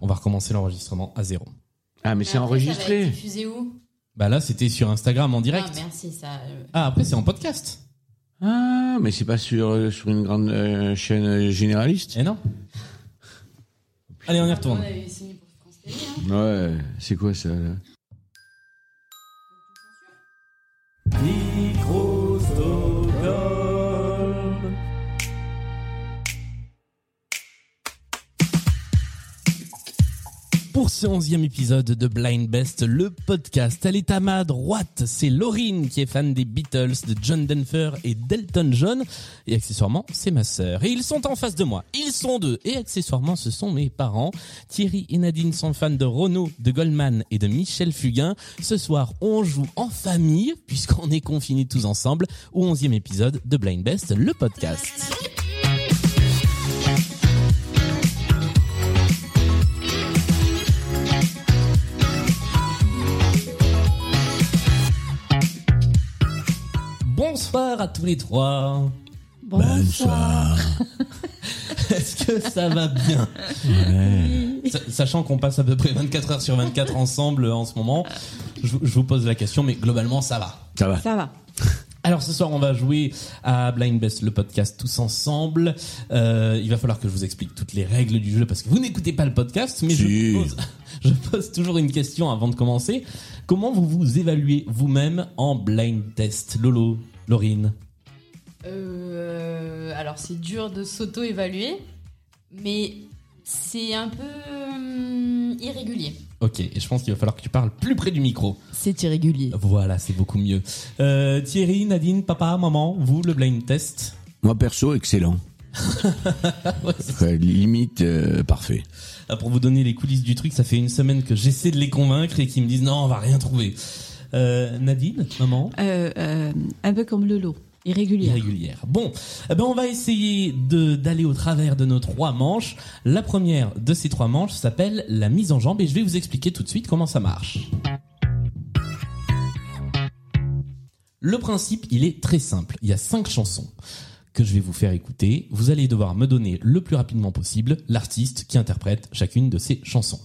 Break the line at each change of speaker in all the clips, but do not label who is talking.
On va recommencer l'enregistrement à zéro.
Ah, mais, c'est enregistré.
diffusé où
Bah là, c'était sur Instagram en
Ah,
direct.
merci, ça. euh,
Ah, après, c'est en podcast.
Ah, mais c'est pas sur, euh, sur une grande euh, chaîne euh, généraliste
Eh non Allez, on y retourne.
On avait signé pour France Télé, hein.
Ouais, c'est quoi ça là
Pour ce onzième épisode de Blind Best, le podcast, elle est à ma droite. C'est Laurine qui est fan des Beatles, de John Denver et d'Elton John. Et accessoirement, c'est ma sœur. Et ils sont en face de moi. Ils sont deux. Et accessoirement, ce sont mes parents. Thierry et Nadine sont fans de Renaud, de Goldman et de Michel Fugain. Ce soir, on joue en famille, puisqu'on est confinés tous ensemble, au onzième épisode de Blind Best, le podcast. Bonsoir à tous les trois.
Bonsoir.
Est-ce que ça va bien Sa- Sachant qu'on passe à peu près 24 heures sur 24 ensemble euh, en ce moment, je, vous- je vous pose la question, mais globalement, ça va.
Ça va.
Ça va.
Alors ce soir, on va jouer à Blind Best, le podcast tous ensemble. Euh, il va falloir que je vous explique toutes les règles du jeu parce que vous n'écoutez pas le podcast, mais
Si.
je, pose, je pose toujours une question avant de commencer. Comment vous vous évaluez vous-même en blind test Lolo, Laurine
Euh, alors, c'est dur de s'auto-évaluer, mais c'est un peu hum, irrégulier.
Ok, et je pense qu'il va falloir que tu parles plus près du micro.
C'est irrégulier.
Voilà, c'est beaucoup mieux. Euh, Thierry, Nadine, papa, maman, vous, le blind test
Moi perso, excellent.
Ouais, c'est-
Ouais, limite euh, parfait.
Ah, Pour vous donner les coulisses du truc, ça fait une semaine que j'essaie de les convaincre et qu'ils me disent non, on va rien trouver. Euh, Nadine, maman
Euh, euh, un peu comme le lot, irrégulier.
irrégulière. Bon, eh ben on va essayer de d'aller au travers de nos trois manches. La première de ces trois manches s'appelle la mise en jambe et je vais vous expliquer tout de suite comment ça marche. Le principe, il est très simple. Il y a cinq chansons que je vais vous faire écouter. Vous allez devoir me donner le plus rapidement possible l'artiste qui interprète chacune de ces chansons.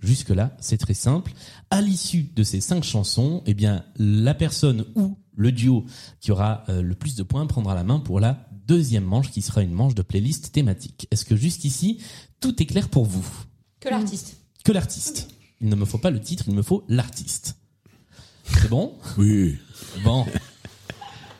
Jusque-là, c'est très simple. À l'issue de ces cinq chansons, eh bien, la personne ou le duo qui aura euh, le plus de points prendra la main pour la deuxième manche qui sera une manche de playlist thématique. Est-ce que jusqu'ici, tout est clair pour vous
Que l'artiste.
Que l'artiste. Il ne me faut pas le titre, il me faut l'artiste. C'est bon
Oui.
Bon.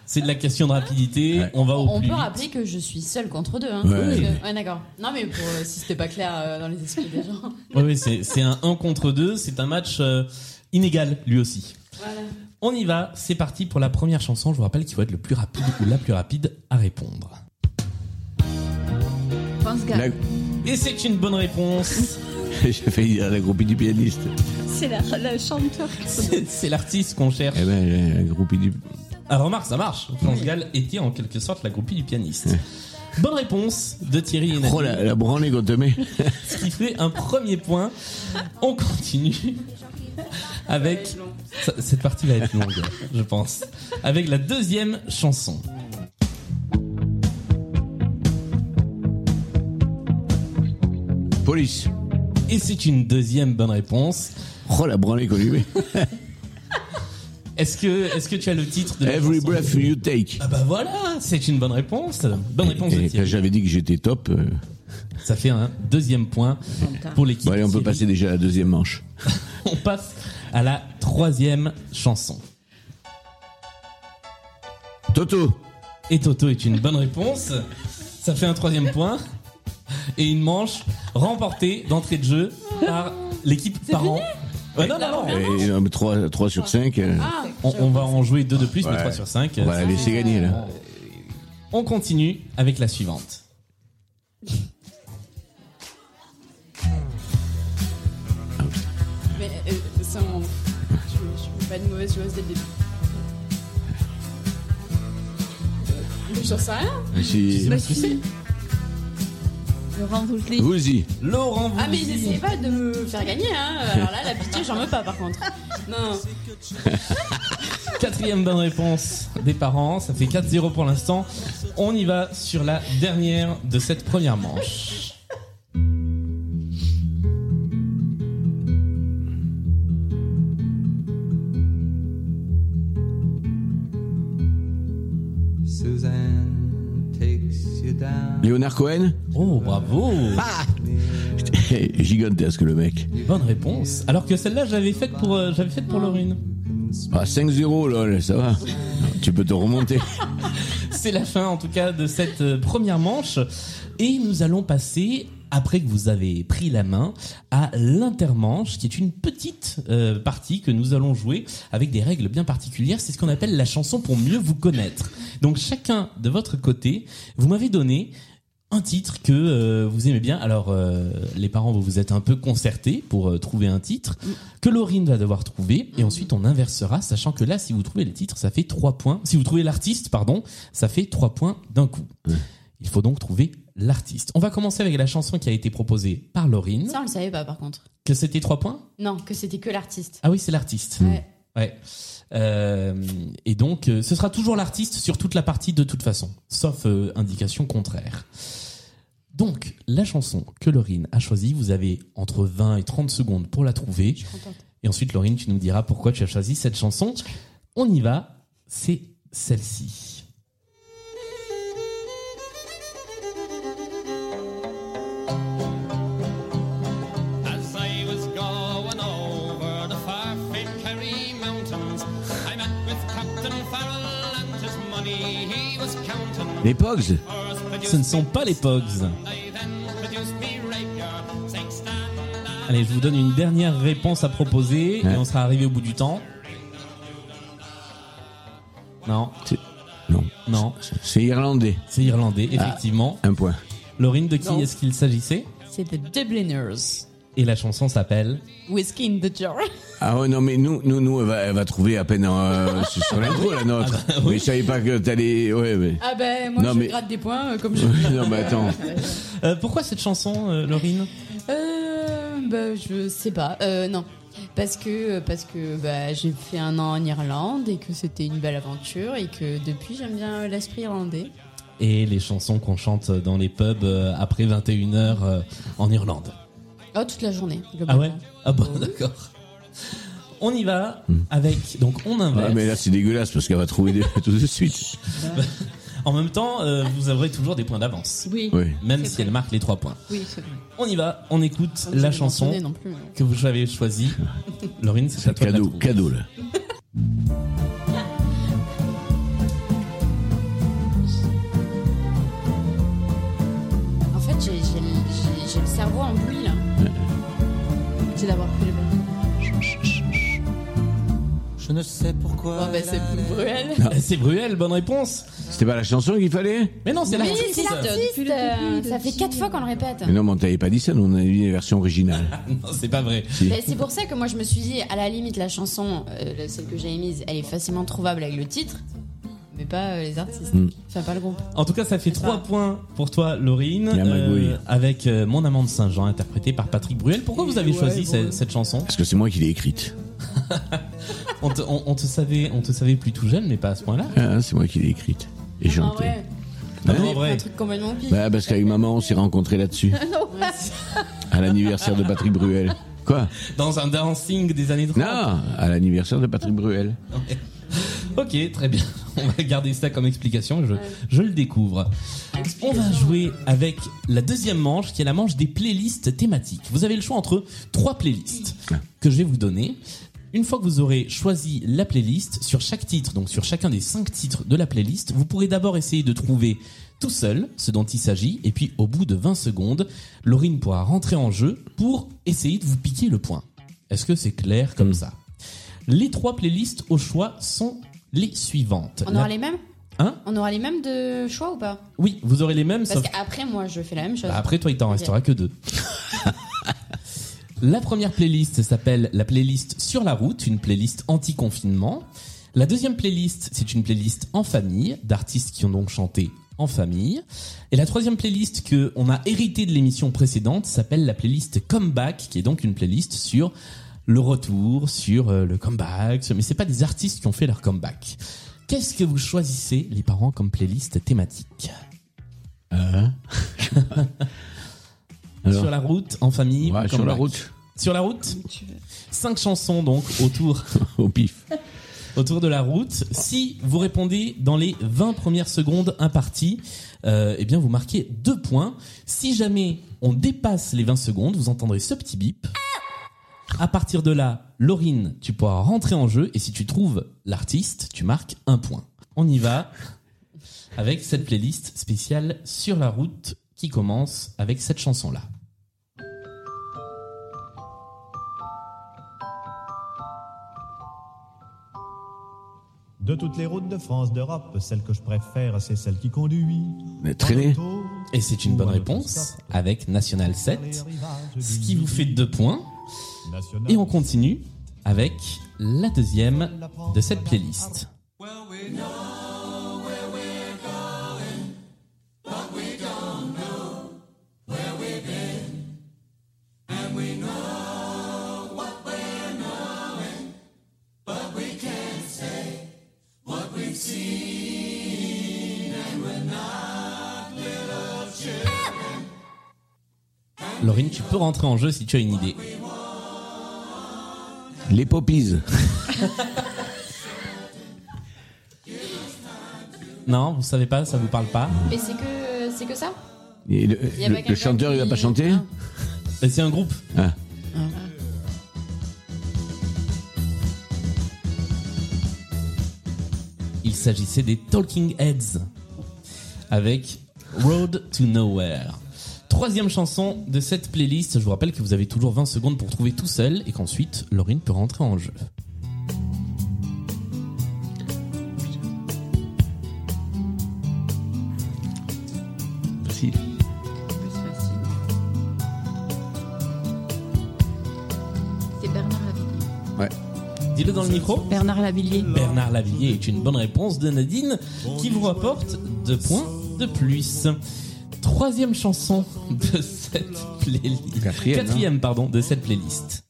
C'est de la question de rapidité.
Ouais.
On va au
On
plus
peut
vite.
rappeler que je suis seule contre deux. Hein,
Ouais.
Parce que- ouais, d'accord. Non, mais pour, euh, si c'était pas clair euh, dans les esprits des gens.
Oui, oui, c'est c'est un 1 contre 2, c'est un match euh, inégal lui aussi.
Voilà.
On y va, c'est parti pour la première chanson. Je vous rappelle qu'il faut être le plus rapide ou la plus rapide à répondre.
France Gall.
La-
Et c'est une bonne réponse.
J'ai failli dire la groupie du pianiste.
C'est la, la chanteur.
C'est c'est l'artiste qu'on cherche.
Eh ben, j'ai la groupie du.
Ah, remarque, ça marche. France Gall était en quelque sorte la groupie du pianiste. Bonne réponse de Thierry et Nadine,
Oh la, la branlée qu'on te met.
ce qui fait un premier point. On continue avec... Ça, Cette partie va être longue, je pense. Avec la deuxième chanson.
Police.
Et c'est une deuxième bonne réponse.
Oh la branlée qu'on lui met.
Est-ce que, est-ce que tu as le titre de la
Every
chanson
breath you take.
Ah bah voilà, c'est une bonne réponse. Bonne réponse de
Et quand
Thierry.
J'avais dit que j'étais top. euh,
Ça fait un deuxième point pour l'équipe.
Bon, allez, on peut
Thierry.
passer déjà à la deuxième manche.
On passe à la troisième chanson.
Toto.
Et Toto est une bonne réponse. Ça fait un troisième point. Et une manche remportée d'entrée de jeu par l'équipe parent. Ouais, non, non, non.
Et, 3, sur 5.
Ah.
On, on va en jouer deux de plus, mais
Ouais.
trois sur cinq.
on va la laisser gagner là.
Ah, On continue avec la suivante.
Mais euh, ça, on- je, je fais pas de mauvaise joueuse dès le début. Mais Euh, J'en sais rien.
Si-
Bah, si.
Laurent Voulzy.
Vous-y.
Laurent
Ah, mais ils
Voulzy.
essayaient pas de me faire gagner, hein. Alors là, la pitié, j'en veux pas, par contre. Non.
Quatrième bonne réponse des parents, ça fait 4-0 pour l'instant. On y va sur la dernière de cette première manche.
Suzanne takes you down.
Leonard Cohen
Oh, bravo
Gigantesque le mec.
Bonne réponse. Alors que celle-là, j'avais faite pour, euh, j'avais faite pour Laurine.
Ah, 5-0 lol, ça va. Tu peux te remonter.
C'est la fin en tout cas de cette euh, première manche et nous allons passer après que vous avez pris la main à l'intermanche qui est une petite euh, partie que nous allons jouer avec des règles bien particulières, c'est ce qu'on appelle la chanson pour mieux vous connaître. Donc chacun de votre côté, vous m'avez donné un titre que euh, vous aimez bien. Alors euh, les parents vous vous êtes un peu concertés pour euh, trouver un titre que Laurine va devoir trouver et ensuite on inversera sachant que là si vous trouvez le titre ça fait trois points. Si vous trouvez l'artiste pardon, ça fait trois points d'un coup. Il faut donc trouver l'artiste. On va commencer avec la chanson qui a été proposée par Laurine.
Ça, on le savait pas par contre.
Que c'était trois points
Non, que c'était que l'artiste.
Ah oui, c'est l'artiste.
Ouais.
Ouais. Euh, et donc, euh, ce sera toujours l'artiste sur toute la partie de toute façon, sauf euh, indication contraire. Donc, la chanson que Laurine a choisie, vous avez entre 20 et 30 secondes pour la trouver.
Je suis contente.
Et ensuite, Laurine, tu nous diras pourquoi tu as choisi cette chanson. On y va, c'est celle-ci.
As I was going over the far-famed Kerry Mountains, I met with Captain Farrell and his money he was counting.
Les Pogs
First
Ce ne
produced
sont pas les Pogs.
I then produced me rapier, saying stand up.
Allez, je vous donne une dernière réponse à proposer et
Ouais.
on sera arrivé au bout du temps. Non,
C'est- Non,
non,
c'est irlandais.
c'est irlandais,
Ah.
effectivement.
Un point.
Laurine, de qui
Non.
est-ce qu'il s'agissait
C'est The Dubliners.
Et la chanson s'appelle
Whiskey in the jar.
Ah ouais, non, mais nous, nous, nous elle, va, elle va trouver à peine euh, sur sur l'intro, la nôtre. Mais je savais pas que t'allais... Ouais, mais...
Ah ben, moi
Non,
je
mais-
gratte des points euh, comme je
non, mais attends.
Euh, Pourquoi cette chanson, euh, Laurine
Euh, bah, je sais pas. Euh, non. Parce que, parce que bah, j'ai fait un an en Irlande et que c'était une belle aventure et que depuis j'aime bien euh, l'esprit irlandais.
Et les chansons qu'on chante dans les pubs euh, après 21h euh, en Irlande.
Oh, toute la journée.
Ah ouais
globalement.
Ah bon, d'accord. On y va avec... Donc on
Ah,
inverse.
Hmm. mais là, c'est dégueulasse parce qu'elle va trouver des- tout de suite.
En même temps, euh, vous aurez toujours des points d'avance.
Oui,
Oui.
Même
C'est
si
vrai.
elle marque les trois points.
oui, c'est vrai.
On y va, on écoute
Sans que je
la
le
chanson
mentionnais Non plus. hein. mais-
que vous avez choisie. Laurine, c'est à toi de la
Cadeau,
trouver.
cadeau, là.
En fait, j'ai- j'ai le- j'ai j'ai le cerveau en bouille là. J'ai d'avoir pris le bon.
Je ne sais pourquoi.
Oh, bah, c'est Bruel.
C'est Bruel, bonne réponse.
C'était pas la chanson qu'il fallait
Mais non, c'est
Oui,
l'artiste.
c'est l'artiste.
Depuis le début,
euh, Ça
depuis-
fait quatre fois qu'on le répète.
Mais non, mais on t'avait pas dit ça, nous, on a eu la version originale.
Non, c'est pas vrai.
Si.
Ben, c'est pour ça que moi je me suis dit, à la limite, la chanson, euh, celle que j'ai émise, elle est facilement trouvable avec le titre, mais pas euh, les artistes.
Mm.
Enfin, pas le groupe.
En tout cas, ça fait 3 points pour toi, Laurine,
La magouille.
avec euh, Mon amant de Saint-Jean, interprété par Patrick Bruel. Pourquoi vous avez
Ouais,
choisi
Bruel.
ce- cette chanson
Parce que c'est moi qui l'ai écrite.
on te, on- on te savait, on te savait plus tout jeune, mais pas à ce point-là.
Ah, c'est moi qui l'ai écrite. Et
En
chantée.
vrai,
Ah
on
non,
avait
en
fait
vrai.
un truc complètement pire.
Bah, parce qu'avec maman, on s'est rencontrés là-dessus. à l'anniversaire de Patrick Bruel. Quoi
Dans un dancing des années 30.
Non, à l'anniversaire de Patrick Bruel.
Ok, très bien. On va garder ça comme explication. Je, je le découvre. On va jouer avec la deuxième manche, qui est la manche des playlists thématiques. Vous avez le choix entre trois playlists que je vais vous donner. Une fois que vous aurez choisi la playlist, sur chaque titre, donc sur chacun des cinq titres de la playlist, vous pourrez d'abord essayer de trouver tout seul ce dont il s'agit, et puis au bout de 20 secondes, Laurine pourra rentrer en jeu pour essayer de vous piquer le point. Est-ce que c'est clair comme ça Les trois playlists au choix sont les suivantes.
On
La-
bah.
aura les mêmes
Hein
On aura les mêmes de choix ou pas
Oui, vous aurez les mêmes,
Parce
sauf
qu'après, moi, je fais la même chose.
Bah, après, toi, il t'en
Ok.
restera que deux. la première playlist s'appelle la playlist sur la route, une playlist anti-confinement. La deuxième playlist, c'est une playlist en famille, d'artistes qui ont donc chanté en famille. Et la troisième playlist que on a héritée de l'émission précédente s'appelle la playlist Comeback, qui est donc une playlist sur le retour, sur euh, le comeback. sur- Mais c'est pas des artistes qui ont fait leur comeback. Qu'est-ce que vous choisissez, les parents, comme playlist thématique
Hein Alors.
Sur la route, en famille,
Ouais,
ou
sur la
comeback
route,
Sur la route, cinq chansons donc autour
au pif.
autour de la route. Si vous répondez dans les 20 premières secondes imparties, euh, eh bien vous marquez deux points. Si jamais on dépasse les 20 secondes, vous entendrez ce petit bip. À partir de là, Laurine, tu pourras rentrer en jeu et si tu trouves l'artiste, tu marques un point. On y va avec cette playlist spéciale sur la route qui commence avec cette chanson-là.
De toutes les routes de France, d'Europe, celle que je préfère, c'est celle qui conduit.
Mais traîner.
En auto,
Et c'est une bonne
ou en
réponse
autostop,
avec National 7,
les rivages
ce
du
qui vous fait deux points.
national.
Et on continue avec la deuxième de cette playlist. Laurine, tu peux rentrer en jeu si tu as une idée.
Les poppies.
Non, vous savez pas, ça vous parle pas.
Mais c'est que, c'est que ça
Et le,
Il y a
le-
pas
le
quelqu'un
chanteur, il va
qui-
pas chanter
Ah.
Mais C'est un groupe.
Ah.
Il s'agissait des Talking Heads avec Road to Nowhere. Troisième chanson de cette playlist. Je vous rappelle que vous avez toujours 20 secondes pour trouver tout seul et qu'ensuite Laurine peut rentrer en jeu.
Si.
C'est Bernard Lavillier.
Ouais.
Dis-le dans le micro.
Bernard Lavillier.
Bernard Lavillier est une bonne réponse de Nadine qui vous rapporte deux points de plus. Troisième chanson de cette playlist.
Quatrième, hein.
pardon, de cette playlist.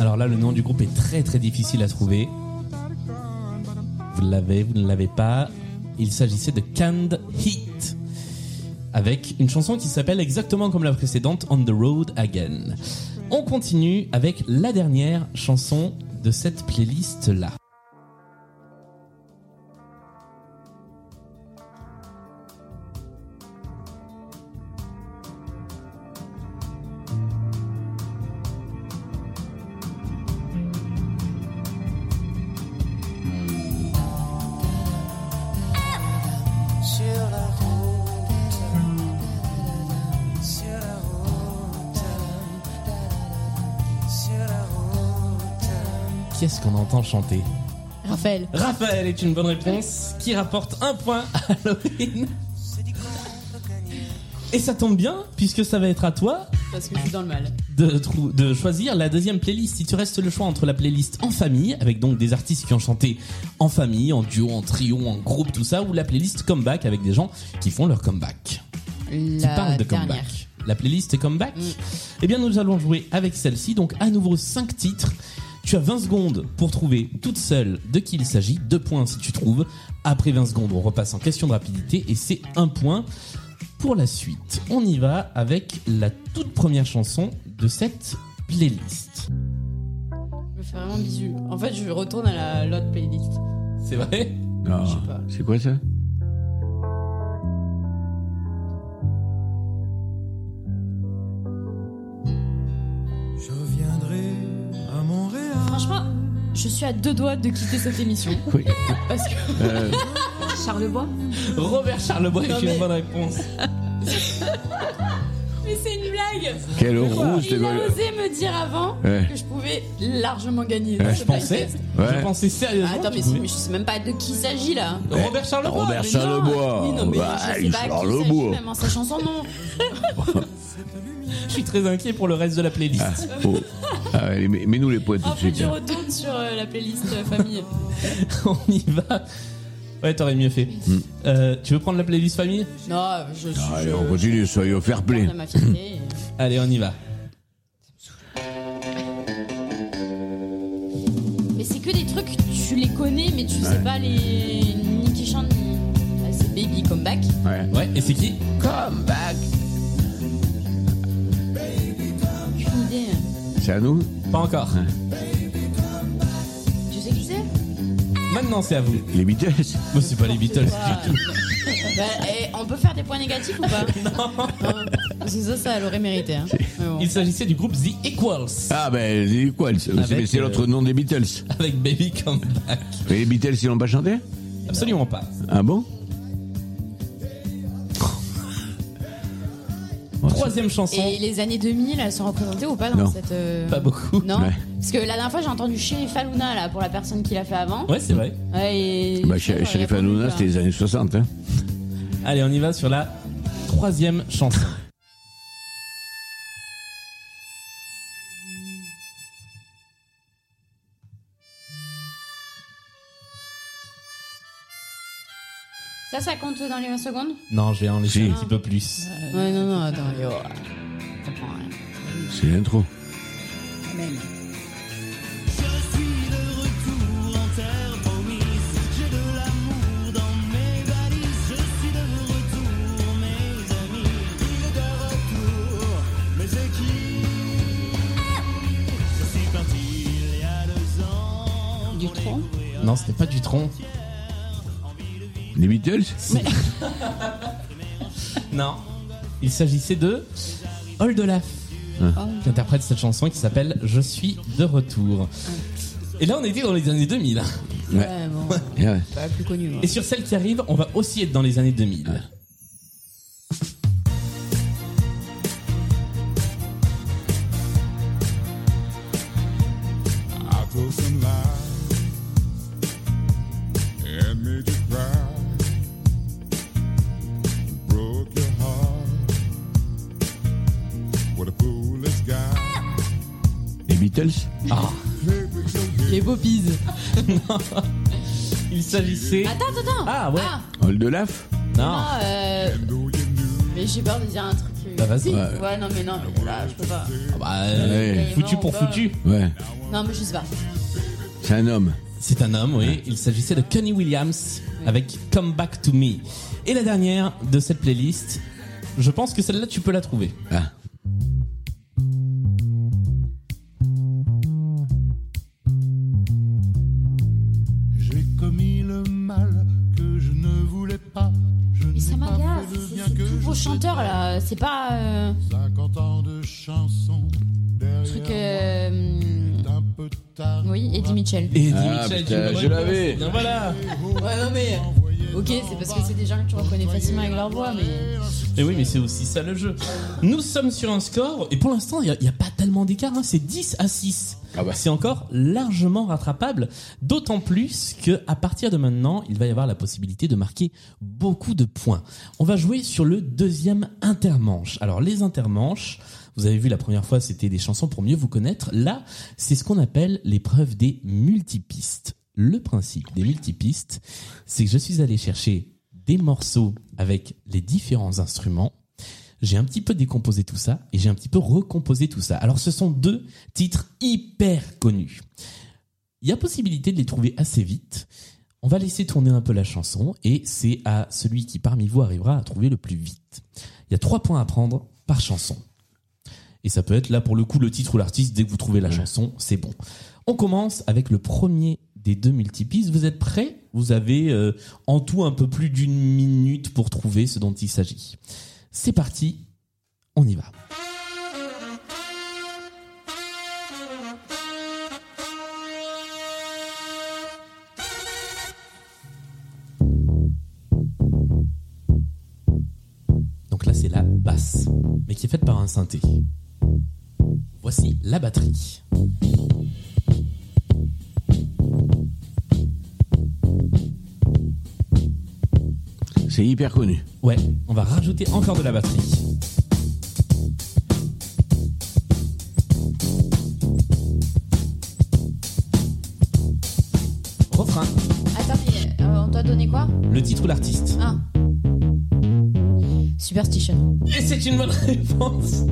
Alors là, le nom du groupe est très très difficile à trouver. Vous l'avez, vous ne l'avez pas. Il s'agissait de Canned Heat. Avec une chanson qui s'appelle exactement comme la précédente, On the Road Again. On continue avec la dernière chanson de cette playlist là. Qui est-ce qu'on entend chanter
Ah, Raphaël.
Raphaël est une bonne réponse qui rapporte un point à Halloween. Et ça tombe bien puisque ça va être à toi
Parce que je suis dans le mal.
de, trou- de choisir la deuxième playlist. Si tu restes le choix entre la playlist en famille, avec donc des artistes qui ont chanté en famille, en duo, en trio, en groupe, tout ça, ou la playlist comeback avec des gens qui font leur comeback. Qui
La
parlent de
dernière. Mm.
comeback. La playlist comeback. Eh bien, nous allons jouer avec celle-ci. Donc, à nouveau, 5 titres. Tu as 20 secondes pour trouver toute seule de qui il s'agit. 2 points si tu trouves. Après 20 secondes, on repasse en question de rapidité et c'est 1 point pour la suite. On y va avec la toute première chanson de cette playlist.
Je me fais vraiment bisous. En fait, je retourne à la- l'autre playlist.
C'est vrai
Ah.
Je sais pas.
C'est quoi ça
Je reviendrai à Montréal.
Franchement, je suis à deux doigts de quitter cette émission.
Oui.
Parce que
Euh,
Charlebois.
Robert Charlebois
Non,
est une
mais-
bonne réponse.
Mais c'est une blague
Quelle rouge
Ah, Il a
de
osé me dire avant
Ouais.
que je pouvais largement gagner. dans
Ouais.
ce
Je
pensais,
blind test.
Ouais.
Je pensais
Ah,
sérieusement.
Attends,
que
mais
tu
c'est-
pouvais-
je sais même pas de qui il s'agit là.
Robert Charlebois.
Robert
mais non.
Charlebois.
Mais non, mais
Bah,
je sais
il
pas à qui
sort
il
le
s'agit,
bois.
même en sachant son nom.
Je suis très inquiet pour le reste de la playlist.
Oh. Ah, allez, mets- Mets-nous les points tout de
Oh, faut
suite.
que je
là.
retourne sur euh, la playlist euh, famille.
On y va. Ouais, t'aurais mieux fait. Euh, tu veux prendre la playlist famille
Non, je suis.
Allez,
je-
on continue, soyons fair play.
garde ma fierté.
Allez, on y va.
Mais c'est que des trucs, tu les connais, mais tu sais pas les. Ni qui chante, ni. Ah, C'est Baby Comeback.
Ouais.
Ouais, et c'est qui
Come back.
Aucune idée.
C'est à nous
Pas encore.
Tu sais qui c'est
Maintenant, c'est à vous.
Les Beatles
Moi, c'est pas les Beatles.
Bah, bah, eh, on peut faire des points négatifs ou pas Non. C'est ça, ça l'aurait mérité. hein. Mais bon.
Il s'agissait du groupe The Equals
Ah ben, c'est quoi le- c'est-
Avec,
mais C'est
euh,
l'autre nom des Beatles.
avec Baby Comeback.
Et les Beatles, ils l'ont pas chanté
Absolument pas.
Ah bon
Troisième chanson.
Et les années 2000, elles sont représentées ou pas dans
Non.
cette. euh,
Pas beaucoup.
Non
Ouais.
Parce que la dernière fois, j'ai entendu Sheriff Alouna là, pour la personne qui l'a fait avant.
Ouais, c'est vrai.
Ouais, et...
Bah,
je
Sh-
sais pas, j'aurais
Sheriff
répondu,
Hanouna,
là.
c'était les années 60. Hein.
Allez, on y va sur la troisième chanson.
Ça, ça compte dans les 20 secondes
Non, je vais en laisser
Si.
un petit peu plus.
Ouais, non, non, attends, yo. Ça prend rien.
C'est l'intro.
Même.
Du tronc
Non, c'était pas du tronc.
Les Beatles
Non. Il s'agissait de Oldelaf,
Ah.
qui interprète cette chanson qui s'appelle Je suis de retour. Et là, on était dans les années 2000. hein.
Ouais, bon,
Eh Ouais.
pas plus connu. moi.
Et sur celle qui arrive, on va aussi être dans les années 2000.
How close in line It made you cry Broke your heart What a foolish guy
Les Beatles
Play with your head
Les Boppies.
Il s'agissait.
Attends, attends, attends.
Ah ouais.
Ah,
Old Laf
Non.
ah, euh,
though you knew
mais j'ai peur de dire un truc. euh,
Bah, vas-y.
si. Ouais, non, mais non, mais là, je peux pas.
Ah bah, euh,
Ouais.
Foutu pour foutu.
Ouais.
Non, mais je sais pas.
C'est un homme.
C'est un homme, oui. Il s'agissait de Kenny Williams avec Come Back to Me. Et la dernière de cette playlist, je pense que celle-là, tu peux la trouver.
Ah.
J'ai commis le mal que je ne voulais pas Je
Mais ça
n'ai pas
m'agace.
fait le
c'est-
bien
C'est
que
tous
je
vos chanteurs là. C'est pas. Euh,
50 ans de chansons Derrière
truc. Euh, hum,
un peu tard
oui, Eddie Mitchell.
Et
Ah,
Dimitri,
putain,
tu-
je l'avais.
Bien, Voilà.
Ouais, non, mais. Ok, c'est parce que c'est des gens que tu reconnais facilement avec leur voix, mais.
Et Eh oui, mais c'est aussi ça le jeu. Nous sommes sur un score, et pour l'instant, il n'y a, pas tellement d'écart. hein. C'est 10 à 6.
Ah bah.
C'est encore largement rattrapable. D'autant plus que à partir de maintenant, il va y avoir la possibilité de marquer beaucoup de points. On va jouer sur le deuxième intermanche. Alors, les intermanches, vous avez vu la première fois, c'était des chansons pour mieux vous connaître. Là, c'est ce qu'on appelle l'épreuve des multipistes. Le principe des multipistes, c'est que je suis allé chercher des morceaux avec les différents instruments. J'ai un petit peu décomposé tout ça et j'ai un petit peu recomposé tout ça. Alors ce sont deux titres hyper connus. Il y a possibilité de les trouver assez vite. On va laisser tourner un peu la chanson et c'est à celui qui parmi vous arrivera à trouver le plus vite. Il y a trois points à prendre par chanson. Et ça peut être là pour le coup le titre ou l'artiste. Dès que vous trouvez la chanson, c'est bon. On commence avec le premier des deux multipistes. Vous êtes prêts Vous avez euh, en tout un peu plus d'une minute pour trouver ce dont il s'agit. C'est parti, on y va. Donc là, c'est c'est la basse, mais qui est faite par un synthé. Voici la batterie.
C'est hyper connu.
Ouais, on va rajouter encore de la batterie. Refrain,
Attends, mais, euh, on doit donner quoi
le titre ou l'artiste.
Ah. Superstition.
Et c'est une bonne réponse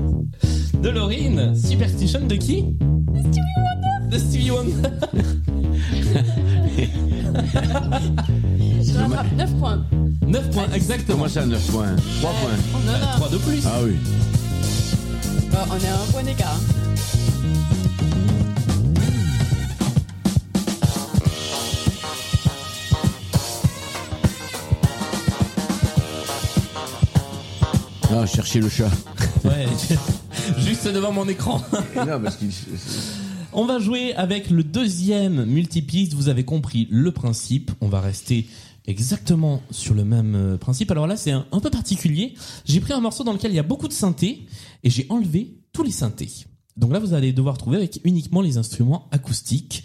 de Laurine. Superstition de qui De Stevie Wonder.
9 points. Oh,
9 points exactement.
Comment ça, 9 points 3 points
Non, non.
3 de plus.
Ah oui.
Bon, on est à un point d'écart. hein.
Ah, chercher le chat.
Ouais, juste devant mon écran.
non, parce qu'il.
On va jouer avec le deuxième multipiste. Vous avez compris le principe. On va rester exactement sur le même euh, principe. Alors là, c'est un, un peu particulier. J'ai pris un morceau dans lequel il y a beaucoup de synthés et j'ai enlevé tous les synthés. Donc là, vous allez devoir trouver avec uniquement les instruments acoustiques.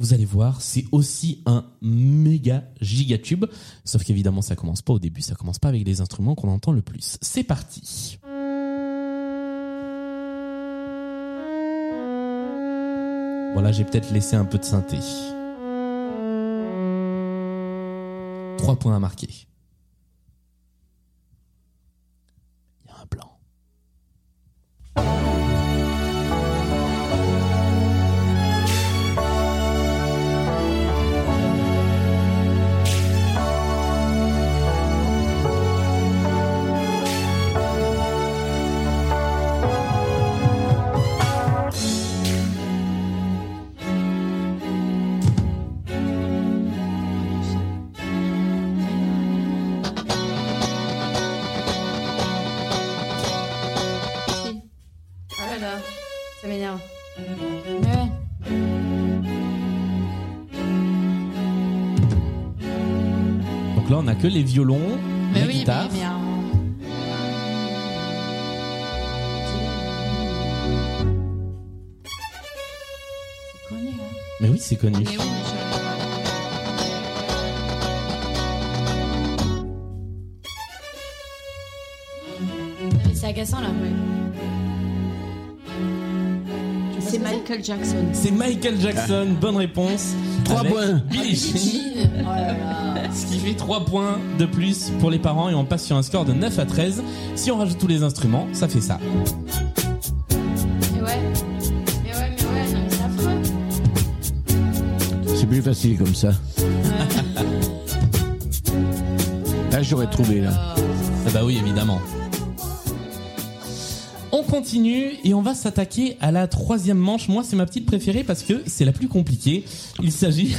Vous allez voir, c'est aussi un méga gigatube. Sauf qu'évidemment, ça commence pas au début. Ça commence pas avec les instruments qu'on entend le plus. C'est parti. Voilà, j'ai peut-être laissé un peu de synthé. Trois points à marquer. Il y a un blanc.
Ah là là, ça m'énerve.
Ouais.
Donc là, on a que les violons,
Mais
la
oui,
guitare.
mais, mais un- C'est connu, hein.
Mais oui, c'est connu.
Mais oui, mais je-
Mais C'est agaçant là.
C'est Michael Jackson.
C'est Michael Jackson, bonne réponse.
Trois
Avec
points.
Billie Jean.
Oh là là.
Ce qui fait 3 points de plus pour les parents et on passe sur un score de 9 à 13. Si on rajoute tous les instruments, ça fait ça.
Mais ouais. Mais ouais, mais ouais, non, mais c'est affreux.
C'est plus facile comme ça. Là, j'aurais trouvé, là.
Ah bah oui, évidemment. On continue et on va s'attaquer à la troisième manche. Moi, c'est ma petite préférée parce que c'est la plus compliquée. Il s'agit,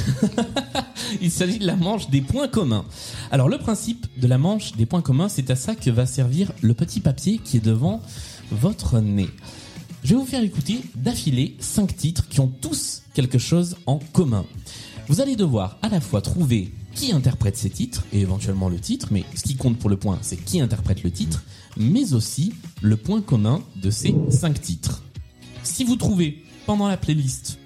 il s'agit de la manche des points communs. Alors, le principe de la manche des points communs, c'est à ça que va servir le petit papier qui est devant votre nez. Je vais vous faire écouter d'affilée cinq titres qui ont tous quelque chose en commun. Vous allez devoir à la fois trouver qui interprète ces titres et éventuellement le titre, mais ce qui compte pour le point, c'est qui interprète le titre, mais aussi le point commun de ces cinq titres. Si vous trouvez pendant la playlist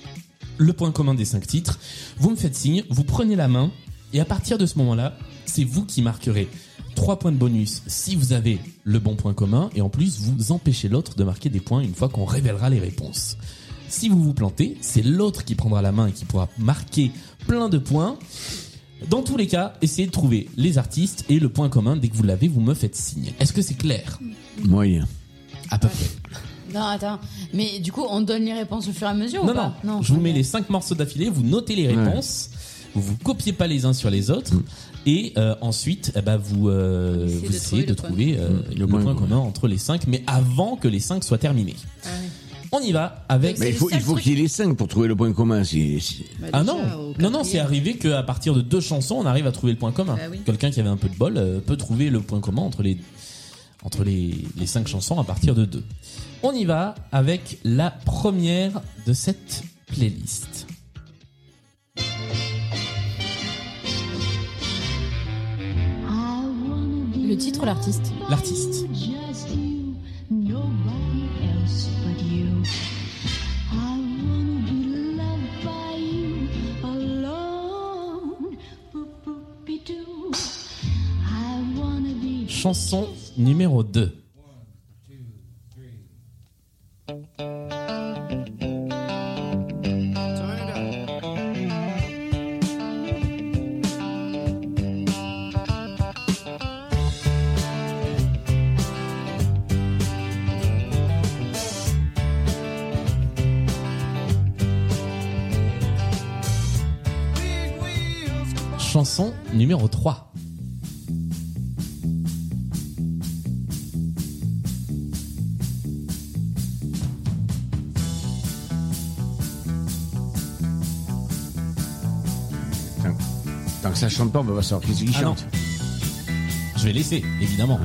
le point commun des cinq titres, vous me faites signe, vous prenez la main et à partir de ce moment-là, c'est vous qui marquerez trois points de bonus si vous avez le bon point commun et en plus vous empêchez l'autre de marquer des points une fois qu'on révélera les réponses. Si vous vous plantez, c'est l'autre qui prendra la main et qui pourra marquer plein de points. Dans tous les cas, essayez de trouver les artistes et le point commun. Dès que vous l'avez, vous me faites signe. Est-ce que c'est clair
Moyen.
À peu près.
Non, attends. Mais du coup, on donne les réponses au fur et à mesure ou
Non, non,
pas
Je vous mets
ok.
les cinq morceaux d'affilée, vous notez les
Ouais. Mm.
réponses, vous vous copiez pas les uns sur les autres, et euh, ensuite, eh ben, vous, euh,
On essaie
vous
de
essayez
trouver
de
le point.
trouver euh,
Mm. Le
le,
point
point,
commun.
commun entre les cinq, mais avant que les cinq soient terminés.
Ah ouais.
On y va avec.
Mais il
le
faut,
seul
il faut
truc-
qu'il y ait les 5 pour trouver le point commun. Si, si-
Bah,
Ah
déjà,
non, non,
au
non, c'est
quatrième.
arrivé qu'à partir de deux chansons, on arrive à trouver le point commun.
Bah oui.
Quelqu'un qui avait un peu de bol euh, peut trouver le point commun entre les entre les, les cinq chansons à partir de deux. On y va avec la première de cette playlist.
Le Le titre, l'artiste.
L'artiste.
Just you, nobody else but you. I wanna be loved by you alone. Boop-boop-be-doo. I wanna be
Chanson numéro 2. Chanson numéro 3.
Tant- Tant que ça chante pas, on va pas savoir qui c'est qui
Ah non.
chante.
Je vais laisser, évidemment.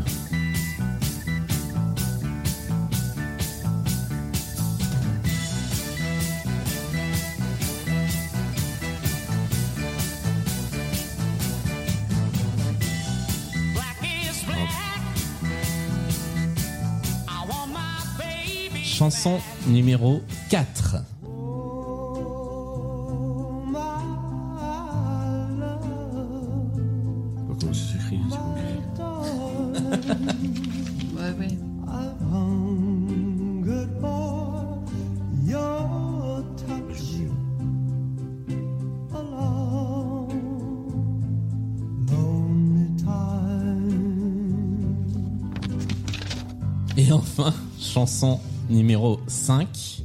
Chanson numéro 4.
Je sais pas comment ça s'écrit, c'est compliqué.
Ouais, ouais.
Et enfin, chanson numéro 5.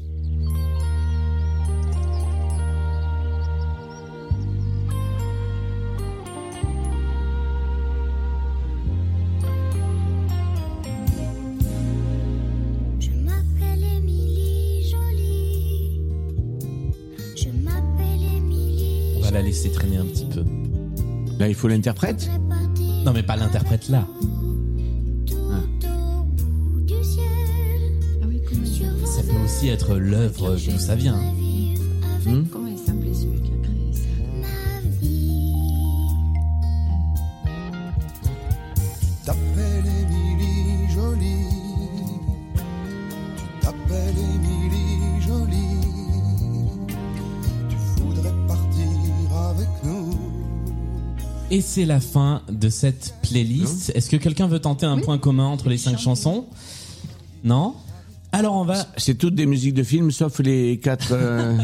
Je m'appelle Émilie Jolie. Je m'appelle Émilie.
On va la laisser traîner un petit peu.
Là, il faut l'interprète
Répartie
Non mais pas l'interprète là.
tout au bout du ciel.
Ah oui, comment il
Sur
s'appelait-
Ça peut aussi être l'œuvre d'où ça vient.
vivre avec
Comment il s'appelait celui qui a créé ça
ma vie.
T'appelles Émilie Jolie. T'appelles Émilie Jolie. Tu voudrais partir avec nous.
Et c'est la fin de cette playlist. Est-ce que quelqu'un veut tenter un point commun entre les cinq chansons Non Alors on va...
C'est toutes des musiques de films, sauf les quatre. euh,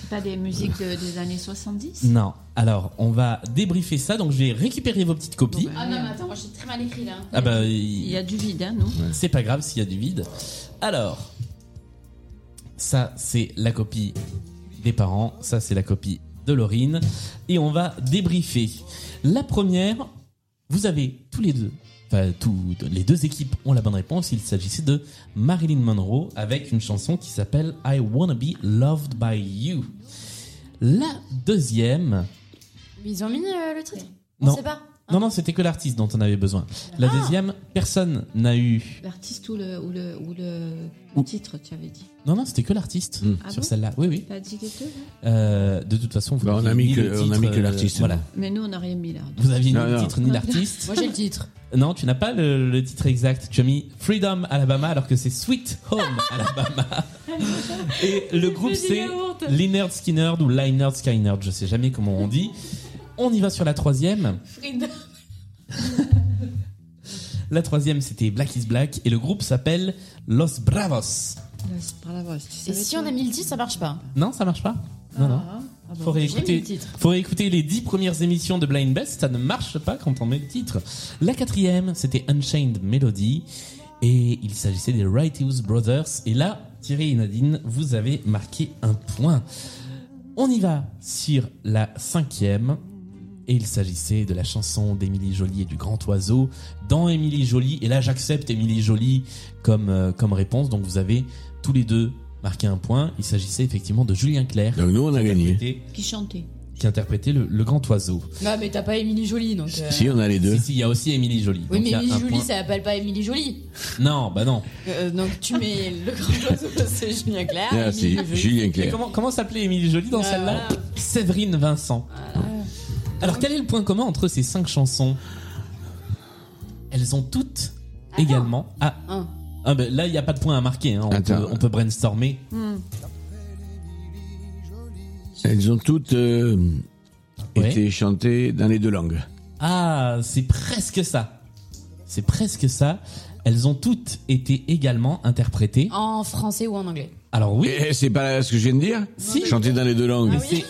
C'est pas des musiques de- des années 70
Non. Alors on va débriefer ça. Donc je vais récupérer vos petites copies.
Ah non, mais attends, moi j'ai très mal écrit là.
Ah bah
Il y a du vide, hein, non
c'est pas grave s'il y a du vide. Alors ça c'est la copie des parents. Ça c'est la copie de Laurine. Et on va débriefer. La première, vous avez tous les deux. Enfin, tous les deux équipes ont la bonne réponse. Il s'agissait de Marilyn Monroe avec une chanson qui s'appelle I Wanna Be Loved by You. La deuxième,
Mais ils ont mis euh, le titre
Non.
On sait pas.
non, non, c'était que l'artiste dont on avait besoin. La
Ah.
deuxième, personne n'a eu.
L'artiste ou le, ou le, ou le
Ou-
titre, tu avais dit.
Non, non, c'était que l'artiste
Mm.
Ah
sur
bon
celle-là. Oui, oui.
T'as dit hein les deux, là
Euh, de toute façon, vous
Bah, on
n'aviez
a mis
ni
que-
le
on a
titre,
mis que
euh,
l'artiste,
Voilà.
non.
Mais nous, on n'aurait mis là.
Vous aviez ni
Non,
le
non.
titre ni l'artiste.
Moi j'ai le titre.
non, tu n'as pas le, le titre exact. Tu as mis Freedom Alabama alors que c'est Sweet Home Alabama. Et le groupe
fais du
c'est
yaourt.
Leonard Skinner ou Leonard Skinner, je sais jamais comment on dit. On y va sur la troisième.
Frida.
La troisième c'était Black is Black et le groupe s'appelle Los
Là,
Bravos.
c'est par la voix. Tu
Et
savais,
si
toi
on a mis le titre, ça marche pas.
Non, ça marche pas. Non, non.
Ah, ah bon.
Faut
bah, J'ai mis
réécouter,
le titre.
faut réécouter les dix premières émissions de Blind Best, ça ne marche pas quand on met le titre. La quatrième, c'était Unchained Melody, et il s'agissait des Righteous Brothers. Et là, Thierry et Nadine, vous avez marqué un point. On y va sur la cinquième, et il s'agissait de la chanson d'Émilie Joly et du Grand Oiseau dans Émilie Joly. Et là, j'accepte Émilie Joly comme, euh, comme réponse, donc vous avez tous les deux marqué un point. Il s'agissait effectivement de Julien Clerc
Donc nous, on a gagné.
interprété-
Qui chantait
qui interprétait le, le grand oiseau.
Non, mais t'as pas Émilie Jolie donc. euh,
Si, on a les deux.
Si, si, il y a aussi Émilie Jolie.
Oui,
Donc,
mais
il y a
Émilie
un
Jolie,
point.
ça appelle pas Émilie Jolie.
Non, bah non.
Euh, donc tu mets le grand oiseau, c'est Julien Clerc.
Ah,
Émilie
si,
Jolie.
Julien
Et
Clerc.
comment, comment s'appelait Émilie Jolie dans
Ah,
celle-là
voilà.
Séverine Vincent. Alors, quel est le point commun entre ces cinq chansons elles ont toutes également. Ah,
Un.
ah, ben, là, il n'y a pas de point à marquer. hein. On,
Attends.
peut, on peut brainstormer.
Elles ont toutes euh,
Ouais.
été chantées dans les deux langues.
Ah, c'est presque ça. C'est presque ça. Elles ont toutes été également interprétées.
En français ou en anglais
Alors oui, Ah
Et Eh, c'est pas ce que je viens de dire
Si.
Chantées dans les deux langues.
c'est-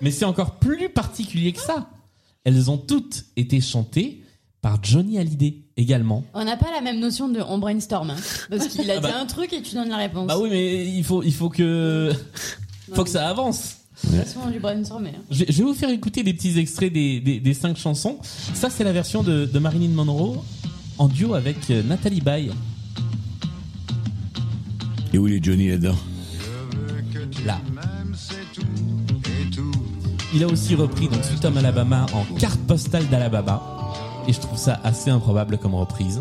mais c'est encore plus particulier que ça. Elles ont toutes été chantées par Johnny Hallyday également.
On n'a pas la même notion de on brainstorm. hein. parce qu'il a
Ah bah.
dit un truc et tu donnes la réponse.
Bah oui, mais il faut, il faut que, faut que ça avance.
De toute façon, on lui brainstorm. hein.
Je vais je vais vous faire écouter des petits extraits des, des, des cinq chansons. Ça, c'est la version de, de Marilyn Monroe en duo avec euh, Nathalie Baye.
Et où il est Johnny là-dedans
Là. Il a aussi repris donc Sweet Home Alabama en carte postale d'Alabama. Et je trouve ça assez improbable comme reprise.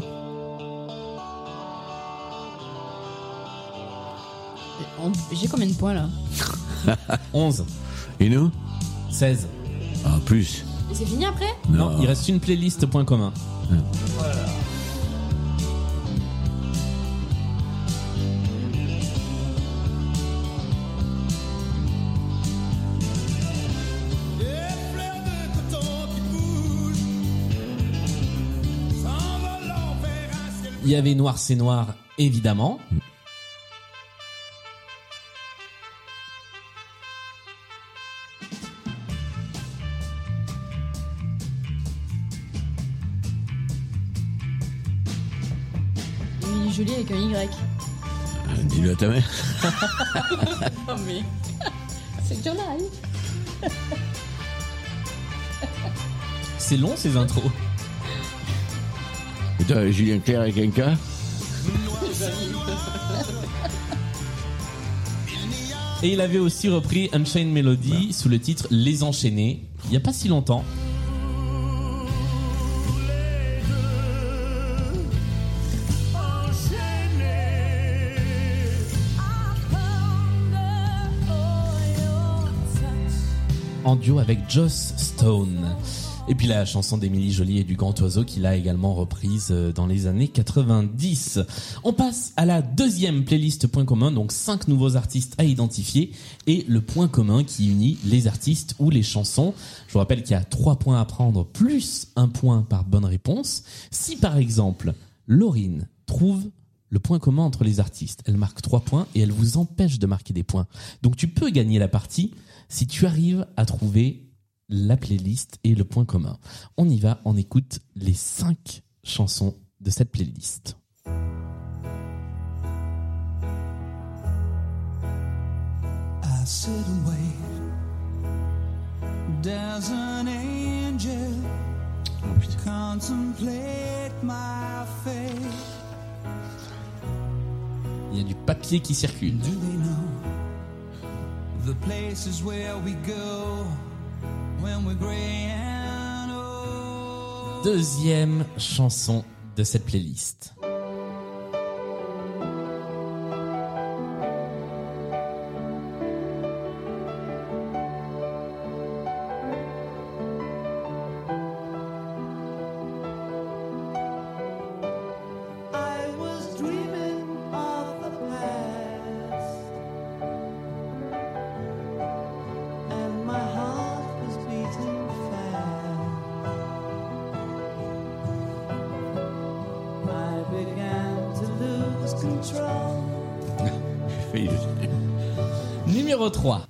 On- J'ai combien de points là
11,
Et nous
16.
Ah, plus.
Et C'est fini après
Non, il reste une playlist point commun. Il y avait Noir c'est Noir, évidemment.
Il est joli avec un Y.
Ah, Dis-le à ta mère.
Oh mais. C'est Jonah. hein.
C'est long ces intros.
Putain, Julien Clerc avec un K
Et il avait aussi repris Unchained Melody sous le titre Les Enchaînés, il n'y a pas si longtemps. En duo avec Joss Stone. Et puis la chanson d'Émilie Jolie et du Grand Oiseau qu'il a également reprise euh, dans les années 90. On passe à la deuxième playlist point commun, donc cinq nouveaux artistes à identifier et le point commun qui unit les artistes ou les chansons. Je vous rappelle qu'il y a trois points à prendre plus un point par bonne réponse. Si par exemple, Laurine trouve le point commun entre les artistes, elle marque trois points et elle vous empêche de marquer des points. Donc tu peux gagner la partie si tu arrives à trouver la playlist et le point commun. On y va, on écoute les cinq chansons de cette playlist.
I sit and wait. Does an angel contemplate my fate?
Il y a du papier qui circule.
Do they know the places where we go when we're gray and old?
Deuxième chanson de cette playlist.
I was dreaming of the past, and my heart was beating fast. I began to lose control.
Numéro 3.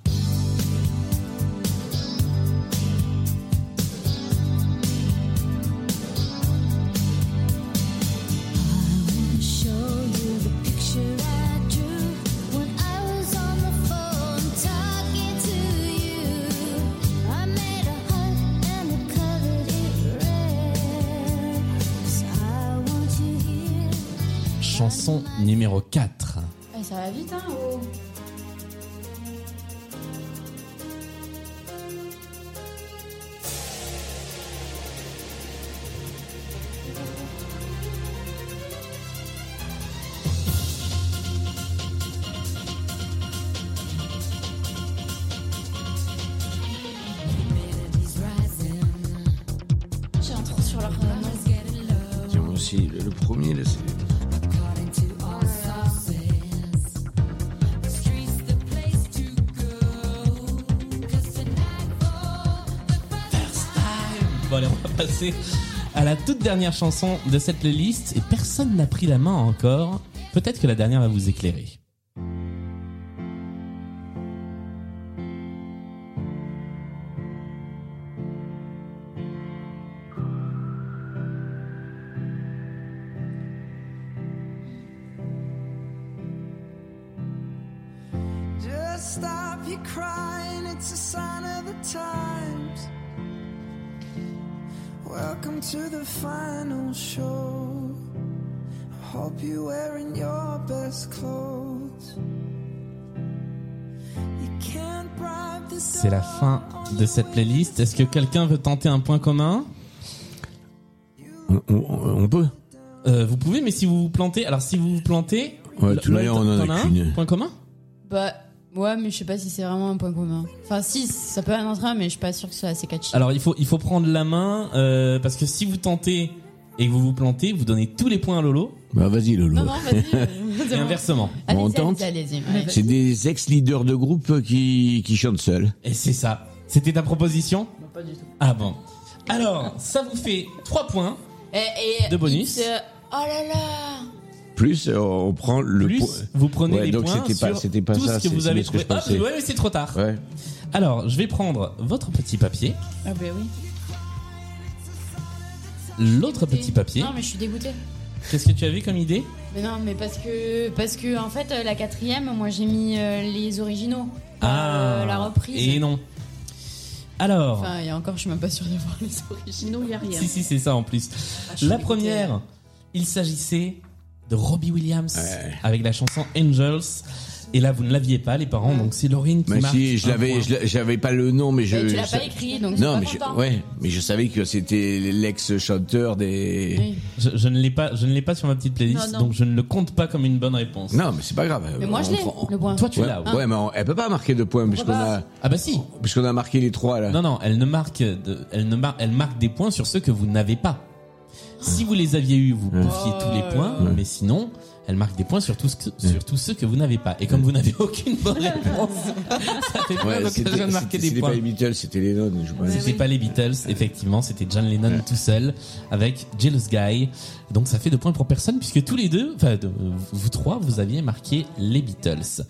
Chanson numéro 4.
Eh, ça va vite hein oh. J'ai un trou sur leur euh, nom.
gagner le CD.
Bon, allez, on va passer à la toute dernière chanson de cette playlist et personne n'a pris la main encore. Peut-être que la dernière va vous éclairer.
Just stop your crying, it's a sign of the times. Welcome to the final show. I hope you're wearing your best clothes. You can't bribe the
C'est la fin de cette playlist. Est-ce que quelqu'un veut tenter un point commun
On, on- on peut
Euh, Vous pouvez, mais si vous vous plantez, alors si vous vous plantez,
Ouais, tout à l'heure, on en a
t'en as un
qu'une.
Point commun
Bah, ouais, mais je sais pas si c'est vraiment un point commun. Enfin, si, ça peut en être un, mais je suis pas sûre que ce soit assez catchy.
Alors il faut il faut prendre la main euh, parce que si vous tentez et que vous vous plantez, vous donnez tous les points à Lolo
Bah vas-y Lolo.
Non, non, vas-y. euh,
et inversement.
on
Allez-y,
tente
allez-y, allez-y. ouais.
C'est des ex-leaders de groupe euh, qui, qui chantent seuls.
Et c'est ça. C'était ta proposition
Non, pas du tout.
Ah bon. Alors ça vous fait 3 points.
Et, et
De bonus.
it's, euh, oh là là
Plus euh, on prend le
plus
point.
vous prenez
Ouais,
les
donc
points
c'était pas-
sur
c'était pas
tout
ça,
ce que
c'est-
vous
c'est
avez
ce que
trouvé.
je
Hop,
pensais.
ouais, mais c'est trop tard.
Ouais.
Alors, je vais prendre votre petit papier,
Ah, bah oui.
l'autre petit papier.
Non, mais je suis dégoûtée.
Qu'est-ce que tu avais comme idée
Mais non, mais parce que, parce que en fait, euh, la quatrième, moi j'ai mis euh, les originaux.
Ah.
Euh, la reprise.
Ah, Et non. Alors,
Enfin, et encore, je suis même pas sûre d'avoir les originaux.
Sinon, il n'y a rien.
si si, c'est ça en plus.
je
la
suis
première, il s'agissait de Robbie Williams
Ouais.
avec la chanson Angels. Et là, vous ne l'aviez pas, les parents. Donc c'est Laurine qui
Mais
marque
si, je
un
l'avais,
point.
je l'a- j'avais pas le nom, mais je.
Mais tu l'as
je-
pas écrit, donc
Non,
c'est
mais
pas
je,
content.
ouais, mais je savais que c'était l'ex-chanteur des.
Oui.
Je, je ne l'ai pas, je ne l'ai pas sur ma petite playlist,
Non, non.
donc je ne le compte pas comme une bonne réponse.
Non, mais c'est pas grave.
Mais moi je
On
l'ai,
prend-
le point. hein.
Toi, tu
ouais,
l'as. ouais.
ouais, mais on- elle peut pas marquer de points puisqu'on a,
Ah bah si.
puisqu'on a marqué les trois là.
Non, non, elle ne marque, de- elle ne mar- elle marque des points sur ceux que vous n'avez pas. Si vous les aviez eus, vous bouffiez tous les points,
Ouais.
mais sinon, elle marque des points sur, tout ce que- sur tous ceux que vous n'avez pas. Et comme vous n'avez aucune bonne réponse, ça fait
Ouais,
pas
c'était
l'occasion de marquer
c'était-
des
c'était pas
points.
les Beatles, c'était les Lennon, je pense.
C'était pas les Beatles, effectivement, c'était John Lennon tout seul avec Jealous Guy. Donc ça fait deux points pour personne puisque tous les deux, enfin de- vous trois, vous aviez marqué les Beatles.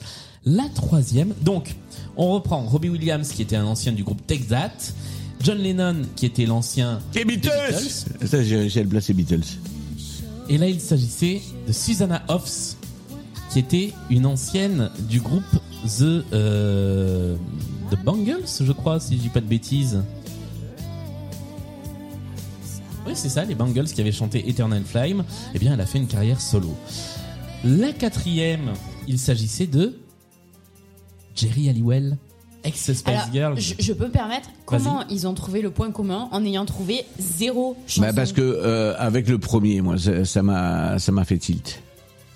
La troisième, donc on reprend Robbie Williams qui était un ancien du groupe Texat, John Lennon qui était l'ancien
Les
Beatles.
Beatles. Ça, j'ai réussi à le placer Beatles.
et là, il s'agissait de Susanna Hoffs, qui était une ancienne du groupe The, euh, The Bangles, je crois, si je dis pas de bêtises. Oui, c'est ça, les Bangles qui avaient chanté Eternal Flame. Eh bien, elle a fait une carrière solo. La quatrième, il s'agissait de Jerry Halliwell, ex-Spice Girl.
Alors, je, je peux me permettre, comment ils ont trouvé le point commun en ayant trouvé zéro chanson
Bah, parce que euh, avec le premier, moi, ça ça m'a ça m'a fait tilt.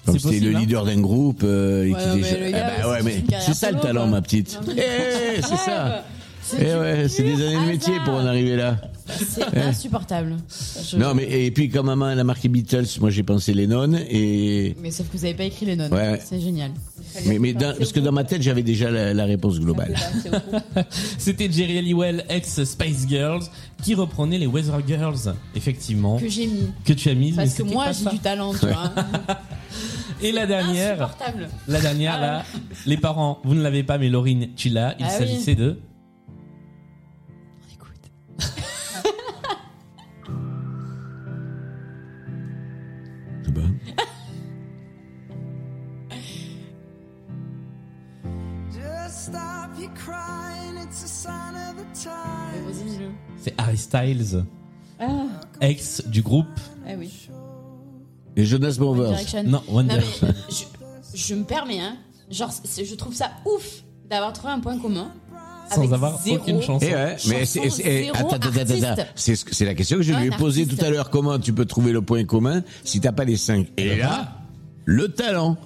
Comme
C'est
c'était le
possible, hein
leader d'un groupe euh, et
Ouais,
qui
mais
déjà-
le
Eh
gars,
ben
c'est
ouais,
une
mais
carrière
c'est ça le
solo,
talent,
quoi.
ma petite. Eh, c'est ça. Eh ouais, c'est des années de métier
hasard.
pour en arriver là.
C'est insupportable. Je-
Non, mais et puis quand maman elle a marqué Beatles, moi j'ai pensé Lennon et
Mais sauf que vous avez pas écrit les notes.
Ouais.
C'est génial.
mais, mais dans- parce que dans ma tête j'avais déjà la, la réponse globale.
C'était Jerry Halliwell, ex-Spice Girls, qui reprenait les Weather Girls, effectivement.
Que j'ai mis.
que tu as mise. mais
Parce que
c'était
moi
pas
j'ai
ça.
du talent, tu vois.
Et la dernière,
Insupportable.
la dernière là, les parents, vous ne l'avez pas, mais Laurine, tu l'as. Il
Ah oui.
s'agissait de.
Écoute.
Je sais pas.
Just stop your crying, it's a sign of the times.
Vas-y, dis-le.
C'est Harry Styles,
Ah,
ex du groupe.
Eh
ah oui.
Les Jonas Brothers.
Direction.
Non, One
Non,
Direction.
mais je, je me permets, hein. Genre, c'est- je trouve ça ouf d'avoir trouvé un point commun.
Sans
avec
avoir
zéro-
aucune chance.
Eh ouais, mais
Chanson
c'est- c'est-
zéro
attends, attends, attends,
artiste.
attends. c'est ce que- c'est la question que je
Un
lui ai posée
artiste.
tout à l'heure. Comment tu peux trouver le point commun si t'as pas les cinq Et là, le Eh ben, talent.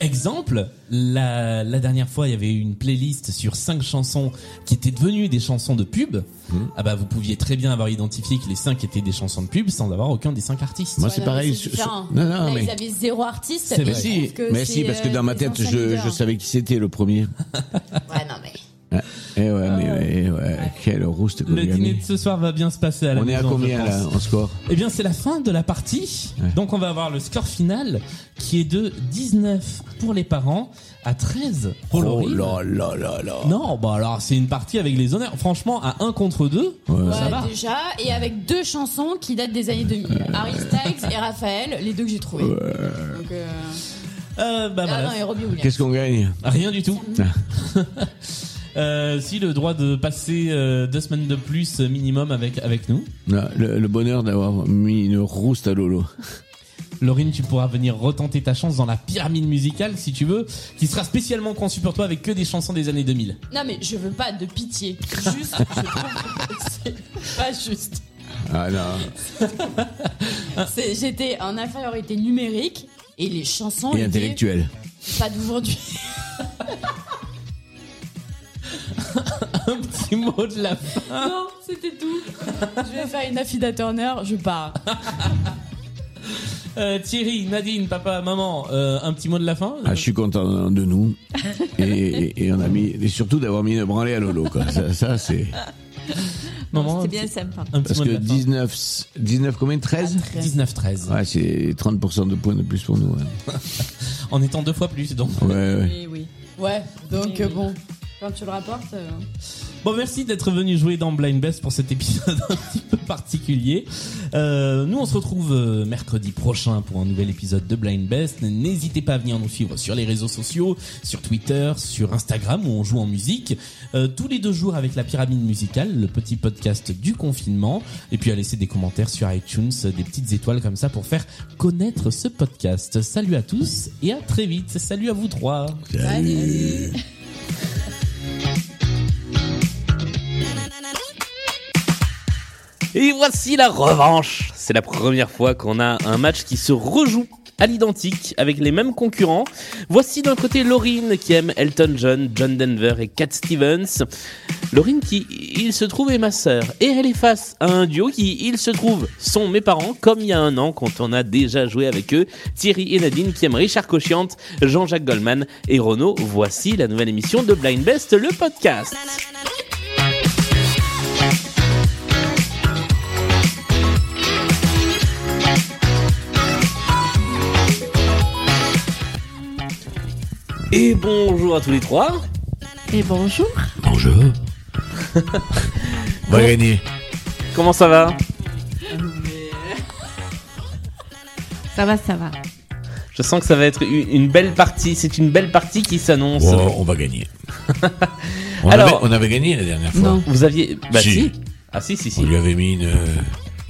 Exemple, la, la dernière fois, il y avait une playlist sur cinq chansons qui étaient devenues des chansons de pub.
Mhm.
Ah bah, vous pouviez très bien avoir identifié que les cinq étaient des chansons de pub sans avoir aucun des cinq artistes.
Moi, c'est Voilà, pareil, mais c'est sur- sur- différent. Non, non,
Là,
mais-
ils avaient zéro artiste.
C'est
et
vrai.
je
Si,
trouve que
mais
c'est,
si, parce que
euh,
dans ma
des
tête,
anciens
je,
leaders.
je savais qui c'était le premier.
Ouais, non, mais.
Ah, Eh ouais, mais ouais, ouais, quel rouste qu'on
Le
a
dîner
mis.
de ce soir va bien se passer à la
On est à
maison, je
combien là
pense.
en score
Eh bien, c'est la fin de la partie. Donc, on va avoir le score final qui est de 19 pour les parents à 13 pour
Oh
Laurie.
là là là là.
Non, bah alors, c'est une partie avec les honneurs. Franchement, à 1 contre 2, ça
Ouais,
va.
déjà, et avec deux chansons qui datent des années 2000. Harry Styles et Raphaël, les deux que j'ai trouvés. Donc, euh,
Euh, bah,
ah
voilà.
non, et Robbie Williams.
Qu'est-ce qu'on gagne
Rien du tout.
Ah.
Euh, si le droit de passer euh, deux semaines de plus euh, minimum avec avec nous,
Ah, le, le bonheur d'avoir mis une rouste à Lolo.
Laurine, tu pourras venir retenter ta chance dans la pyramide musicale si tu veux, qui sera spécialement conçue pour toi avec que des chansons des années 2000.
Non, mais je veux pas de pitié. Juste, je trouve que c'est pas juste.
Ah non.
Oh,
C'est- J'étais en infériorité numérique et les chansons.
Et
étaient
intellectuel.
Pas d'aujourd'hui.
Un petit mot de la fin.
Ah.
Non, c'était tout. Je vais faire une affida Turner, je pars.
Euh, Thierry, Nadine, papa, maman, euh, un petit mot de la fin.
Ah, je suis content de nous. Et, et, et on a mis, et surtout d'avoir mis une branlée à Lolo, quoi. Ça, ça, c'est.
Maman,
C'était bien sympa.
un petit
Parce
mot de
que
la fin.
19, 19 combien 13
19 13
Ouais, c'est 30% de points de plus pour nous. hein.
en étant deux fois plus donc.
Ouais, ouais.
Oui, oui.
Eh Ouais, donc
Eh Oui,
euh,
oui.
bon, quand tu le rapportes. euh,
Bon, merci d'être venu jouer dans Blind Best pour cet épisode un petit peu particulier. Euh, nous, on se retrouve euh, mercredi prochain pour un nouvel épisode de Blind Best. N'hésitez pas à venir nous suivre sur les réseaux sociaux, sur Twitter, sur Instagram où on joue en musique. Euh, tous les deux jours avec la pyramide musicale, le petit podcast du confinement. Et puis à laisser des commentaires sur iTunes, des petites étoiles comme ça pour faire connaître ce podcast. Salut à tous et à très vite. Salut à vous trois. Et voici la revanche. C'est la première fois qu'on a un match qui se rejoue à l'identique avec les mêmes concurrents. Voici d'un côté Laurine qui aime Elton John, John Denver et Cat Stevens. Laurine qui, il se trouve, est ma sœur. Et elle est face à un duo qui, il se trouve, sont mes parents, comme il y a un an quand on a déjà joué avec eux. Thierry et Nadine qui aiment Richard Cochiante, Jean-Jacques Goldman et Renaud. Voici la nouvelle émission de Blind Best, le podcast. Et bonjour à tous les trois.
Et bonjour.
Bonjour. On va gagner.
Comment ça va
Ça va, ça va.
Je sens que ça va être une une belle partie. C'est une belle partie qui s'annonce.
Oh, on va gagner. On,
Alors-
avait, on avait gagné la dernière fois.
Non.
Vous aviez. Bah si.
Si.
Ah si, si, si.
On lui avait mis une,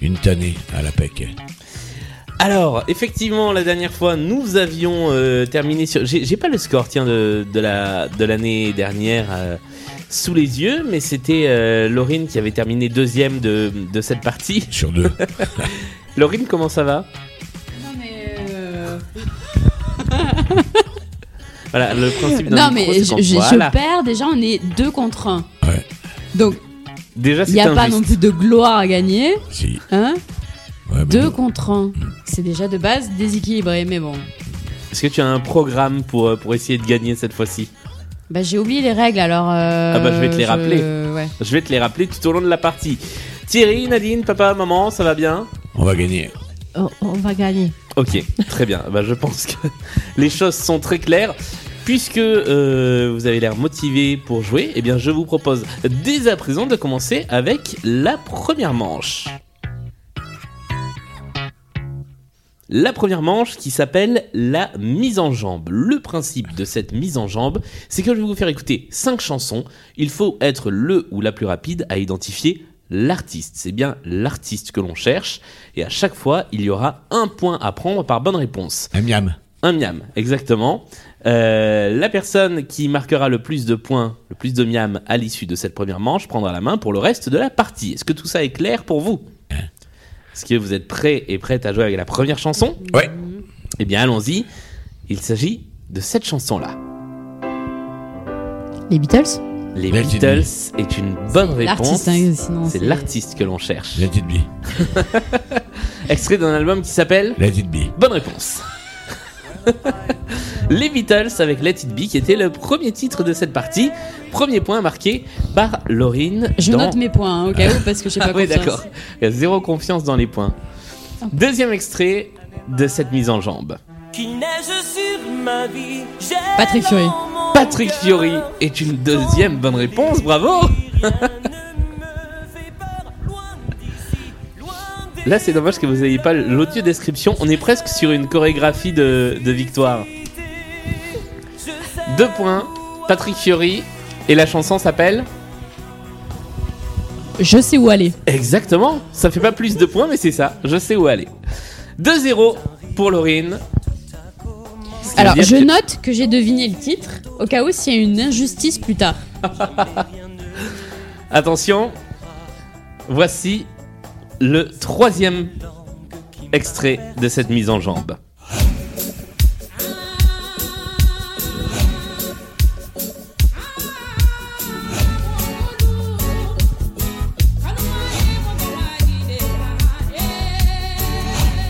une tannée à la PEC.
Alors, effectivement, la dernière fois, nous avions euh, terminé sur. J'ai j'ai pas le score, tiens, de, de la- Ah, de l'année dernière euh, sous les yeux, mais c'était euh, Laurine qui avait terminé deuxième de, de cette partie.
Sur deux.
Laurine, comment ça va
Non, mais. euh,
Voilà, le principe d'un
Non,
micro,
mais
c'est
je,
qu'on-
je- je
voilà.
perds. Déjà, on est deux contre un.
Ouais.
Donc,
Déjà,
il
c'est
n'y a pas
injuste.
non plus de gloire à gagner.
Si.
Hein
Ouais, bah mais
Deux
bon.
contre un. C'est déjà de base déséquilibré, mais bon.
Est-ce que tu as un programme pour, euh, pour essayer de gagner cette fois-ci
Bah, j'ai oublié les règles alors. euh,
Ah bah, je vais te les rappeler.
Ouais.
Je vais te les rappeler tout au long de la partie. Thierry, Nadine, papa, maman, ça va bien
On va gagner.
On, on va gagner.
Ok, très bien. Bah, je pense que les choses sont très claires. Puisque euh, vous avez l'air motivé pour jouer, eh bien je vous propose dès à présent de commencer avec la première manche. La première manche qui s'appelle la mise en jambe. Le principe de cette mise en jambe, c'est que je vais vous faire écouter cinq chansons. Il faut être le ou la plus rapide à identifier l'artiste. C'est bien l'artiste que l'on cherche. Et à chaque fois, il y aura un point à prendre par bonne réponse.
Un miam.
Un miam, exactement. Euh, la personne qui marquera le plus de points, le plus de miam à l'issue de cette première manche prendra la main pour le reste de la partie. Est-ce que tout ça est clair pour vous Est-ce que vous êtes prêts et prêtes à jouer avec la première chanson
Ouais.
Eh bien, allons-y. Il s'agit de cette chanson-là
Les Beatles
Les
Let It Be.
Beatles est une bonne réponse.
l'artiste, hein, sinon
C'est
c'est-
l'artiste que l'on cherche.
Let it be.
Extrait d'un album qui s'appelle
Let it be.
Bonne réponse. Les Beatles avec Let It Be qui était le premier titre de cette partie. Premier point marqué par Laurine.
Je
dans-
note mes points hein, au cas où parce que j'ai pas
Ah oui,
confiance.
d'accord. Il y a zéro confiance dans les points. Deuxième extrait de cette mise en jambe.
Patrick Fiori.
Patrick Fiori est une deuxième bonne réponse, bravo Là, c'est dommage que vous n'ayez pas l'audio description. On est presque sur une chorégraphie de, de victoire. Deux points, Patrick Fiori, et la chanson s'appelle
Je sais où aller.
Exactement, ça fait pas plus de points, mais c'est ça, je sais où aller. 2-0 pour Laurine. Ce qui veut
Alors,
dire
je
que-
note que j'ai deviné le titre au cas où s'il y a une injustice plus tard.
Attention, voici le troisième extrait de cette mise en jambe.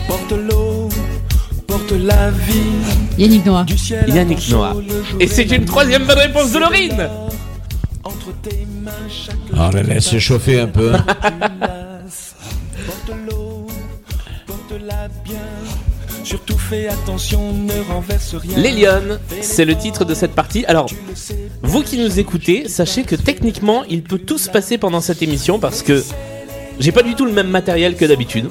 Porte l'eau, porte la vie.
Yannick Noah.
Du ciel à
Yannick
ton
Noah.
chaud, le jour
Et c'est
la
une
nuit.
troisième bonne réponse de Laurine
Entre tes mains, chaque
On la laisse chauffer un peu. hein.
glace. Porte l'eau, porte-la bien. Surtout fais attention, ne renverse rien.
Les Lionnes, c'est le titre de cette partie. Alors, vous qui nous écoutez, sachez que techniquement, il peut tout se passer pendant cette émission parce que j'ai pas du tout le même matériel que d'habitude.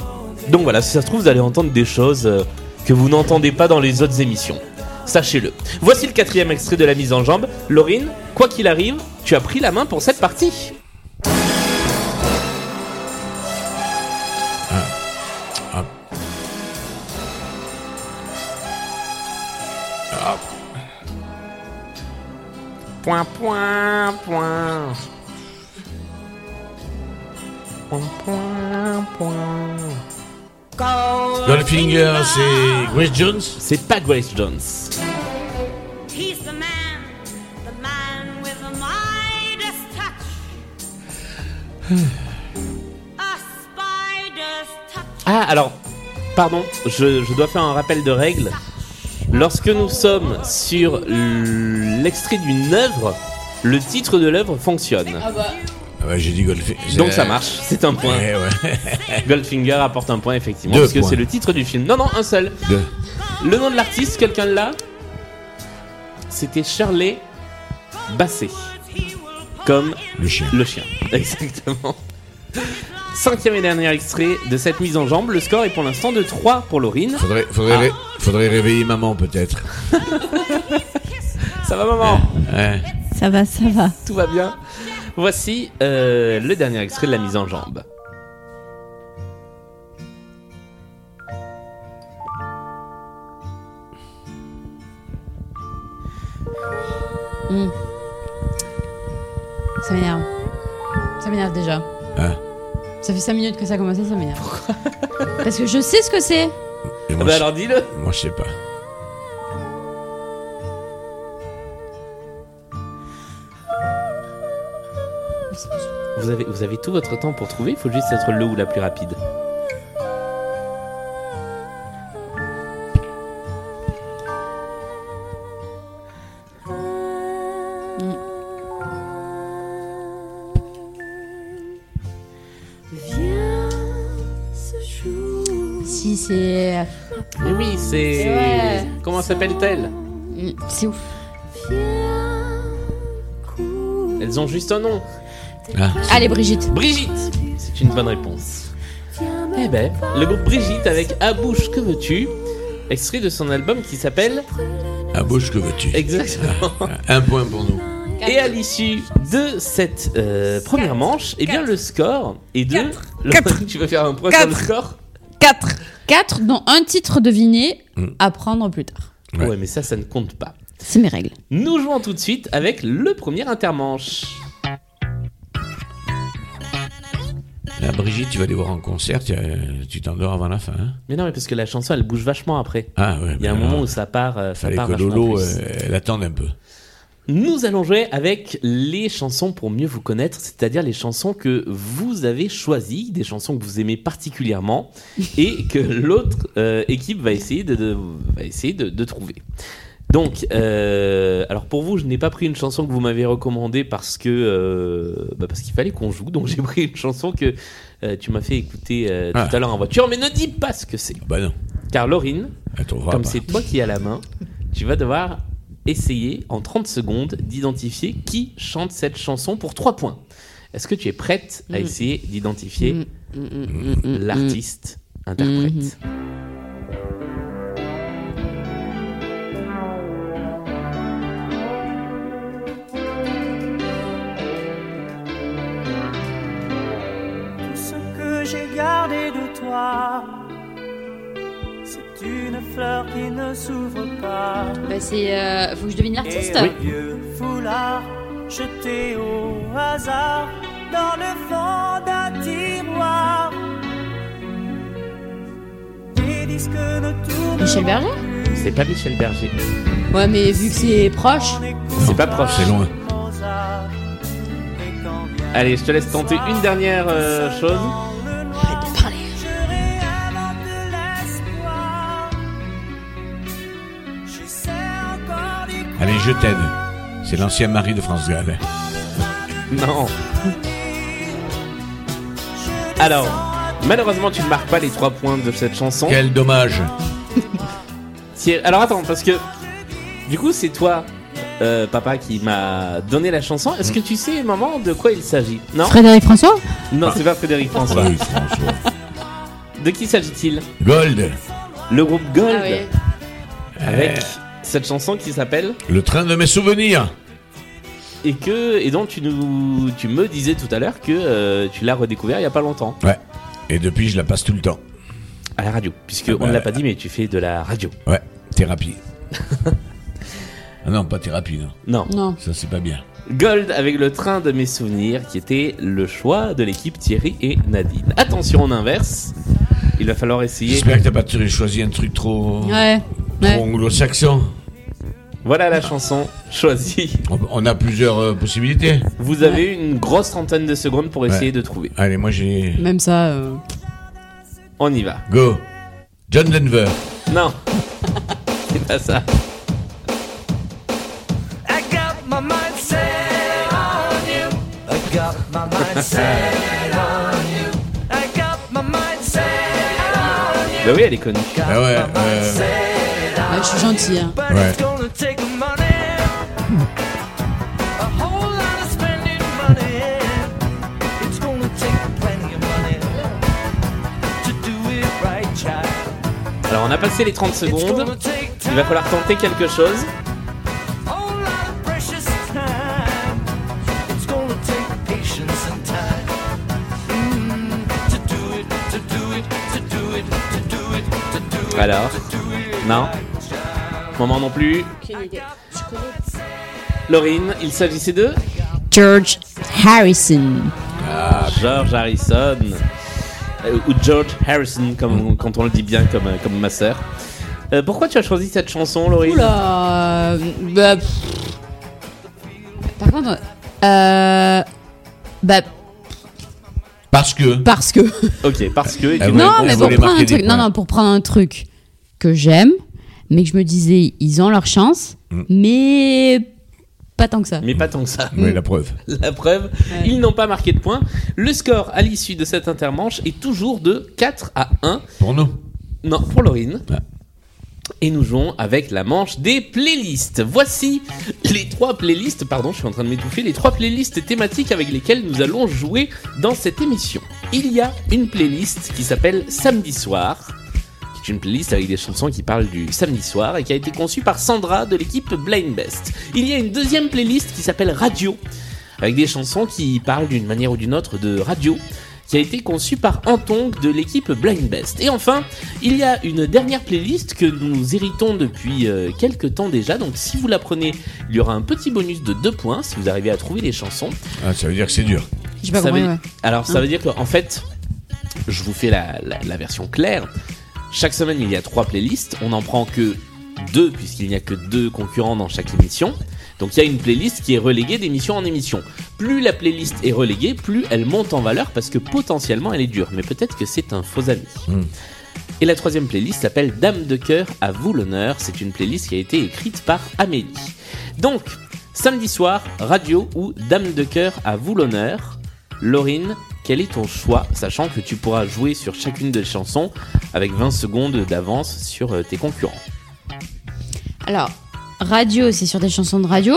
Donc voilà, si ça se trouve, vous allez entendre des choses euh, que vous n'entendez pas dans les autres émissions. Sachez-le. Voici le quatrième extrait de la mise en jambe. Laurine, quoi qu'il arrive, tu as pris la main pour cette partie. Point, point, point. Point, point, point.
Goldfinger, c'est Grace Jones.
C'est pas Grace Jones.
He's the man, the man with the Midas touch. A spider's touch.
Ah, alors, pardon, je, je dois faire un rappel de règles. Lorsque nous sommes sur l'extrait d'une œuvre, le titre de l'œuvre fonctionne.
Ah bah, j'ai dit Goldfinger.
Donc ça marche, c'est un point.
Eh Ouais, ouais.
Goldfinger apporte un point, effectivement,
Deux
parce que
points.
c'est le titre du film. Non, non, un seul.
Deux.
Le nom de l'artiste, quelqu'un l'a C'était Shirley Bassey. Comme
Le chien.
le chien, exactement. Cinquième et dernier extrait de cette mise en jambe. Le score est pour l'instant de 3 pour Laurine.
Faudrait, faudrait,
Ah.
ré- faudrait réveiller maman peut-être.
Ça va, maman
Ouais.
Ça va, ça va.
Tout va bien Voici euh, le dernier extrait de la mise en jambe.
Ça m'énerve. Ça m'énerve déjà.
Ah.
Hein
Ça fait 5 minutes que ça a commencé, ça m'énerve. Parce que je sais ce que c'est.
Et
Ah
moi,
bah
je-
alors dis-le
moi, je sais pas.
vous avez, vous avez tout votre temps pour trouver, il faut juste être le ou la plus rapide.
Si c'est.
Mais Eh oui, c'est...
Ouais.
Comment s'appelle-t-elle
euh, C'est ouf.
Elles ont juste un nom.
Ah.
Allez, Brigitte.
Brigitte C'est une bonne réponse. Eh ben, le groupe Brigitte avec À bouche que veux-tu Extrait de son album qui s'appelle
À bouche Ah, que veux-tu.
Exactement.
Un point pour nous.
Et à l'issue de cette euh, première manche, eh bien le score est de. Le- tu veux faire un point sur le score
4. 4 dont un titre deviné
Mm.
à prendre plus tard.
Ouais.
ouais. mais ça, ça ne compte pas.
C'est mes règles.
Nous jouons tout de suite avec le premier intermanche.
Là, Brigitte, tu vas aller voir en concert, tu euh, tu t'endors avant la fin. hein.
Mais non, mais parce que la chanson, elle bouge vachement après.
Ah ouais.
Il y a un
ben
moment
alors,
où ça part. euh, Ça
Fallait
part
que
vachement
Lolo
plus.
euh, elle attende un peu.
Nous allons jouer avec les chansons pour mieux vous connaître, c'est-à-dire les chansons que vous avez choisies, des chansons que vous aimez particulièrement et que l'autre euh, équipe va essayer de, de- va essayer de, de trouver. Donc, euh, alors pour vous, je n'ai pas pris une chanson que vous m'avez recommandée parce que euh, bah parce qu'il fallait qu'on joue, donc j'ai pris une chanson que euh, tu m'as fait écouter euh,
Ah.
tout à l'heure en voiture, mais ne dis pas ce que c'est.
Bah non.
Car Laurine,
Elle trouvera
comme
pas.
c'est toi qui as la main, tu vas devoir essayer en 30 secondes d'identifier qui chante cette chanson pour 3 points. Est-ce que tu es prête à
Mm.
essayer d'identifier
Mm, mm, mm, mm, mm,
l'artiste interprète
Tout ce que j'ai gardé de toi, c'est une fleur qui ne s'ouvre pas.
Bah, c'est. euh, faut que je devine l'artiste
Et un vieux foulard jeté au hasard dans le fond d'un tiroir. Tes disques ne tournent
Michel Berger
C'est pas Michel Berger.
Ouais, mais vu que c'est proche.
C'est pas proche. C'est loin. Allez, je te laisse tenter une dernière euh, chose.
Allez, je t'aide. C'est l'ancien mari de France Gall.
Non. Alors, malheureusement, tu ne marques pas les 3 points de cette chanson.
Quel dommage.
Si- Alors attends, parce que du coup, c'est toi, euh, papa, qui m'a donné la chanson. Est-ce que tu sais, maman, de quoi il s'agit Non
Frédéric François
Non, c'est pas Frédéric François.
Frédéric
De qui s'agit-il
Gold.
Le groupe Gold.
Ah ouais.
Avec
Euh.
cette chanson qui s'appelle
Le train de mes souvenirs.
et que et donc tu nous tu me disais tout à l'heure que euh, tu l'as redécouvert il y a pas longtemps
Ouais. Et depuis, je la passe tout le temps.
à la radio puisque on ne l'a pas dit mais tu fais de la radio.
Ouais. Thérapie. ah non, pas thérapie, non.
Non.
Non.
Ça, c'est pas bien.
Gold avec le train de mes souvenirs qui était le choix de l'équipe Thierry et Nadine. Attention on inverse. Il va falloir essayer.
J'espère que t'as pas t- choisi un truc trop.
Ouais.
trop anglo-saxon.
Voilà la chanson choisie.
On- On a plusieurs euh, possibilités.
Vous avez une grosse trentaine de secondes pour essayer de trouver.
Allez, moi j'ai.
Même ça. euh,
On y va.
Go. John Denver.
Non. C'est pas ça. Bah
I got my mind set on you. I got my mind set on you. I got my mind set on you.
Bah oui, elle est connue.
Ah ouais.
Ouais, je suis gentil. Hein.
But it's gonna take money. A whole lot of spending money. It's gonna take plenty of money to do it right, child.
Alors on a passé les 30 secondes. Il va falloir tenter quelque chose.
Whole lot of precious time. It's gonna take patience and time. Mm, to do it, to do it, to do it, to do it, to do it.
Alors. Non. Maman non plus. Laurine, il s'agissait de
George Harrison.
George Harrison. Euh, ou George Harrison, comme, quand on le dit bien, comme, euh, comme ma sœur. Euh, pourquoi tu as choisi cette chanson, Laurine
Oula. euh, Bah. pff. Par contre. Euh. Bah.
Parce que.
Parce que.
Ok, parce que.
Ah ouais,
non,
bon,
mais
vous
pour
voulez
prendre
marquer
un
des
truc. Non,
points.
non, pour prendre un truc que j'aime, mais que je me disais, ils ont leur chance,
Mm.
mais pas tant que ça.
Mais pas tant que ça.
Hmm.
Oui, la preuve.
La preuve, ils n'ont pas marqué de points. Le score à l'issue de cette intermanche est toujours de 4 à 1.
Pour nous.
Non, pour Laurine. Et nous jouons avec la manche des playlists. Voici les trois playlists, pardon, je suis en train de m'étouffer, les trois playlists thématiques avec lesquelles nous allons jouer dans cette émission. Il y a une playlist qui s'appelle Samedi Soir, qui est une playlist avec des chansons qui parlent du samedi soir et qui a été conçue par Sandra de l'équipe Blind Best. Il y a une deuxième playlist qui s'appelle Radio, avec des chansons qui parlent d'une manière ou d'une autre de radio, qui a été conçue par Anton de l'équipe Blind Best. Et enfin, il y a une dernière playlist que nous héritons depuis euh, quelques temps déjà, donc si vous la prenez, il y aura un petit bonus de 2 points si vous arrivez à trouver les chansons.
Ah, ça veut dire que c'est dur.
J'ai pas
Ça
compris,
veut-
ouais.
Alors, ça
Hein.
veut dire qu'en fait, je vous fais la, la- la version claire. Chaque semaine, il y a trois playlists. On n'en prend que deux, puisqu'il n'y a que deux concurrents dans chaque émission. Donc, il y a une playlist qui est reléguée d'émission en émission. Plus la playlist est reléguée, plus elle monte en valeur parce que potentiellement elle est dure. Mais peut-être que c'est un faux ami. Et la troisième playlist s'appelle Dame de cœur, à vous l'honneur. C'est une playlist qui a été écrite par Amélie. Donc, samedi soir, radio ou Dame de cœur, à vous l'honneur. Laurine, quel est ton choix, sachant que tu pourras jouer sur chacune des chansons avec 20 secondes d'avance sur euh, tes concurrents
Alors, radio, c'est sur des chansons de radio.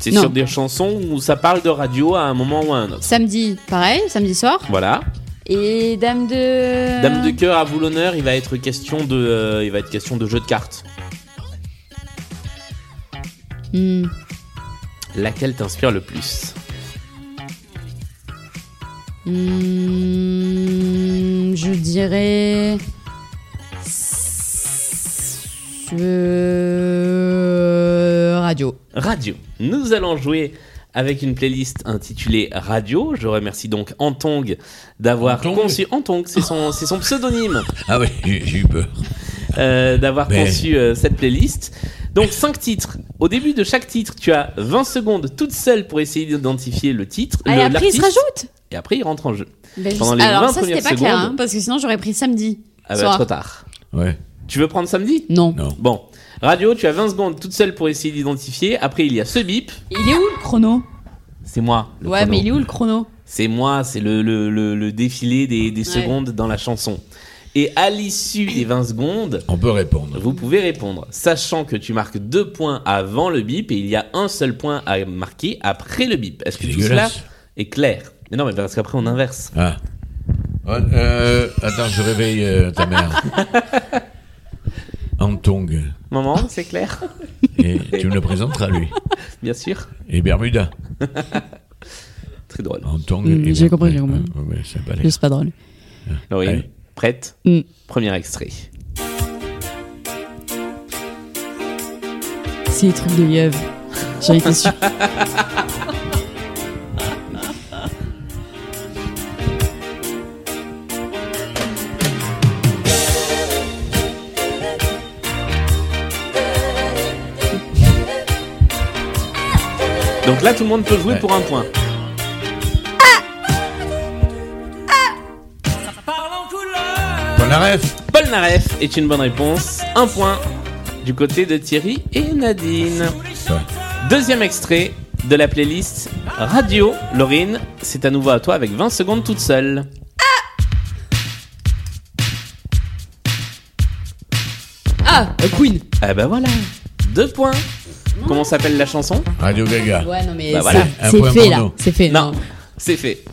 C'est
Non.
sur des chansons où ça parle de radio à un moment ou à un autre.
Samedi, pareil, samedi soir.
Voilà.
Et Dame de.
Dame de cœur, à vous l'honneur, il va être question de, euh, il va être question de jeu de cartes.
Hmm.
Laquelle t'inspire le plus
Hmm, je dirais. Euh, Radio.
Radio. Nous allons jouer avec une playlist intitulée Radio. Je remercie donc Antong d'avoir conçu. Antong, c'est son, c'est son pseudonyme.
Ah oui, j'ai eu peur.
euh, d'avoir
Mais-
conçu euh, cette playlist. Donc 5 titres. Au début de chaque titre, tu as 20 secondes toute seule pour essayer d'identifier le titre.
Ah, et
le-
après, il se
l'artiste.
rajoute
Et après, il rentre en jeu.
Ben, je-
Pendant les 20
Alors, ça, c'était
premières
pas clair,
secondes-
hein, parce que sinon, j'aurais pris samedi.
Ah bah,
soir.
trop tard.
Ouais.
Tu veux prendre samedi
non.
Bon. Radio, tu as 20 secondes toute seule pour essayer d'identifier. Après, il y a ce bip.
Il est où le chrono
C'est moi. le
Ouais,
chrono.
mais il est où le chrono
C'est moi, c'est le, le- le- le défilé des, des
Ouais.
secondes dans la chanson. Et à l'issue des 20 secondes,
on peut répondre.
Vous pouvez répondre, sachant que tu marques deux points avant le bip et il y a un seul point à marquer après le bip. Est-ce que tout cela
dégueulasse.
est clair Mais non, mais parce qu'après on inverse.
Ah. Ouais, euh, attends, je réveille euh, ta mère. Antong.
Maman, c'est clair
Et tu me le présenteras, lui.
Bien sûr.
Et Bermuda.
Très drôle.
Antong
Hmm,
et Bermuda.
J'ai compris, j'ai compris.
Hein, Ouais, ouais, ça va aller.
Mais C'est pas drôle.
Laurine, prête
Mm.
Premier extrait.
C'est les trucs de lièvre. J'en étais sûre.
Donc là, tout le monde peut jouer pour un point.
Paul Naref
Paul Naref est une bonne réponse. Un point du côté de Thierry et Nadine. Deuxième extrait de la playlist Radio. Laurine, c'est à nouveau à toi avec 20 secondes toute seule.
Ah, Queen.
Eh ben voilà, deux points. Comment s'appelle la chanson
Radio Gaga.
Ouais, non, mais
Bah
ça,
voilà. Un
c'est
point
fait
pour
là.
nous.
C'est fait.
Non, c'est fait.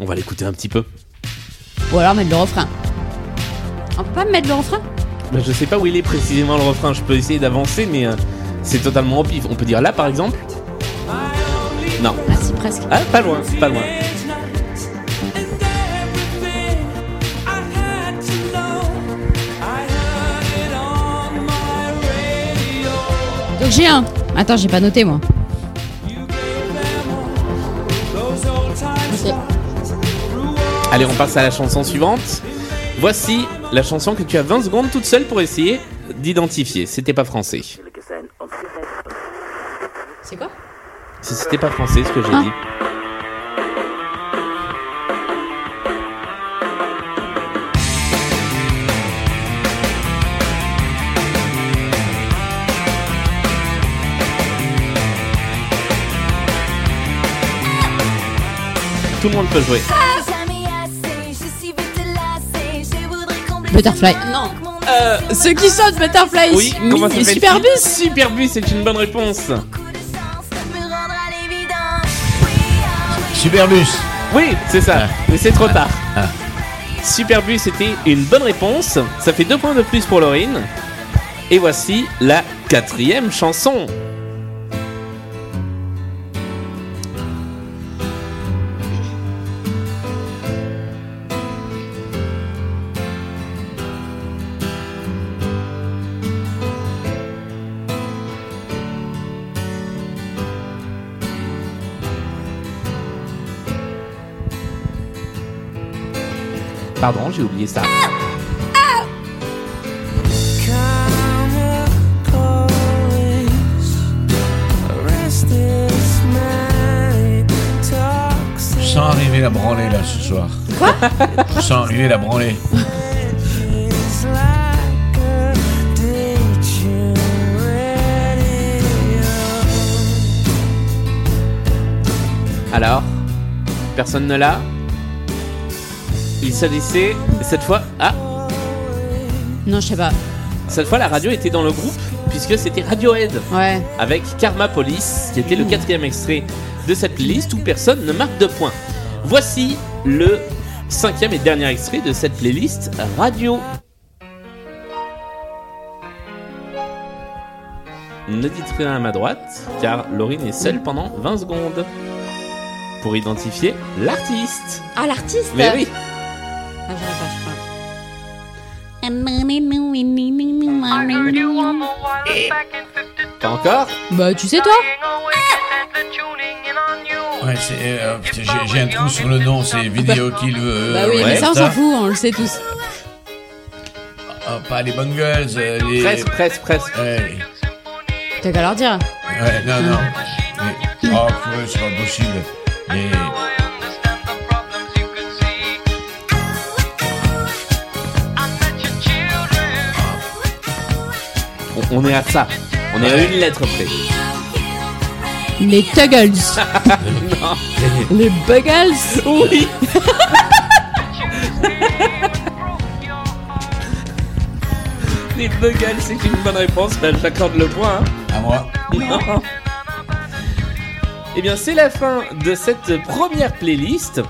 On va l'écouter un petit peu.
Ou alors mettre le refrain. On peut pas mettre le refrain
Bah, je sais pas où il est précisément le refrain, je peux essayer d'avancer, mais euh, c'est totalement au pif. On peut dire là par exemple Non.
Ah, si, presque.
Ah, pas loin, pas loin.
Donc j'ai un. Attends, j'ai pas noté moi.
Allez, on passe à la chanson suivante. Voici la chanson que tu as 20 secondes toute seule pour essayer d'identifier. C'était pas français.
C'est quoi
Si c'était pas français, ce que j'ai
Ah.
dit. Tout le monde peut jouer.
Butterfly. Non.
Euh,
ceux qui chantent Butterfly.
Oui, comment ça
Mini-
fait
Superbus.
Superbus, c'est une bonne réponse.
Superbus.
Oui, c'est ça. Mais c'est trop tard. Superbus était une bonne réponse. Ça fait deux points de plus pour Laurine. Et voici la quatrième chanson. Pardon, j'ai oublié ça.
Je sens arriver la branlée là ce soir.
Quoi
Je sens arriver la branlée.
Alors Personne ne l'a Il s'agissait, cette fois... Ah
Non, je sais pas.
Cette fois, la radio était dans le groupe, puisque c'était Radiohead.
Ouais.
Avec Karma Police, qui était le quatrième extrait de cette playlist où personne ne marque de points. Voici le cinquième et dernier extrait de cette playlist radio. Ne dites rien à ma droite, car Laurine est seule pendant 20 secondes pour identifier l'artiste.
Ah, l'artiste
Mais oui
Ah, j'aurais pas, je crois.
Pas encore
Bah, tu sais, toi
Ouais, c'est. euh, putain, j'ai- j'ai un trou sur le nom, c'est Video Kill. euh,
Bah oui, mais
ouais,
ça, on s'en fout, on le sait tous.
Ah, pas les Bungles, euh, les.
Presque, presque, presque.
Ouais,
T'as qu'à leur dire.
ouais, non, non. Les- Oh, purée, c'est pas possible. Les.
On- On est à ça. On est à une lettre près.
Les Tuggles.
Non.
les Buggles.
Oui. Les Buggles, c'est une bonne réponse. Ben, J'accorde le point.
À moi.
Non. Oh. Eh bien, c'est la fin de cette première playlist.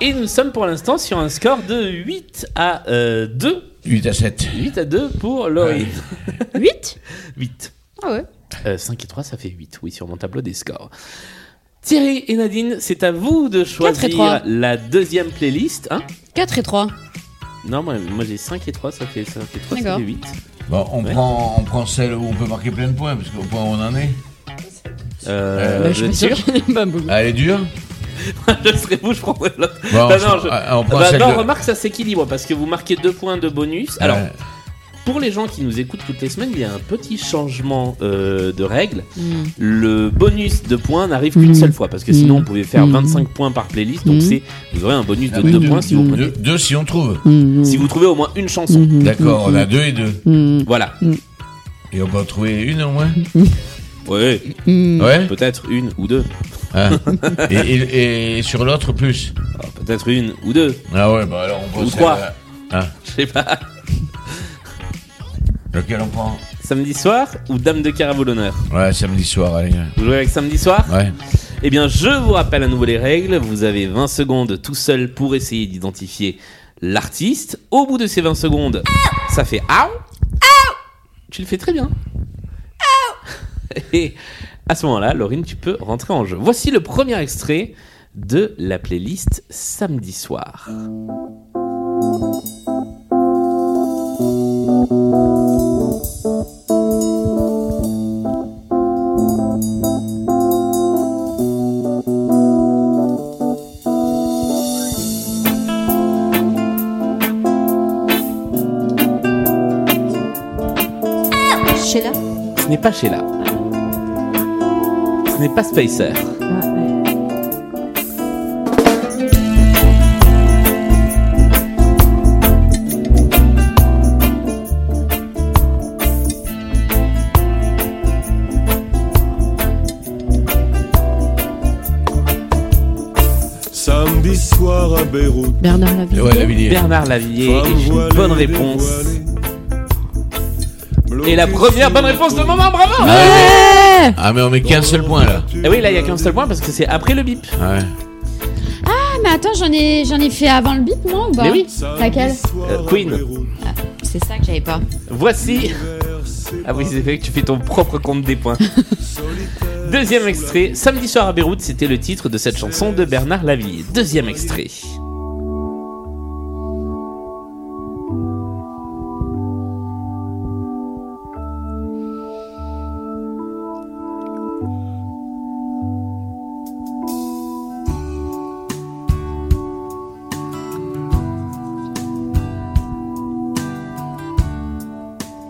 Et nous sommes pour l'instant sur un score de 8 à euh, 2.
8 à 7.
8 à 2 pour Laurie.
8
8.
Ah ouais.
5 et 3, ça fait 8, oui, sur mon tableau des scores. Thierry et Nadine, c'est à vous de choisir
et trois.
la deuxième playlist. Hein
4 et 3.
non, moi, moi, j'ai 5 et 3, ça fait 5 et 3, ça
D'accord.
fait 8.
Bon, on,
Ouais.
prend, on prend celle où on peut marquer plein de points, parce qu'au point où on en est.
Euh,
Bah, je
je
suis pas
tire.
sûre Ah, Elle est dure
je serais vous, je prendrais l'autre.
Bon,
Bah
on-
non, je-
ah, on prend
bah
celle
non,
de-
remarque, ça s'équilibre parce que vous marquez deux points de bonus. Alors,
Ouais.
pour les gens qui nous écoutent toutes les semaines, il y a un petit changement euh, de règle.
Mm.
Hmm.
Le bonus de points n'arrive
Mmh.
qu'une
Mm.
seule fois parce que sinon,
Mm.
on pouvait faire
Mm.
25 points par playlist. Donc,
Mm.
c'est vous aurez un bonus de
Ah oui,
2
deux.
points si vous
Mm.
prenez.
Deux- deux si on trouve.
Mm. Si vous trouvez au moins une chanson.
Mm. D'accord, on a deux et deux.
Mm. Voilà.
Et on peut en trouver une au moins
Ouais.
Hmm.
Mm. Ouais
Peut-être une ou deux.
Ah. et, et- et sur l'autre, plus
Ah, Peut-être une ou deux.
Ah ouais, bah alors on prend
Ou
celle-
trois.
Ah.
Je sais pas.
Lequel on prend
Samedi soir ou Dame de Caravolonneur
Ouais, samedi soir, allez.
Vous jouez avec samedi soir
Ouais.
Eh bien, je vous rappelle à nouveau les règles. Vous avez 20 secondes tout seul pour essayer d'identifier l'artiste. Au bout de ces 20 secondes, ça fait Aou Tu le fais très bien. Et à ce moment-là, Laurine, tu peux rentrer en jeu. Voici le premier extrait de la playlist samedi soir.
Ah,
Sheila
Ce n'est pas Sheila. Ce n'est pas Spacer.
Samedi soir à Beyrouth.
Bernard Lavilliers.
Bernard Lavillier est une bonne réponse. Et la première bonne réponse de moment, bravo
Eh
Ah, mais on met qu'un seul point là.
Et oui, là, il n'y a qu'un seul point parce que c'est après le bip.
Ouais.
Ah, mais attends, j'en ai, j'en ai fait avant le beat, moi, ou pas
Mais oui.
Laquelle
Euh, Queen,
C'est ça que j'avais pas.
voici. Ah oui, c'est vrai que tu fais ton propre compte des points. Deuxième extrait. Samedi soir à Beyrouth, c'était le titre de cette chanson de Bernard Lavillier. Deuxième extrait.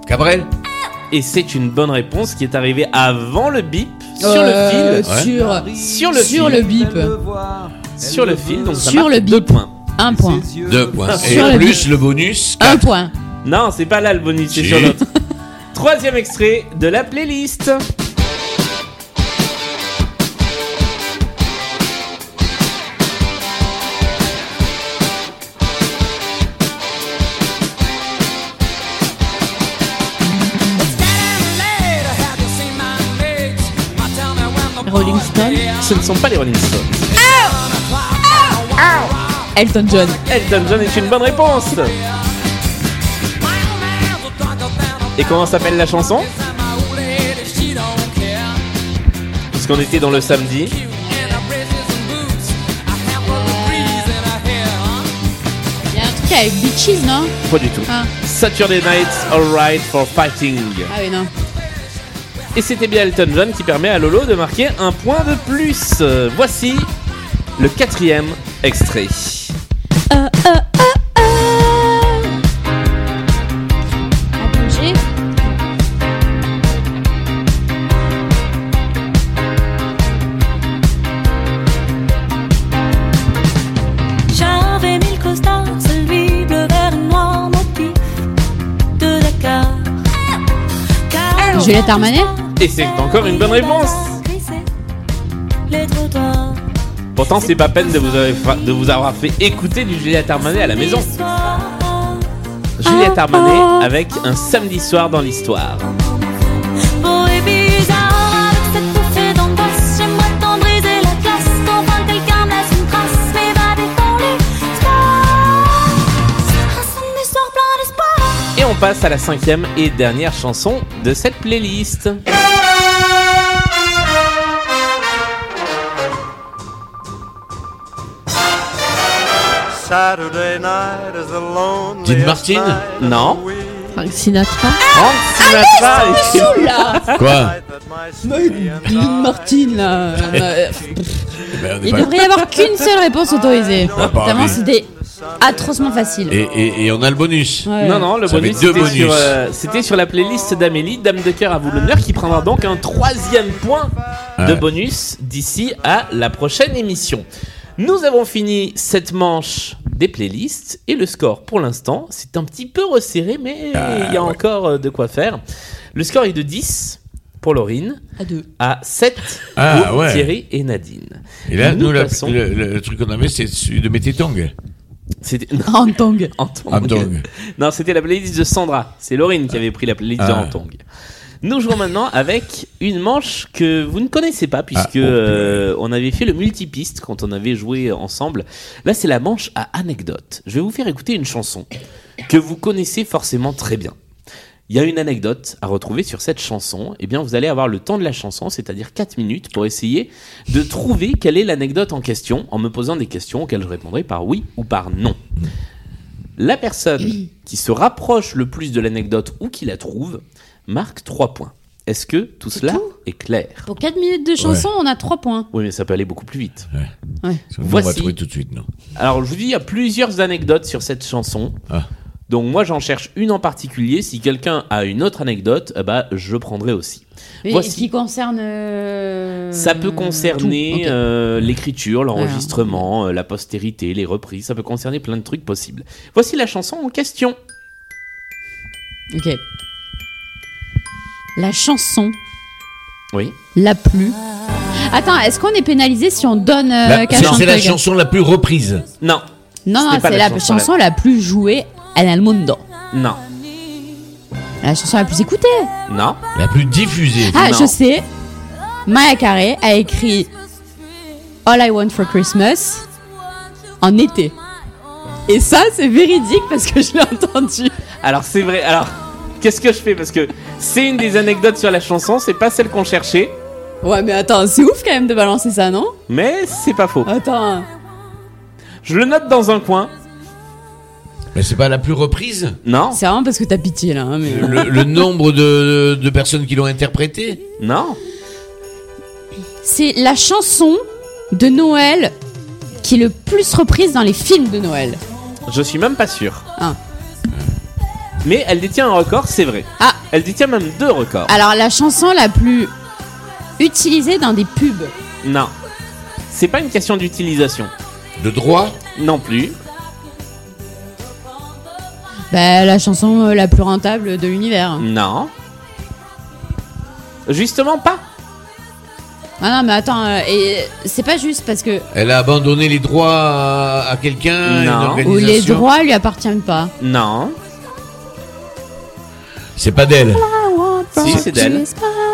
Cabrel Et c'est une bonne réponse qui est arrivée avant le bip sur
Euh,
le fil.
Sur,
Sur le
sur
fil.
le bip.
Sur le fil, donc ça
Sur
marque
le
deux
bip.
points.
Un point.
Deux points.
Ah,
Et
Sur
en
le
plus, le bonus.
Un point.
Non, c'est pas là le bonus, c'est
Si.
sur l'autre. Troisième extrait de la playlist.
Rolling Stone.
Ce ne sont pas les Rolling Stones.
Elton John.
Elton John est une bonne réponse. Et comment s'appelle la chanson Puisqu'on était dans le samedi.
Il y a un truc avec Bitches, non
Pas du tout.
Ah.
Saturday Night's Alright for Fighting.
Ah oui, non.
Et c'était bien Elton John qui permet à Lolo de marquer un point de plus. Euh, Voici le quatrième extrait.
Bougez.
J'avais mille costards, celui bleu, vert, et noir, mon petit de Dakar. Car
Juliette Armanet
Et c'est encore une bonne réponse.
les trottoirs.
Pourtant, c'est pas peine de vous, avoir, de vous avoir fait écouter du Juliette Armanet à la maison. Juliette Armanet avec un samedi soir dans l'histoire.
Beau et bizarre, avec cette bouffée d'angoisse, j'aimerais t'en briser la glace. Qu'enfin quelqu'un me laisse une trace, m'évader dans l'espace. Un samedi soir plein d'espoir.
Et on passe à la cinquième et dernière chanson de cette playlist.
Saturday night is a lonely
Dean Martin Non.
Frank Sinatra.
Ah,
Frank Sinatra
allez,
est-
ça me saoule, là
Quoi
Mais Dean Martin, là. euh,
Ben, on est
Il
pas-
devrait y avoir qu'une seule réponse autorisée.
Ah, bah,
Vraiment,
oui.
c'était atrocement facile.
Et, et- et on a le bonus.
Ouais.
Non, non, le
Ça fait
bonus,
deux
c'était
bonus.
sur, euh, c'était sur la playlist d'Amélie, Dame de cœur à vous l'honneur, qui prendra donc un troisième point de
Ouais.
bonus d'ici à la prochaine émission. Nous avons fini cette manche des playlists et le score pour l'instant, c'est un petit peu resserré, mais
Ah,
il y a encore euh, de quoi faire. Le score est de 10 pour Laurine,
À deux.
à 7
Ah,
pour
ouais.
Thierry et Nadine.
Et là, nous, la-
passons-
le, le- le truc qu'on avait, c'est celui de Mététong.
C'était...
En tong.
En
Antong.
Non, c'était la playlist de Sandra. C'est Laurine qui avait pris la playlist de
Ah.
Antong. Nous jouons maintenant avec une manche que vous ne connaissez pas puisque
oh,
euh, on avait fait le multipiste quand on avait joué ensemble. Là, c'est la manche à anecdote. Je vais vous faire écouter une chanson que vous connaissez forcément très bien. Il y a une anecdote à retrouver sur cette chanson. Eh bien, vous allez avoir le temps de la chanson, c'est-à-dire 4 minutes, pour essayer de trouver quelle est l'anecdote en question, en me posant des questions auxquelles je répondrai par oui ou par non. La personne qui se rapproche le plus de l'anecdote ou qui la trouve marque 3 points. Est-ce que tout cela est clair
Pour 4 minutes de chanson, on a 3 poins.
Oui, mais ça peut aller beaucoup plus vite.
Ouais.
On va
Voici.
trouver tout de suite, non
Alors, je vous dis, il y a plusieurs anecdotes sur cette chanson.
Ah.
Donc, moi, j'en cherche une en particulier. Si quelqu'un a une autre anecdote, eh ben, je prendrai aussi.
Et ce
Voici.
qui concerne. euh,
Ça peut concerner
tout. Ok.
euh, l'écriture, l'enregistrement, euh, la postérité, les reprises. Ça peut concerner plein de trucs possibles. Voici la chanson en question. euh,
Ok. La chanson
Oui.
la plus. Attends, est-ce qu'on est pénalisé si on donne euh,
La-
qu'à
c'est- Bah, C'est la
Chantegue
chanson la plus reprise.
Non.
Non,
Ce
non,
n'est pas
c'est la, chanson, la plus jouée en al mundo.
Non.
La chanson la plus écoutée.
Non.
La plus diffusée.
Ah,
Non.
je sais. Maya Carey a écrit All I Want for Christmas en été. Et ça, c'est véridique parce que je l'ai entendu.
Alors c'est vrai. Alors qu'est-ce que je fais parce que c'est une des anecdotes sur la chanson, c'est pas celle qu'on cherchait,
Ouais, mais attends, c'est ouf quand même de balancer ça, non
mais c'est pas faux.
Attends.
Je le note dans un coin.
Mais c'est pas la plus reprise
Non.
C'est vraiment parce que t'as pitié là. hein, mais...
Le, le nombre de, de personnes qui l'ont interprétée
Non.
C'est la chanson de Noël qui est le plus reprise dans les films de Noël.
Ah. Je suis même pas sûr.
Ah.
mais elle détient un record, c'est vrai. Elle détient même deux records.
Alors, la chanson la plus utilisée dans des pubs.
Non. C'est pas une question d'utilisation.
De droit
Non plus.
Bah, la chanson euh, la plus rentable de l'univers.
Non. Justement pas.
Ah non, mais attends, euh, et c'est pas juste parce que.
Elle a abandonné les droits à, à quelqu'un, une
Non.
Ou les
organisation.
droits lui appartiennent pas.
Non.
C'est pas d'elle.
Si, c'est d'elle.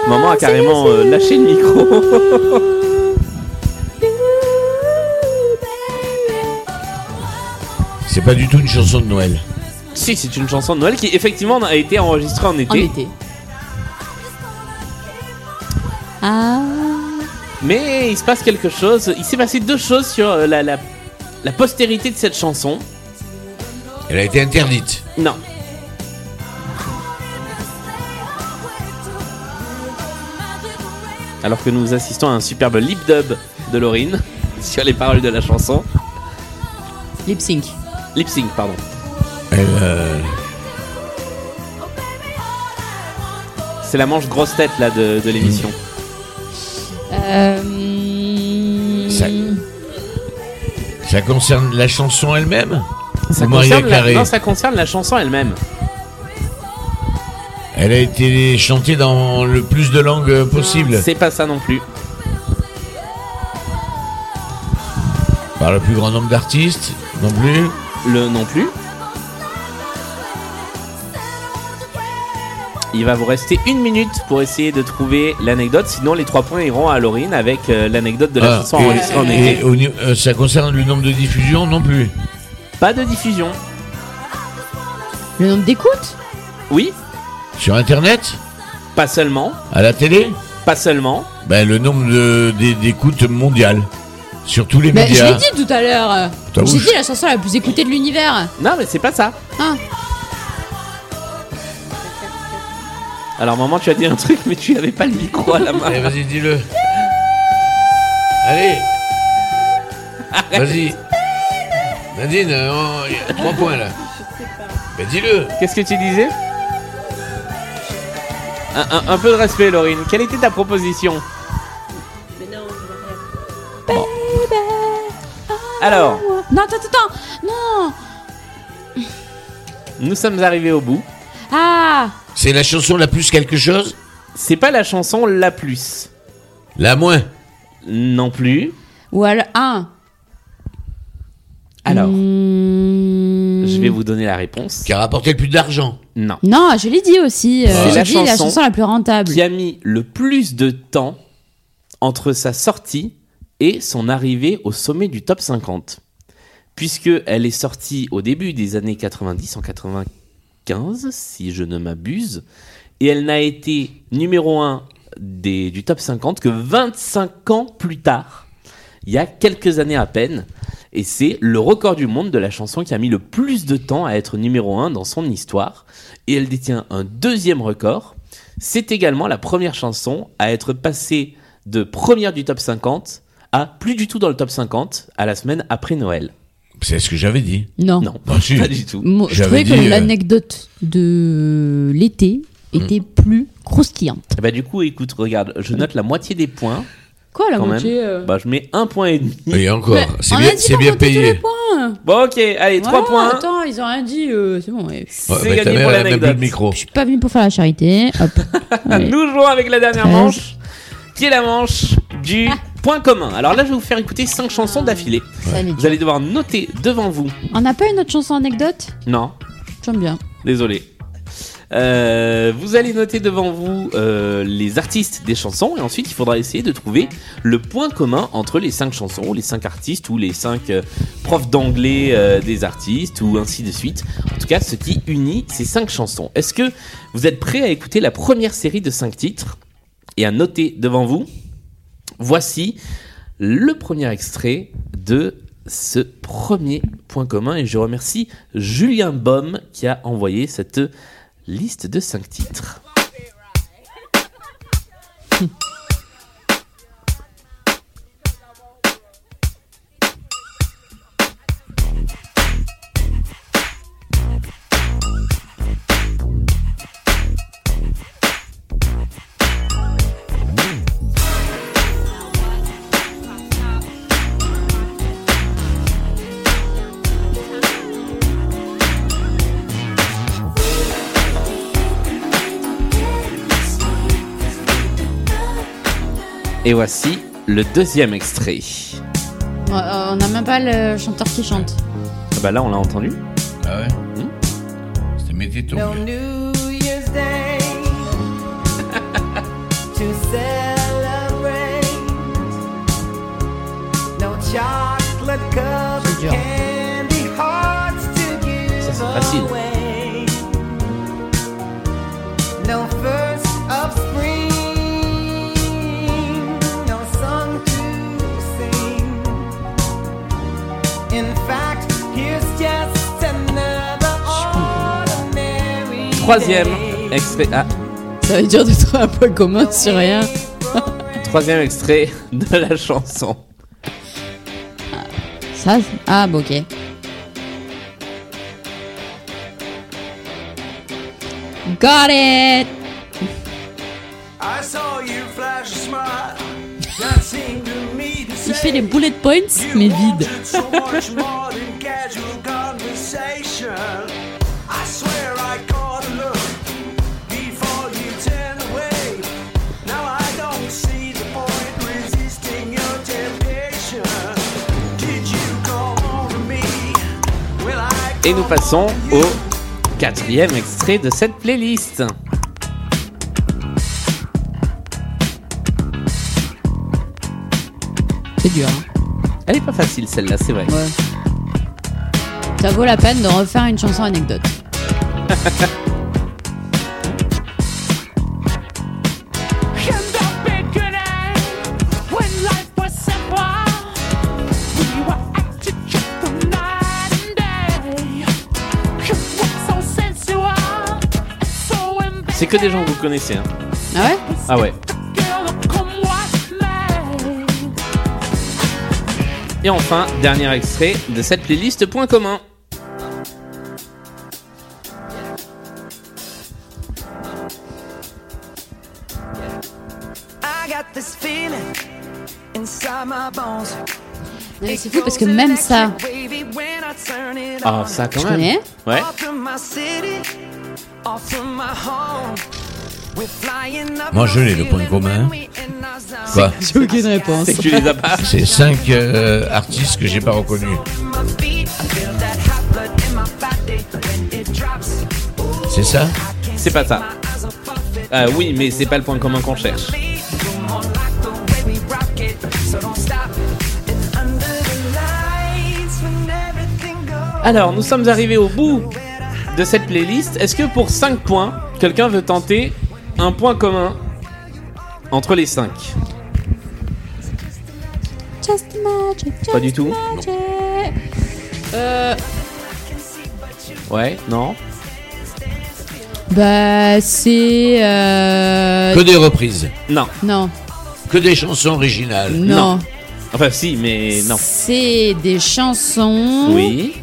Maman a carrément euh, lâché le micro.
C'est pas du tout une chanson de Noël.
si, c'est une chanson de Noël qui effectivement a été enregistrée en été.
En été. Ah.
Mais il se passe quelque chose. Il s'est passé deux choses sur euh, la, la, la postérité de cette chanson.
Elle a été interdite.
Non. Alors que nous assistons à un superbe lip dub de Laurine sur les paroles de la chanson.
Lip sync.
Lip sync, pardon.
Elle, euh,
C'est la manche grosse tête là de, de l'émission.
Euh,
Ça, ça concerne la chanson elle-même
Ça
Ou Maria
concerne la-
Carré
non, ça concerne la chanson elle-même.
Elle a été chantée dans le plus de langues euh, possible.
C'est pas ça non plus.
Par le plus grand nombre d'artistes non plus.
Le non plus. Il va vous rester une minute pour essayer de trouver l'anecdote, sinon les trois points iront à Laurine avec euh, l'anecdote de la
Ah,
chanson
et-
enregistrée en
et
été.
au ni- euh, ça concerne le nombre de diffusions non plus.
Pas de diffusion.
Le nombre d'écoutes
Oui,
Sur Internet
pas seulement,
À la télé
pas seulement.
ben, Le nombre de- des- d'écoutes mondiales. Sur tous les
Bah, je l'ai
médias.
dit tout à l'heure. euh,
Ta
J'ai
bouche.
dit la chanson la plus écoutée de l'univers.
Non, mais c'est pas ça.
Ah.
Alors maman, tu as dit un truc, mais tu n'avais pas le micro à la main.
Allez, vas-y, dis-le. Allez Vas-y Nadine, euh, on- il y a trois points là. Ben, dis-le
Qu'est-ce que tu disais un, un- un peu de respect, Laurine. Quelle était ta proposition Bon. Alors,
Non, attends, attends, attends. Non.
nous sommes arrivés au bout.
Ah.
C'est la chanson la plus quelque chose
C'est pas la chanson la plus.
La moins
Non plus.
Ou alors un.
Alors,
Hmm.
je vais vous donner la réponse.
Qui a rapporté le plus d'argent
Non.
Non, je l'ai dit aussi. euh,
C'est
j'ai
la
dit la
chanson
chanson la plus rentable.
Qui a mis le plus de temps entre sa sortie et son arrivée au sommet du top 50. Puisque elle est sortie au début des années 90, en 95, si je ne m'abuse, et elle n'a été numéro 1 des, du top 50 que 25 ans plus tard, il y a quelques années à peine, et c'est le record du monde de la chanson qui a mis le plus de temps à être numéro 1 dans son histoire, et elle détient un deuxième record, c'est également la première chanson à être passée de première du top 50 à plus du tout dans le top 50 à la semaine après Noël.
C'est ce que j'avais dit.
Non.
Non, euh,
Ah, si.
pas du tout.
Moi, je trouvais que l'anecdote de l'été
Hmm.
était plus croustillante.
Bah du coup, écoute, regarde, je note la moitié des points.
Quoi, la
quand
moitié,
même.
euh
Bah je mets un point et demi.
Et encore,
Mais
c'est
on
bien,
a dit
c'est
pas
bien
compter tous les
payé.
points.
Bon, ok, allez, trois
Voilà,
points.
Attends, ils ont rien dit. euh, c'est bon. ouais.
C'est gagné pour
elle a même plus
l'anecdote.
de micro.
Je suis pas venu pour faire la charité. Hop. Allez.
Ah, Nous jouons avec la dernière
Treize.
manche, qui est la manche du point commun. Alors là, je vais vous faire écouter cinq chansons d'affilée.
Ça m'est
Vous allez devoir noter devant vous.
On n'a pas une autre chanson anecdote
Non,
J'aime bien.
désolé. Euh, vous allez noter devant vous euh, les artistes des chansons et ensuite il faudra essayer de trouver le point commun entre les cinq chansons, ou les cinq artistes ou les cinq euh, profs d'anglais euh, des artistes ou ainsi de suite. En tout cas, ce qui unit ces cinq chansons. Est-ce que vous êtes prêts à écouter la première série de cinq titres et à noter devant vous Voici le premier extrait de ce premier point commun et je remercie Julien Baum qui a envoyé cette liste de cinq titres. Et voici le deuxième extrait.
On Euh, on n'a même pas le chanteur qui chante.
Ah bah là, on l'a entendu.
Ah ouais
Hmm
C'était
Météo.
No New Year's Day to celebrate. No chocolate covered
C'est dur.
candy hearts to
Ça, c'est
give
facile.
away. No first of spring. No song to sing. In fact, here's just another ordinary
Troisième
day.
extrait. Ah,
Ça va être dur de trouver un point commun sur rien.
troisième extrait de la chanson.
Ça c'est- Ah, bon, ok. Got it!
I saw you flash a smile. That seemed to me to
Il fait
say
les bullet points, mais vides.
so much more than casual conversation. I swear I caught a look before you turned away. Now I don't see the point resisting your temptation. Did you call on me? Well, I
Et nous passons au quatrième extrait de cette playlist.
C'est dur. hein.
Elle est pas facile celle-là, c'est vrai.
Ça vaut la peine de refaire une chanson anecdote.
Can't that be good end when life was simple? We were acting just the night and day. It was so sensual and so embarrassing.
C'est que des gens que vous connaissez. hein.
Ah ouais
Ah ouais.
Come what may.
Et enfin, dernier extrait de cette playlist Point commun.
I got this feeling inside my bones.
Non, mais C'est fou parce que même ça,
Wavy when I turn it
Ah, ça quand
Tu
même.
connais
Ouais.
off from my city, off from my home. We're flying up
Moi, je l'ai, le point commun. Quoi
J'ai aucune réponse.
C'est que tu les as pas.
C'est cinq euh, artistes que j'ai pas reconnus.
my feet. I feel that hot blood in my body when it drops.
C'est ça
C'est pas ça. Ah oui, mais c'est pas le point commun qu'on cherche.
Come on, like the way we rock it, so don't stop. And under the lights, when everything goes.
Alors, nous sommes arrivés au bout de cette playlist. Est-ce que pour 5 points, quelqu'un veut tenter un point commun entre les 5
Just imagine, just
Pas du tout.
imagine. Euh,
Ouais, non.
bah c'est. euh,
Que des reprises.
Non.
Non,
Que des chansons originales.
non.
Enfin, si, mais non.
C'est des chansons
Oui.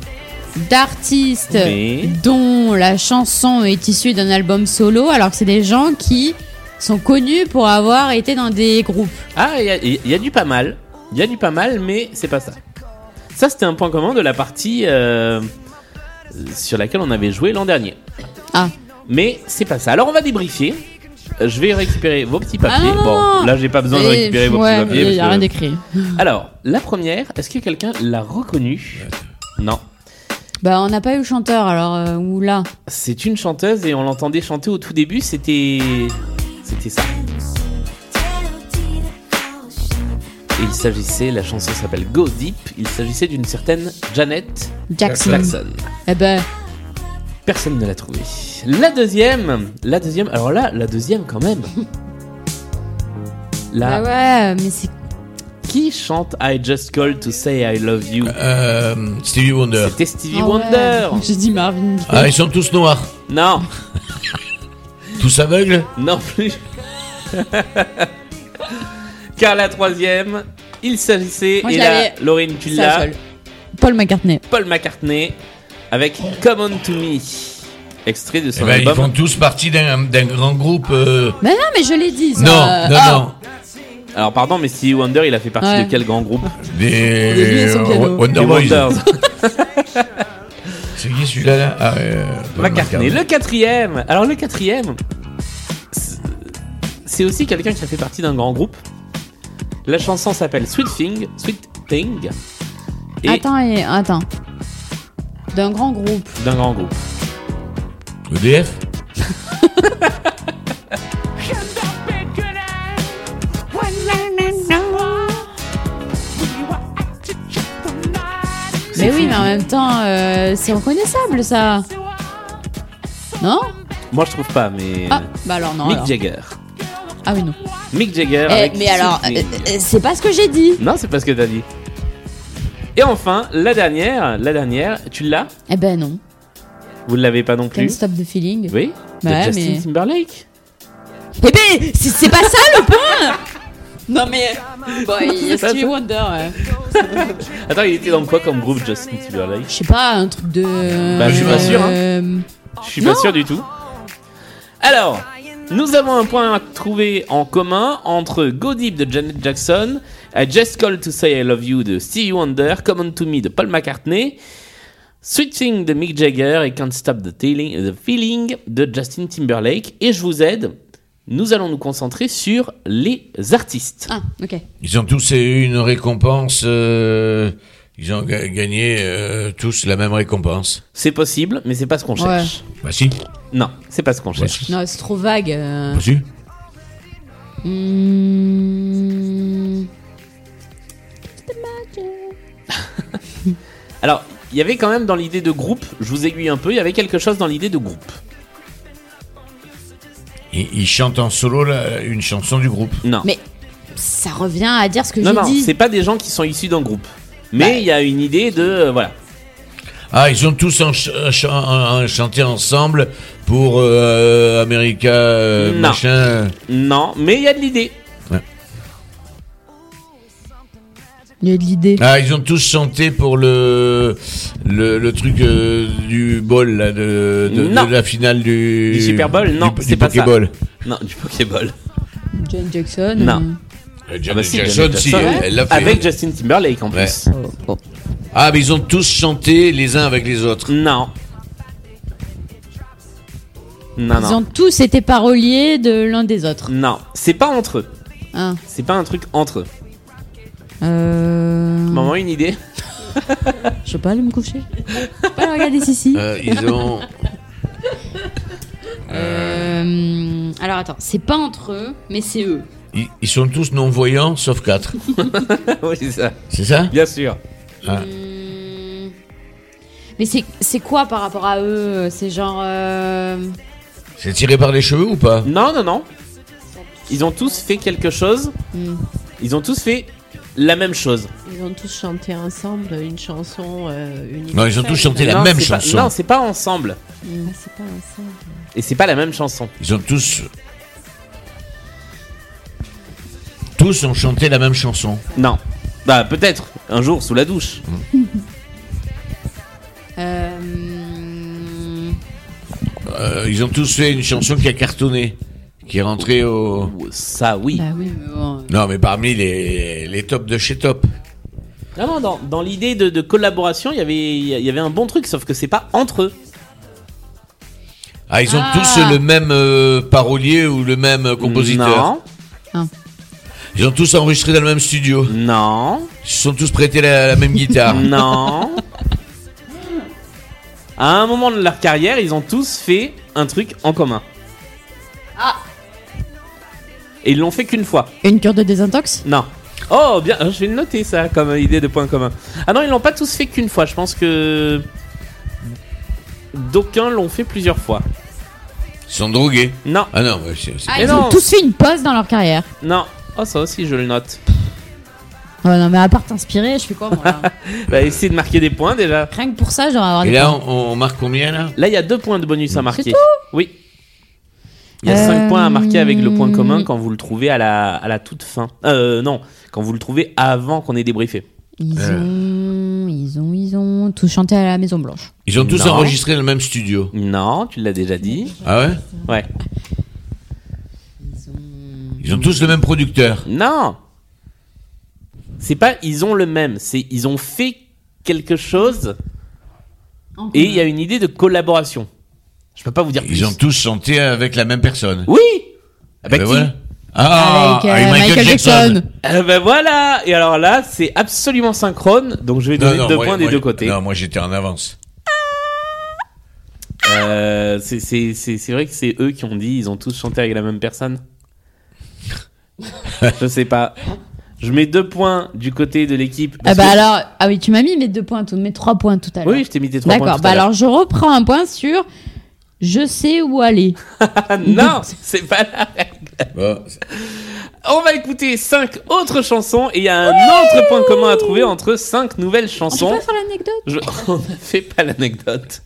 d'artistes
Oui.
dont la chanson est issue d'un album solo, alors que c'est des gens qui sont connus pour avoir été dans des groupes.
Ah, il y a- il y, a du pas mal. Il y a du pas mal, mais c'est pas ça. Ça, c'était un point commun de la partie euh, sur laquelle on avait joué l'an dernier.
Ah.
Mais c'est pas ça. Alors, on va débriefer. Euh, Je vais récupérer vos petits papiers.
Ah, non,
bon,
non.
là, j'ai pas besoin de
Et-
récupérer vos
ouais,
petits papiers.
Il n'y a
parce
rien
que-
d'écrit.
Alors, la première, est-ce que quelqu'un l'a reconnue Non.
Bah on n'a pas eu le chanteur alors euh, ou là.
C'est une chanteuse et on l'entendait chanter au tout début. C'était. C'était ça. Et il s'agissait, la chanson s'appelle Go Deep. Il s'agissait d'une certaine Janet
Jackson.
Jackson.
Eh ben
Personne ne l'a trouvée. La deuxième, la deuxième, alors là, la deuxième quand même. Là, Ah.
bah ouais, mais c'est
qui chante I Just Called to Say I Love You
Euh, Stevie Wonder.
C'était Stevie
Ah ouais.
Wonder.
J'ai dit Marvin. Gaye.
Ah, ils sont tous noirs.
Non,
Tous aveugles
non plus. Car la troisième, il s'agissait,
Moi,
et
je
là,
l'avais.
Laurine, tu
Ça
l'as,
seul. Paul McCartney.
Paul McCartney, avec Come On To Me, extrait de
Eh
son
ben, Ils
album.
font tous partie d'un d'un grand groupe. euh,
Mais non, mais je l'ai dit. Ça.
Non,
Euh,
non,
ah,
non.
Alors pardon, mais Stevie Wonder, il a fait partie
Ouais.
de quel grand groupe
Des
son piano.
Wonder
Les
Boys.
Wonders.
C'est qui celui-là là ah, euh, Paul
McCartney. Le quatrième. Alors le quatrième, c'est- c'est aussi quelqu'un qui a fait partie d'un grand groupe. La chanson s'appelle Sweet Thing. Sweet Thing. Et
Attends, et... attends. D'un grand groupe.
d'un grand groupe.
EDF
Mais oui, mais en même temps, euh, c'est reconnaissable ça. Non
Moi, je trouve pas, mais.
Ah, bah alors non.
Mick
alors.
Jagger.
Ah oui, non.
Mick Jagger.
Eh,
avec
mais alors,
Sweet Thing.
euh, euh, c'est pas ce que j'ai dit.
Non, c'est pas ce que t'as dit. Et enfin, la dernière, la dernière, tu l'as
Eh ben non.
Vous ne l'avez pas non
Can't
plus
stop the feeling.
Oui De
Ouais,
Justin
mais-
Timberlake
Eh ben, c'est c'est pas ça le point Non mais. Boy,
C'est pas
Stevie
ça.
Wonder, ouais.
Attends, il était dans quoi comme groupe Justin Timberlake
Je sais pas, un truc de.
Bah, je suis pas sûr, hein.
Euh,
Je suis pas
Non.
sûr du tout. Alors, nous avons un point à trouver en commun entre Go Deep de Janet Jackson, I Just Call to Say I Love You de Stevie Wonder, Come On To Me de Paul McCartney, Sweet Thing de Mick Jagger et Can't Stop the, Feeling- the Feeling de Justin Timberlake. Et je vous aide, nous allons nous concentrer sur les artistes.
Ah, ok.
Ils ont tous eu une récompense. euh, ils ont ga- gagné euh, tous la même récompense.
C'est possible, mais c'est pas ce qu'on
Ouais.
cherche.
Bah si.
Non, c'est pas ce qu'on cherche.
Non, c'est trop vague. euh.
Bah si.
Hmm.
Alors, il y avait quand même dans l'idée de groupe, je vous aiguille un peu, il y avait quelque chose dans l'idée de groupe.
Ils, ils chantent en solo là, une chanson du groupe.
Non.
Mais ça revient à dire ce que
non,
j'ai
non,
dit.
c'est pas des gens qui sont issus d'un groupe.
Bah.
Mais il y a une idée de. euh, voilà.
Ah, ils ont tous en ch- en chan- en- en chanté ensemble pour euh, America euh,
Non.
machin.
Non, mais il y a de l'idée.
Il y a de l'idée.
Ah, ils ont tous chanté pour le le, le truc euh, du bol là, de, de- de
Non.
la finale du,
Du Super Bowl Non,
du,
c'est
du
pas
Pokéball.
ça. Non, du Pokéball.
John Jackson.
Non.
euh,
Euh,
Ah
Janet
bah si,
Jackson,
Janet
si,
Jackson.
elle- elle l'a fait.
Avec Justin Timberlake en
Ouais.
plus.
Ah, mais ils ont tous chanté les uns avec les autres.
Non. Non,
Ils
non. Mm.
ont tous été paroliers de l'un des autres.
Non, c'est pas entre eux.
Ah.
C'est pas un truc entre eux.
Hmm.
Euh...
Maman, une idée
Je peux pas aller me coucher. Je peux pas aller regarder Sissi.
Mm.
Euh, ils ont.
Euh, Alors attends, c'est pas entre eux, mais c'est eux.
Ils, ils sont tous non-voyants, sauf quatre.
Oui, c'est ça.
C'est ça
Bien sûr.
Ah.
Mais c'est c'est quoi par rapport à eux C'est genre. euh,
C'est tiré par les cheveux ou pas
Non, non, non. Ils ont tous fait quelque chose.
Hmm.
Ils ont tous fait la même chose.
Ils ont tous chanté ensemble une chanson euh, unique.
Non, ils ont tous chanté la
Mm. Non,
même
c'est pas-
chanson.
non, c'est pas ensemble.
Ah, c'est pas ensemble.
Et c'est pas la même chanson.
Ils ont tous. Tous ont chanté la même chanson.
Non. Bah peut-être, un jour sous la douche.
euh,
Euh, ils ont tous fait une chanson qui a cartonné, qui est rentrée au.
Ça oui.
Bah oui, mais bon.
Non, mais parmi les, les tops de chez Top.
Non, non, dans, dans l'idée de, de collaboration, il y avait- il y avait un bon truc, sauf que c'est pas entre eux.
Ah, ils ont
Ah.
tous le même euh, parolier ou le même compositeur.
Non.
Ils ont tous enregistré dans le même studio.
Non.
Ils se sont tous prêtés la, la même guitare.
Mm. Non. À un moment de leur carrière, ils ont tous fait un truc en commun.
Ah.
Et ils l'ont fait qu'une fois.
Une cure de désintox
Non. Oh, bien, je vais le noter ça comme idée de point commun. Ah non, ils l'ont pas tous fait qu'une fois. Je pense que d'aucuns l'ont fait plusieurs fois.
Ils sont drogués.
Non.
Ah non, ouais, c'est- c'est-
Ah,
Mais
ils
non.
ont tous fait une pause dans leur carrière.
Non. Oh, ça aussi, je le note.
Oh, non, mais à part t'inspirer, je fais quoi moi là
Bah, essayez de marquer des points déjà.
Rien que pour ça, j'aurais avoir
Et
des
là,
points.
on, on marque combien là
Là, il y a deux points de bonus à marquer.
tout
oui. Il y a
Euh,
cinq points à marquer avec le point commun quand vous le trouvez à la, à la toute fin. Euh, non, quand vous le trouvez avant qu'on ait débriefé.
Ils ont, ils ont, ils ont tout chanté à la Maison Blanche.
Ils ont tous
Non.
enregistré dans le même studio.
Non, tu l'as déjà dit.
Ah ouais
Ouais.
Ils ont tous le même producteur.
Non C'est pas ils ont le même, c'est ils ont fait quelque chose et il y a une idée de collaboration. Je peux pas vous dire
Ils
plus.
ont tous chanté avec la même personne.
Oui Avec
Eh
qui
ben voilà. Ah,
Avec, euh, avec Michael Michael Jackson. Jackson.
Eh ben voilà Et alors là, c'est absolument synchrone, donc je vais
Non,
donner
non,
deux
moi-
points des
moi-
deux côtés.
Non, moi j'étais en avance.
Euh, c'est- c'est c'est- c'est vrai que c'est eux qui ont dit, ils ont tous chanté avec la même personne. je sais pas. Je mets deux points du côté de l'équipe.
Ah
parce
bah
que-
alors, ah oui, tu m'as mis mes deux points, tout- mes trois points tout à l'heure.
Oui, je t'ai mis tes trois points
D'accord,
tout
bah
à l'heure.
alors je reprends un point sur je sais où aller.
Ah non, c'est pas la règle.
Bah,
On va écouter cinq autres chansons et il y a un autre point commun à trouver entre cinq nouvelles
On
chansons.
peut faire l'anecdote
Je- On ne fait pas l'anecdote.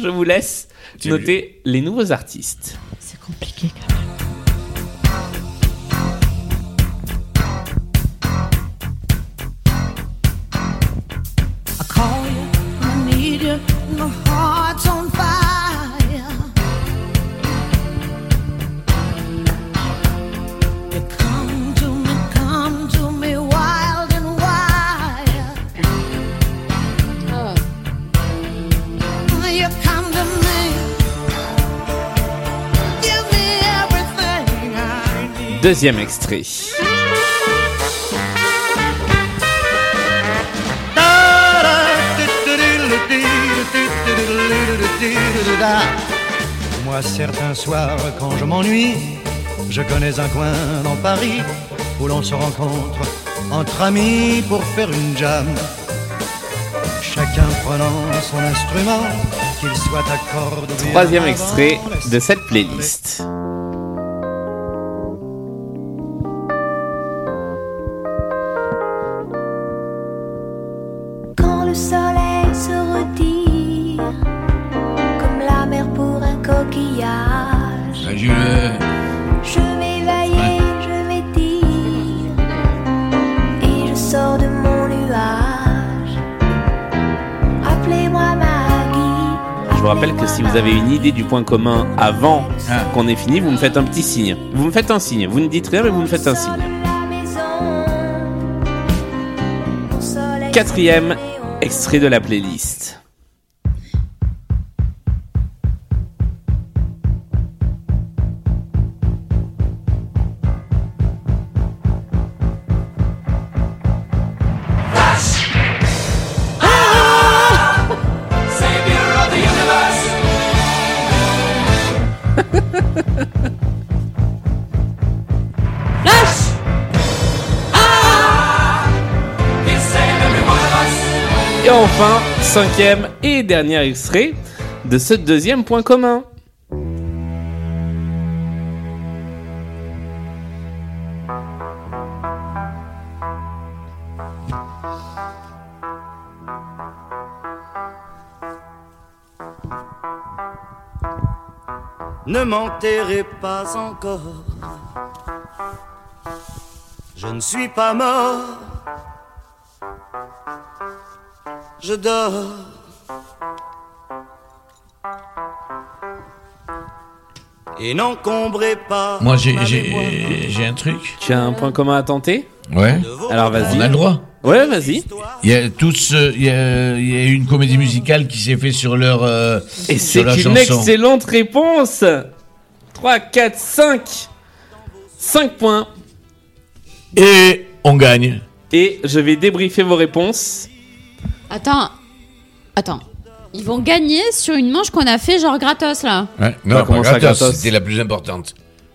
Je vous laisse noter les nouveaux artistes.
I call you, I need you, my heart's on fire. You come to me, come to me wild and wild. You come to me, give me everything I need.
Deuxième extrait.
Moi, certains soirs, quand je m'ennuie, je connais un coin dans Paris où l'on se rencontre entre amis pour faire une jam. Chacun prenant son instrument, qu'il soit à corde ou bien
Troisième
à
extrait de cette playlist.
Quand le soleil se retire, comme la mer pour un coquillage,
Bah,
je m'éveille, je m'étire, et je sors de mon nuage. Appelez-moi Maggie.
Je vous rappelle que si vous avez une idée du point commun avant
Ah.
qu'on ait fini, vous me faites un petit signe. Vous me faites un signe. Vous ne dites rien, mais vous me faites un signe. Quatrième extrait de la playlist.
Savior of the universe. Lâche. Ah, he saved every one of us.
Et enfin, cinquième et dernier extrait de ce deuxième point commun.
Ne m'enterrez pas encore. Je ne suis pas mort. Je dors. Et n'encombrez pas.
Moi j'ai- j'ai j'ai un truc.
Tu as un point commun à tenter
Ouais.
Alors vas-y.
On a le droit.
Ouais, vas-y.
Il y a tous, euh, il y a, il y a eu une comédie musicale qui s'est faite sur leur euh,
Et c'est
sur leur
une
chanson.
excellente réponse 3, 4, 5 5 points
Et on gagne.
Et je vais débriefer vos réponses.
Attends, attends. Ils vont gagner sur une manche qu'on a fait genre gratos là.
Ouais,
On va
non, pas
commencer à
gratos,
gratos.
c'était la plus importante.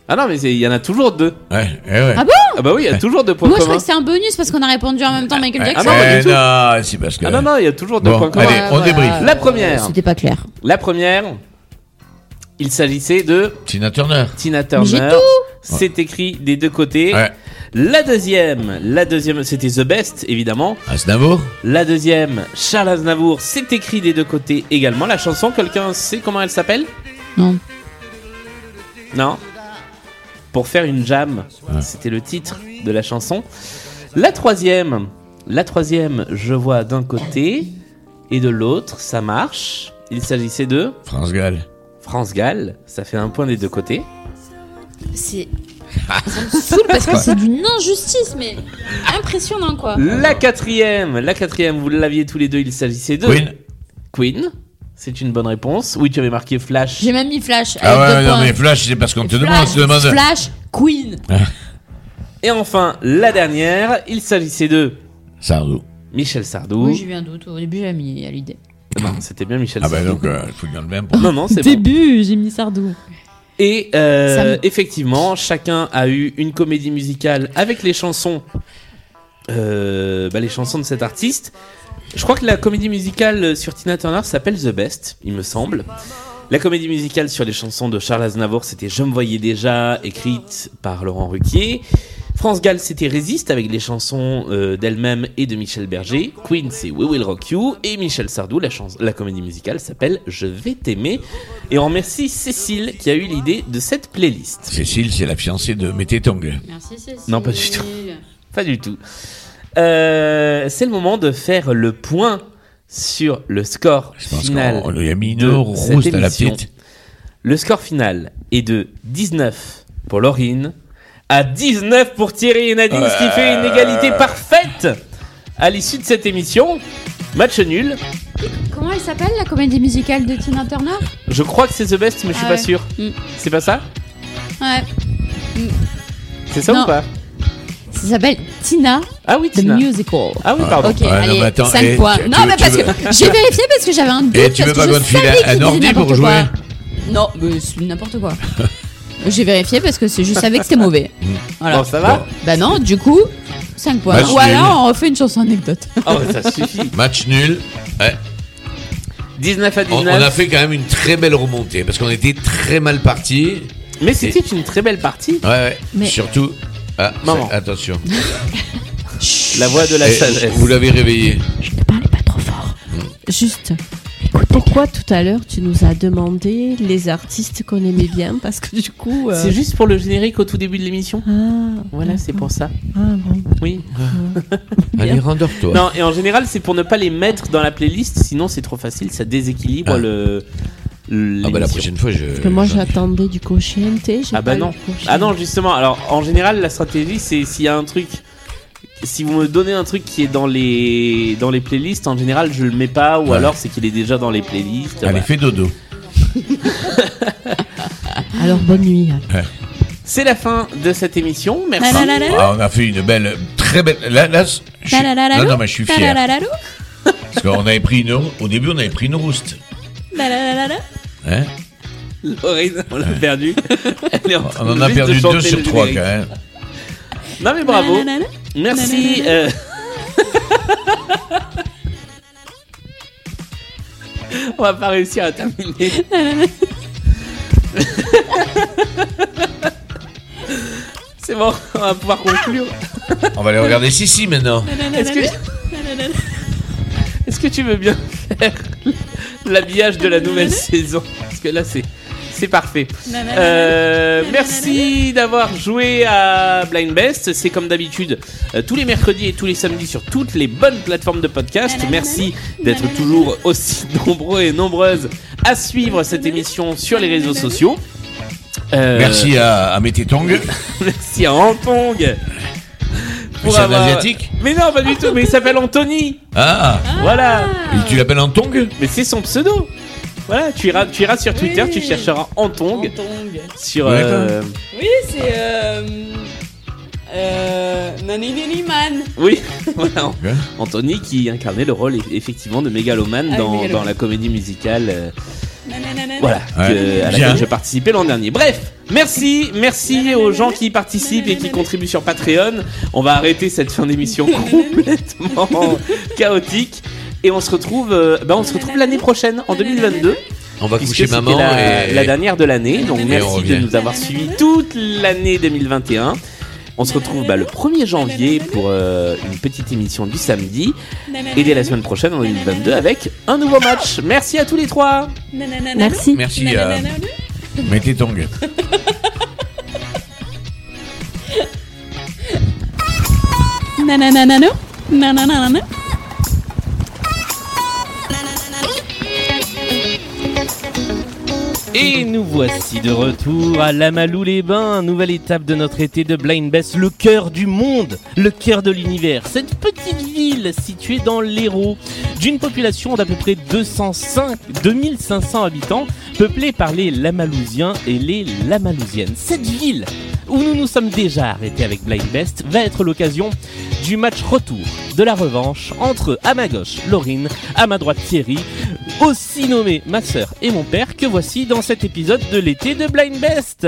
Ah non, mais c'est- il y en a toujours deux.
Ouais, ouais, ouais.
Ah bon
Ah bah oui, il y a
Ouais.
toujours deux points
Moi je crois
communs.
que c'est un bonus parce qu'on a répondu en même temps Michael
Ouais.
Jackson.
Eh non, c'est parce que.
Ah non, non, il y a toujours deux
Bon,
points communs.
allez, on débriefe.
La première.
Euh, C'était pas clair.
La première, il s'agissait de
Tina Turner.
Tina
J'ai
Turner.
tout.
C'est écrit des deux côtés. La deuxième, la deuxième, c'était The Best évidemment.
Aznavour.
La deuxième, Charles Aznavour, c'est écrit des deux côtés également. La chanson, quelqu'un sait comment elle s'appelle
Non.
Non. Pour faire une jam, c'était le titre de la chanson. La troisième, la troisième, je vois d'un côté et de l'autre, ça marche. Il s'agissait de
France Gall.
France Gall, ça fait un point des deux côtés.
C'est. Ça me saoule parce que c'est d'une injustice, mais impressionnant quoi.
La quatrième, la quatrième, vous l'aviez tous les deux, il s'agissait de Queen. Queen, c'est une bonne réponse. Oui, tu avais marqué Flash.
J'ai même mis Flash.
Ah
avec
ouais,
deux
non,
points.
mais Flash, c'est parce qu'on te demande, on
Flash,
te demande.
Flash,
Queen.
Et enfin, la dernière, il s'agissait de.
Sardou.
Michel Sardou.
Oui, j'ai eu un doute. Au début, j'ai mis à l'idée.
Non, c'était bien Michel
Ah bah
Sardou.
donc, euh, il faut bien le même.
Non, non, c'est bon.
Début, j'ai mis Sardou.
Et euh,
Ça me-
effectivement, chacun a eu une comédie musicale avec les chansons, euh, bah, les chansons de cet artiste. Je crois que la comédie musicale sur Tina Turner s'appelle The Best, il me semble. La comédie musicale sur les chansons de Charles Aznavour, c'était Je me voyais déjà, écrite par Laurent Ruquier. France Gall, c'était Résiste avec les chansons euh, d'elle-même et de Michel Berger. Queen, c'est We Will Rock You. Et Michel Sardou, la, chans- la comédie musicale s'appelle Je vais t'aimer. Et on remercie Cécile qui a eu l'idée de cette playlist.
Cécile, c'est la fiancée de Mététong.
Merci, Cécile.
Non, pas du tout. Pas du tout. Euh, c'est le moment de faire le point sur le score final.
qu'on lui a mis une
de
rousse
cette
à la
émission.
petite.
Le score final est de 19 pour Laurine, à 19 pour Thierry et Nadine, ce qui fait une égalité parfaite à l'issue de cette émission. Match nul.
Comment elle s'appelle la comédie musicale de Tina Turner
Je crois que c'est The Best, mais je suis
Ah
pas
ouais.
sûr.
Mm.
C'est pas ça
Ouais.
C'est ça
Non.
ou pas
Ça s'appelle Tina.
Ah oui, Tina.
The Oh, Musical.
Ah oui, pardon.
Ok,
Ouais, non,
allez,
mais attends,
5
eh,
points.
tu-
non,
tu-
mais
tu
parce
veux-
que j'ai vérifié parce que j'avais un doute.
Et tu veux
parce
pas
que
qu'on
je
te file
savais
un
qu'il disait
ordi pour
n'importe
jouer
quoi. Non, mais c'est n'importe quoi. J'ai vérifié parce que c'est- je savais que c'était mauvais. Voilà.
Bon, ça va
Bah non, du coup, 5 points.
Match
Ou alors,
nul.
on refait une chanson anecdote.
Oh, bah, ça suffit.
Match nul. Ouais.
19 à
On,
19.
on a fait quand même une très belle remontée parce qu'on était très mal parti.
Mais c'était une très belle partie.
Ouais, ouais.
Mais-
Surtout. Ah,
Maman.
c'est- Attention.
La voix de la
Eh,
sagesse.
Vous l'avez réveillé.
Juste. Pourquoi tout à l'heure tu nous as demandé les artistes qu'on aimait bien Parce que du coup. euh,
C'est juste pour le générique au tout début de l'émission. voilà, c'est pour ça.
Ah bon
Oui.
Allez, rendors-toi.
Non, et en général, c'est pour ne pas les mettre dans la playlist, sinon c'est trop facile, ça déséquilibre le.
Ah bah la
l'émission.
prochaine fois, je.
Parce que moi j'attendais du cochienté.
Ah bah non. Ah non, justement, alors en général, la stratégie, c'est s'il y a un truc. Si vous me donnez un truc qui est dans les dans les playlists, en général, je le mets pas, ou
Ouais.
alors c'est qu'il est déjà dans les playlists.
Allez,
voilà.
fais dodo.
Alors bonne nuit.
Ouais.
C'est la fin de cette émission. Merci.
Ah, on a fait une belle, très belle. Là, là, je suis- non, non, mais je suis fier. Parce qu'on avait pris une. rou- Au début, on avait pris une rouste. Hein
Laurine, on l'a perdu. Elle est en train
on en
de
a
juste de
perdu
chanter
deux sur
le
trois quand
générique.
même.
Non mais bravo.
Nanana.
Merci.
Nanana.
euh, On va pas réussir à terminer. C'est bon, on va pouvoir conclure.
On va aller regarder Sissi maintenant.
Est-ce que... Est-ce que tu veux bien faire l'habillage de la nouvelle saison Parce que là, c'est. C'est parfait.
Nanana.
Euh, merci d'avoir joué à Blind Best. C'est comme d'habitude euh, tous les mercredis et tous les samedis sur toutes les bonnes plateformes de podcast. Merci d'être toujours aussi nombreux et nombreuses à suivre cette émission sur les réseaux sociaux. Euh,
Merci à, à Mététong.
Merci à Antong.
c'est un Asiatique
Mais non, pas du tout, mais il s'appelle Anthony.
Ah,
Voilà.
tu l'appelles Antong
Mais c'est son pseudo. Voilà, tu iras, tu iras sur Twitter, tu chercheras Antong. Sur.
Ouais,
euh,
Oui, c'est. Euh, euh, Nanini Man.
Oui, voilà.
Hein
Anthony qui incarnait le rôle eff- effectivement de mégalomane
Ah,
dans,
Mégalomane.
dans la comédie musicale. euh,
Nanana.
Voilà,
Ouais.
que- à
Bien.
laquelle je participais l'an dernier. Bref, merci, merci aux gens qui y participent et qui contribuent sur Patreon. On va arrêter cette fin d'émission complètement chaotique et on se retrouve, euh, bah on se retrouve l'année prochaine en 2022.
On va
puisque
coucher
c'était
maman
la,
et-
la dernière de l'année. Donc
Et on
merci de
revient.
nous avoir suivis toute l'année 2021. On se retrouve bah, le 1er janvier pour euh, une petite émission du samedi. Et dès la semaine prochaine en 2022 avec un nouveau match. Merci à tous les trois.
Merci.
Merci
euh.
à Mététong.
Nanananano. Nanananano.
Thank you.
Et nous voici de retour à Lamalou-les-Bains, nouvelle étape de notre été de Blind Best, le cœur du monde, le cœur de l'univers. Cette petite ville située dans l'Hérault, d'une population d'à peu près 205, 2500 habitants, peuplée par les Lamalousiens et les Lamalousiennes. Cette ville où nous nous sommes déjà arrêtés avec Blind Best va être l'occasion du match retour de la revanche entre à ma gauche Laurine, à ma droite Thierry, aussi nommé ma sœur et mon père que voici dans cet épisode de l'été de Blind Best.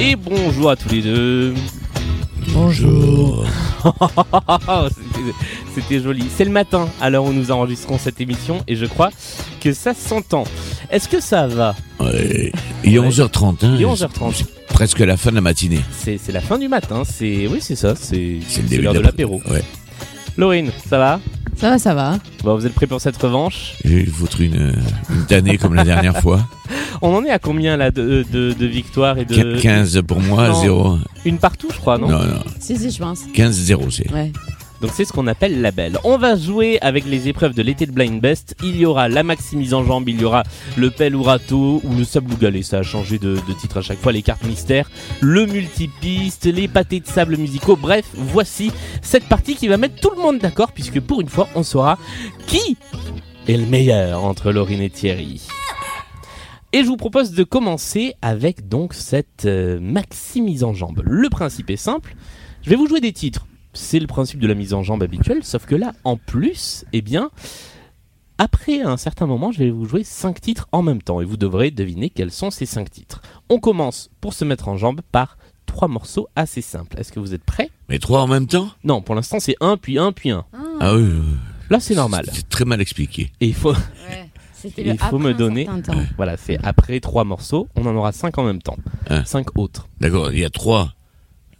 Et bonjour à tous les deux.
Bonjour.
C'était- C'était joli. C'est le matin à l'heure où nous enregistrons cette émission et je crois que ça s'entend. Est-ce que ça va
Ouais. Il est 11h30. Hein,
Il est 11h30.
C'est Presque la fin de la matinée.
C'est c'est la fin du matin. C'est oui, c'est ça. C'est
le
c'est
début
l'heure de
de
l'apéro.
Ouais.
Laurine, ça va
Ça va, ça va.
Bon, vous êtes prêts pour cette revanche
Je vais vous foutre une, euh, une tannée comme la dernière fois.
On en est à combien là de, de, de victoires et de
Qu- 15 pour moi,
Non.
zéro.
Une partout, je crois, non
Non, non.
Si, si, je pense.
15-0, c'est.
Ouais.
Donc c'est ce qu'on appelle la belle. On va jouer avec les épreuves de l'été de Blind Best. Il y aura la maximise en jambes, il y aura le pelle ou râteau ou le sable ou galet. Ça a changé de, de titre à chaque fois. Les cartes mystères, le multipiste, les pâtés de sable musicaux. Bref, voici cette partie qui va mettre tout le monde d'accord puisque pour une fois, on saura qui est le meilleur entre Laurine et Thierry. Et je vous propose de commencer avec donc cette euh, maxi mise en jambe. Le principe est simple. Je vais vous jouer des titres. C'est le principe de la mise en jambe habituelle, sauf que là, en plus, eh bien, après un certain moment, je vais vous jouer 5 titres en même temps et vous devrez deviner quels sont ces 5 titres. On commence pour se mettre en jambe par trois morceaux assez simples. Est-ce que vous êtes prêts
Mais trois en même temps
Non, pour l'instant, c'est un, puis un, puis un.
Ah oui.
Là, c'est normal.
C'est très mal expliqué.
Et il faut,
C'était
il faut me donner. Voilà, c'est après trois morceaux, on en aura 5 en même temps.
Hein.
5 autres.
D'accord, il y a trois,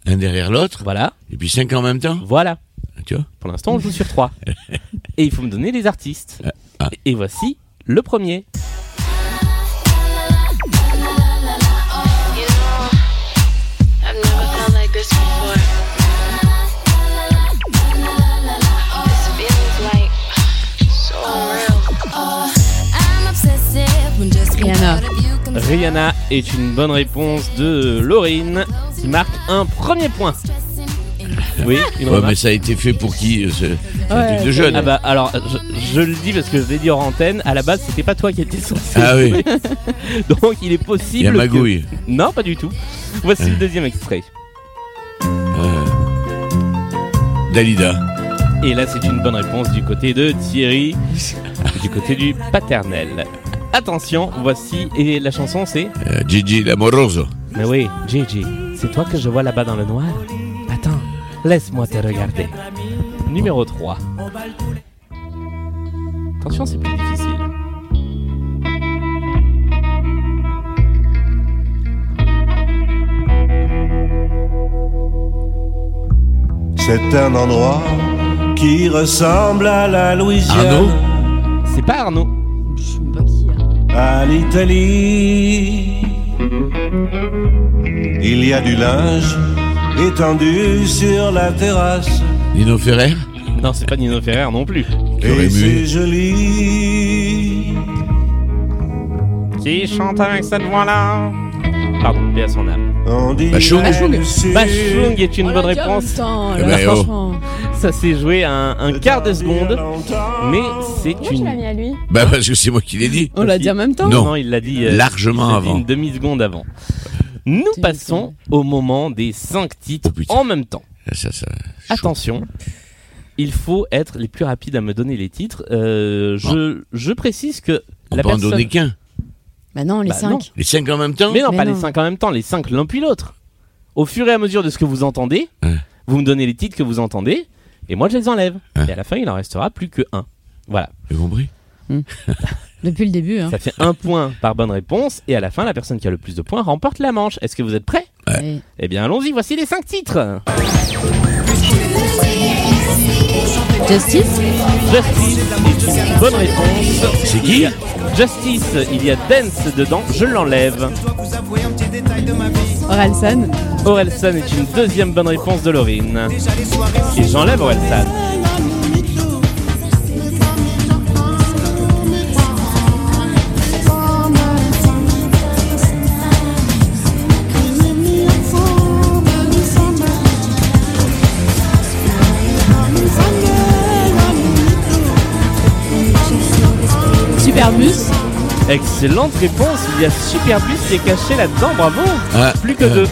un derrière l'autre.
Voilà.
Et puis cinq en même temps.
Voilà.
Tu vois
Pour l'instant, on joue sur 3. Et il faut me donner les artistes. Et voici le premier.
I've never felt like this before. This feels like so real.
Rihanna.
Rihanna est une bonne réponse de Laurine qui marque un premier point. Oui, une
Ouais,
remarque.
mais ça a été fait pour qui euh, ce- C'est un
Ouais.
truc de jeune.
bah. Ah bah alors je, je le dis parce que je l'ai dit en antenne, à la base c'était pas toi qui étais censé.
Ah oui.
jouer. Donc il est possible.
Il y a
que-
magouille.
Non pas du tout. Voici
Ah.
le deuxième extrait.
Dalida.
Et là c'est une bonne réponse du côté de Thierry, du côté du paternel. Attention, voici et la chanson c'est.
Euh, Gigi l'amoroso.
Mais oui, Gigi, c'est toi que je vois là-bas dans le noir. Attends, laisse-moi te regarder. Numéro 3. Attention, c'est plus difficile.
C'est un endroit qui ressemble à la Louisiane.
C'est pas Arnaud.
Bah,
À l'Italie. Il y a du linge étendu sur la terrasse.
Nino Ferrer.
Non, c'est pas Nino Ferrer non plus.
Et c'est joli.
Qui chante avec cette voix-là Pardon, paix à son âme.
Bah,
Bachung.
Bachung Bachung est une
On
bonne
Oh, l'a dit en
réponse.
même temps, là,
Eh ben, oh.
franchement.
Ça s'est joué à un, un quart de seconde, mais c'est une...
à lui.
Bah parce que c'est moi qui l'ai dit.
On l'a dit en même temps
Non.
il l'a dit
Largement
il l'a dit
avant.
Une demi-seconde avant. Nous passons au moment des 5 titres en même temps.
Ah, Ça, ça-
Attention, il faut être les plus rapides à me donner les titres. Euh, je, je précise que
On
la
peut en
personne...
donner qu'un.
Bah non, les
Bah, non.
cinq.
Les cinq en même temps
Mais non,
Mais
pas
non.
les cinq en même temps, les cinq l'un puis l'autre. Au fur et à mesure de ce que vous entendez, vous me donnez les titres que vous entendez, et moi je les enlève. Et à la fin, il en restera plus que un. Voilà.
Vous compris
Depuis le début. Hein.
Ça fait un point par bonne réponse, et à la fin, la personne qui a le plus de points remporte la manche. Est-ce que vous êtes prêts
Oui.
Eh bien, allons-y, voici les cinq titres.
Justice
Justice est une bonne réponse.
C'est qui
Justice, il y a Dance dedans, je l'enlève.
Orelsan
Orelsan est une deuxième bonne réponse de Laurine. Et j'enlève Orelsan.
Superbus
Excellente réponse, il y a Superbus qui est caché là-dedans, bravo
Ah,
Plus que
euh,
deux.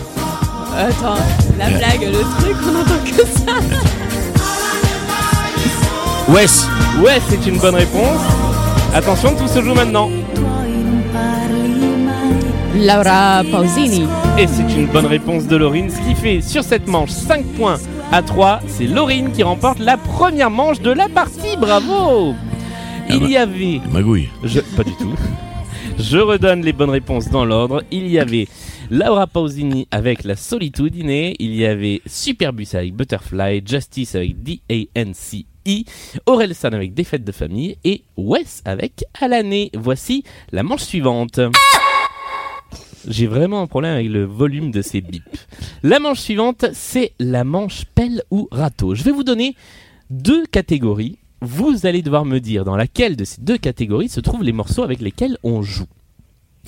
Attends, la blague, le truc, on entend que ça.
Wes.
Wes c'est une bonne réponse. Attention, tout se joue maintenant.
Laura Pausini.
Et c'est une bonne réponse de Laurine, ce qui fait sur cette manche 5 points à 3. C'est Laurine qui remporte la première manche de la partie, bravo
Ah
Il
bah.
y avait...
Magouille.
Je... Pas du tout. Je redonne les bonnes réponses dans l'ordre. Il y avait Laura Pausini avec La Solitudine, il y avait Superbus avec Butterfly, Justice avec D-A-N-C-I, Orelsan avec Défaite de famille et Wes avec À l'année. Voici la manche suivante. J'ai vraiment un problème avec le volume de ces bips. La manche suivante, c'est la manche pelle ou râteau. Je vais vous donner deux catégories. Vous allez devoir me dire dans laquelle de ces deux catégories se trouvent les morceaux avec lesquels on joue.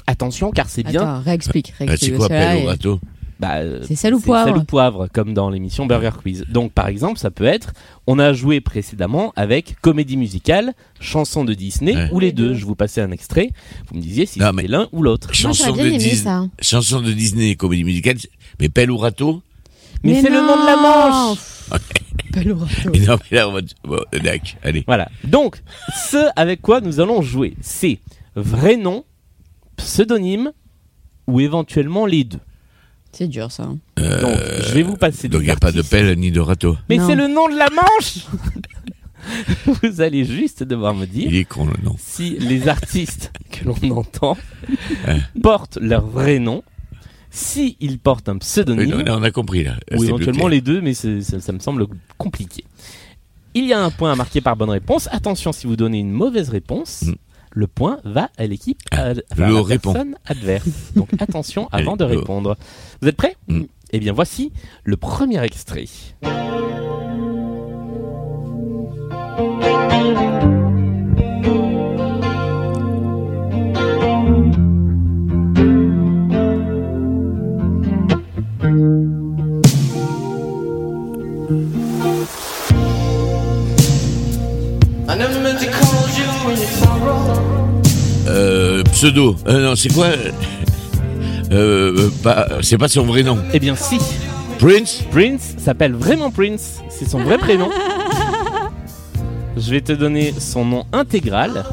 Attention, car c'est bien.
Attends, réexplique.
Bah,
réexplique
c'est quoi,
parce que là,
pelle au
il-
râteau
Bah, euh,
C'est sel ou poivre
Sel ou poivre, comme dans l'émission Burger Quiz. Donc, par exemple, ça peut être on a joué précédemment avec comédie musicale, chanson de Disney, ou les deux. Je vous passais un extrait. Vous me disiez si c'était l'un ou l'autre.
Chanson de, Dis-
hein.
chanson de Disney, comédie musicale, mais pelle ou râteau
Mais, c'est le nom de la manche
Pelle ou râteau.
Mais non, mais là, on va. Bon, dac, allez.
Voilà. Donc, ce avec quoi nous allons jouer, c'est vrai nom, pseudonyme ou éventuellement les deux.
C'est dur ça. hein.
Donc, je vais vous passer
Euh, Donc, il n'y a pas de pelle ni de râteau.
Mais
Non.
c'est le nom de la manche Vous allez juste devoir me dire
Il est con, le nom.
si les artistes que l'on entend portent leur vrai nom, si ils portent un
Oui,
pseudonyme,
non, là, on a compris, là. Là, c'est
ou
plus
éventuellement
clair.
les deux, mais c'est- ça, ça me semble compliqué. Il y a un point à marquer par bonne réponse. Attention, si vous donnez une mauvaise réponse, le point va à l'équipe, à, enfin, à
Mm. Ah, le
la
répond.
personne adverse. Donc attention avant de
Allez, go. Mm.
répondre. Vous êtes prêts Eh bien, voici le premier extrait.
I never meant to call you when you sorrow.
Euh, pseudo. Euh, non, c'est quoi euh, euh, pas- C'est pas son vrai nom.
Eh bien, si.
Prince
Prince s'appelle vraiment Prince. C'est son vrai prénom. Je vais te donner son nom intégral,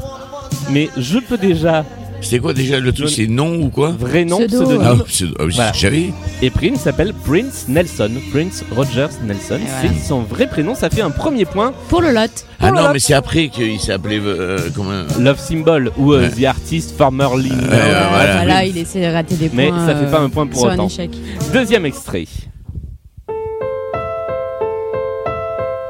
mais je peux déjà.
C'est quoi déjà le truc C'est nom ou quoi
Vrai nom,
Pseudo.
pseudonyme.
Ah, pseudo. Ah oui, j'avais.
Et Prince s'appelle Prince Nelson. Prince Rogers Nelson.
voilà.
C'est son vrai prénom. Ça fait un premier point.
Pour le lot.
Ah non, mais c'est après qu'il s'appelait. euh, comment
Love Symbol ou euh, The Artist Formerly. Known as
Ah,
Voilà,
Prince.
il essaie de rater des
Mais
points.
ça fait pas
euh,
un point pour
sur
autant.
un échec.
Deuxième extrait.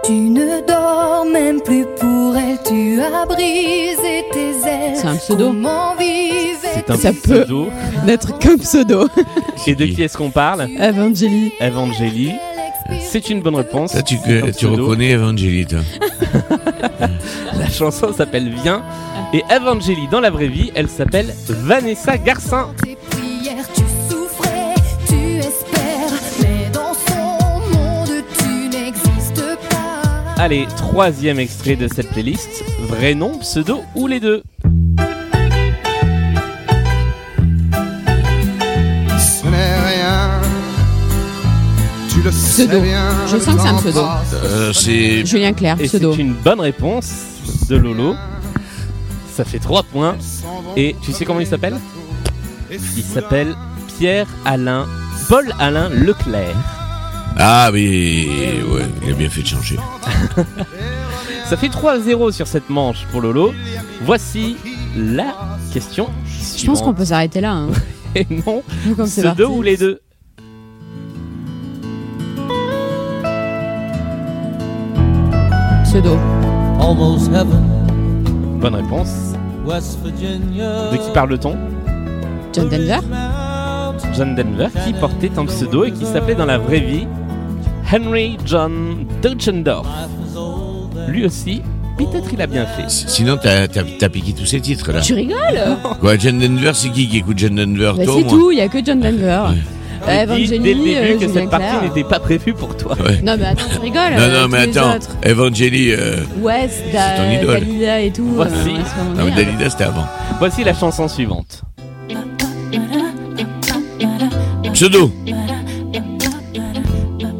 Tu ne dors même plus pour elle, tu as brisé tes ailes.
C'est un pseudo.
Comment vivre
C'est un
Ça
pseudo.
D'être comme pseudo.
Et de qui est-ce qu'on parle
Evangélie.
Evangélie. C'est une bonne réponse.
Là, tu,
C'est un
tu
pseudo.
reconnais Evangélie, toi.
La chanson s'appelle Viens.
Ah.
Et Evangélie, dans la vraie vie, elle s'appelle Vanessa Garcin.
Hier tu souffrais, tu espères, mais dans son monde tu n'existes pas.
Allez, troisième extrait de cette playlist. Vrai nom, pseudo ou les deux
Ce n'est rien. Tu le sais
Pseudo.
bien.
Je sens que c'est un pseudo.
Euh, c'est.
Julien Clerc,
Et c'est
pseudo.
une bonne réponse de Lolo. Ça fait 3 points. Et tu sais comment il s'appelle Il s'appelle Pierre-Alain, Paul-Alain Leclerc.
Ah, mais. Ouais, il a bien fait de changer.
Ça fait 3-0 sur cette manche pour Lolo. Voici la question.
Je pense qu'on peut s'arrêter là. hein.
Et non,
Vu comme c'est
ce deux
parti.
ou les deux
Pseudo.
Almost heaven,
Bonne réponse.
West Virginia.
De qui parle-t-on
John Denver
John Denver, qui portait un pseudo et qui s'appelait dans la vraie vie Henry John Deutschendorf. Lui aussi, peut-être il a bien fait.
Sinon, t'as t'as- t'as piqué tous ces titres là.
Tu rigoles
Quoi, John Denver, c'est qui qui écoute John Denver
Bah,
Toi
C'est
moi
tout, il n'y a que John Denver.
Il
Euh,
dit
Evangeline,
dès le début
euh,
que
Julien
cette partie
Clerc.
n'était pas prévue pour toi.
Ouais.
Non, mais attends, tu rigoles.
Non,
euh,
non, mais
tous les
attends,
autres.
Evangélie. euh,
West,
ton
Da-
idole.
Dalida et tout.
Voici. Ah,
euh, on va se faire
Non, mais
dire.
Dalida, c'était avant.
Voici la chanson suivante.
Pseudo,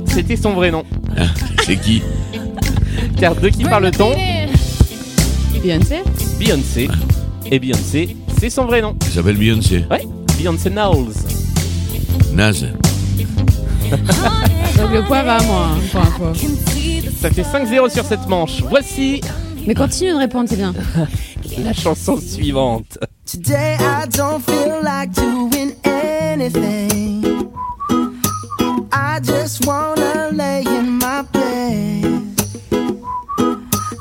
C'était son vrai nom.
Hein, c'est qui
Car de qui parle-t-on
Beyoncé
Beyoncé. Et Beyoncé, c'est son vrai nom.
Elle s'appelle Beyoncé.
Ouais, Beyoncé Knowles.
Naze.
Donc le poids va à moi, hein, pour un poids.
Ça fait 5-0 sur cette manche. Voici
Mais continue de répondre, c'est bien.
la chanson suivante.
Today I don't feel like doing anything. I just wanna lay in my bed.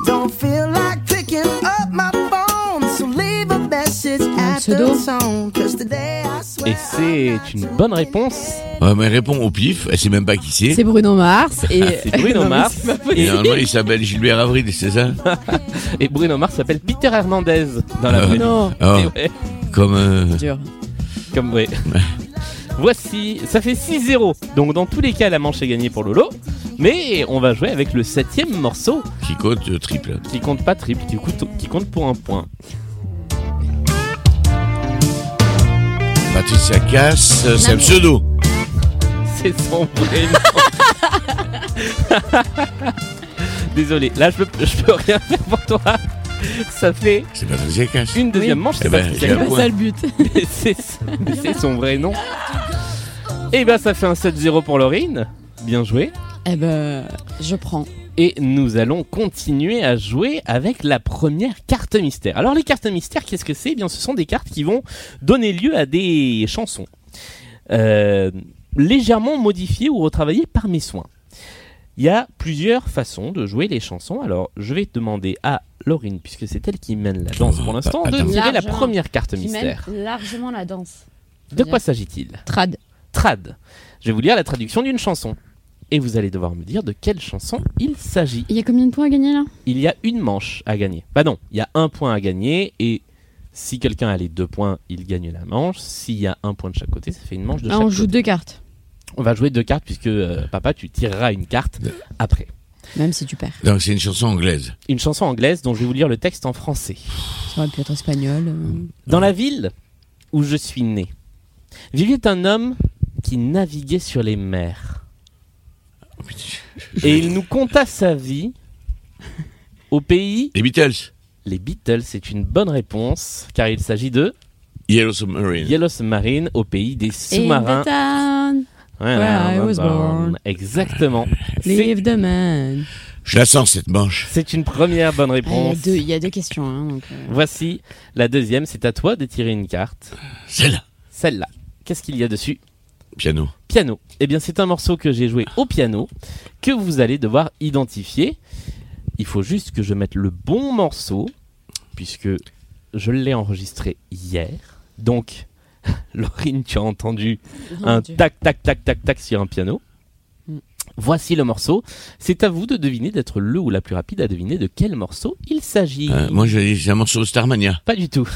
Don't feel like picking up my phone, so leave a message at the tone. Cause today I
Et c'est une bonne réponse.
Ouais, mais réponds au pif, elle sait même pas qui c'est.
C'est Bruno Mars et.
Ah, C'est Bruno
Non, mais
Mars.
c'est pas
Et
Et,
normalement, il s'appelle Gilbert Avril, c'est ça
et Bruno Mars s'appelle Peter Hernandez dans la
Ah
vraie
ouais.
vie.
Non.
Ah,
Et ouais,
Comme. euh,
Comme oui. Voici, ça fait 6-0. Donc dans tous les cas, la manche est gagnée pour Lolo. Mais on va jouer avec le septième morceau
qui compte euh, triple.
qui compte pas triple, qui coûte- qui compte pour un point.
Patricia Cass, euh, c'est un pseudo.
C'est son vrai nom. Désolé, là je peux, je peux rien faire pour toi. Ça fait
C'est Patricia Cass.
une deuxième manche, c'est
Eh ben,
Patricia
j'ai un
Cass.
point. C'est pas ça, le
but.
Mais c'est mais c'est son vrai nom. Et ben ça fait un 7-0 pour Laurine. Bien joué.
Eh ben, je prends.
Et nous allons continuer à jouer avec la première carte mystère. Alors les cartes mystères, qu'est-ce que c'est Eh bien, ce sont des cartes qui vont donner lieu à des chansons euh, légèrement modifiées ou retravaillées par mes soins. Il y a plusieurs façons de jouer les chansons. Alors, je vais demander à Laurine, puisque c'est elle qui mène la danse pour l'instant, de
attends.
tirer la
Largement.
première carte
Qui mène
mystère.
largement la danse.
De quoi s'agit-il
Trad.
Trad. Je vais vous lire la traduction d'une chanson. Et vous allez devoir me dire de quelle chanson il s'agit.
Il y a combien de points à gagner là
il y a une manche à gagner. Bah non, il y a un point à gagner et si quelqu'un a les deux points, il gagne la manche. S'il y a un point de chaque côté, ça fait une manche de
Ah,
chaque
on joue
côté.
deux cartes,
On va jouer deux cartes puisque euh, papa, tu tireras une carte après.
même si tu perds.
Donc c'est une chanson anglaise.
Une chanson anglaise dont je vais vous lire le texte en français.
Ça aurait pu être espagnol. euh.
Dans la ville où je suis né, vivait un homme qui naviguait sur les mers. Et il nous conta sa vie au pays.
Les Beatles.
Les Beatles, c'est une bonne réponse car il s'agit de
Yellow Submarine.
Yellow Submarine au pays des sous-marins.
In the town,
Ouais,
where I
ouais,
was
bah,
born.
Exactement. C'est-
Leave the man.
Je la sens cette manche.
C'est une première bonne
Ah, Il y, a
réponse.
deux- il y a deux questions. hein, donc, euh,
Voici la deuxième, c'est à toi de tirer une carte.
Celle-là.
Celle-là. Qu'est-ce qu'il y a dessus
Piano.
Piano. Eh bien, c'est un morceau que j'ai joué au piano que vous allez devoir identifier. Il faut juste que je mette le bon morceau puisque je l'ai enregistré hier. Donc, Laurine, tu as entendu un tac tac tac tac tac sur un piano. Voici le morceau. C'est à vous de deviner, d'être le ou la plus rapide à deviner de quel morceau il s'agit.
Euh, moi, je dis, c'est un morceau de Starmania.
Pas du tout.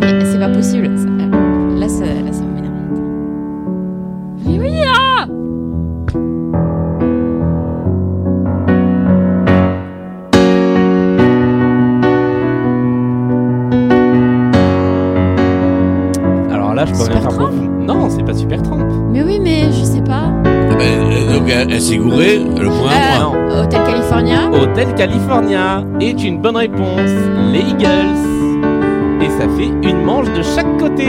Mais c'est pas possible. ça- euh, Là, ça, là, ça m'énerve. Mais oui, ah Supertramp.
Non, c'est pas super Trump.
Mais oui, mais je sais pas.
Eh ben, euh, donc, elle, elle s'est gourée, le point à moi.
Euh, Hotel California.
Hotel California est une bonne réponse. Les Eagles. Et ça fait une manche de chaque côté.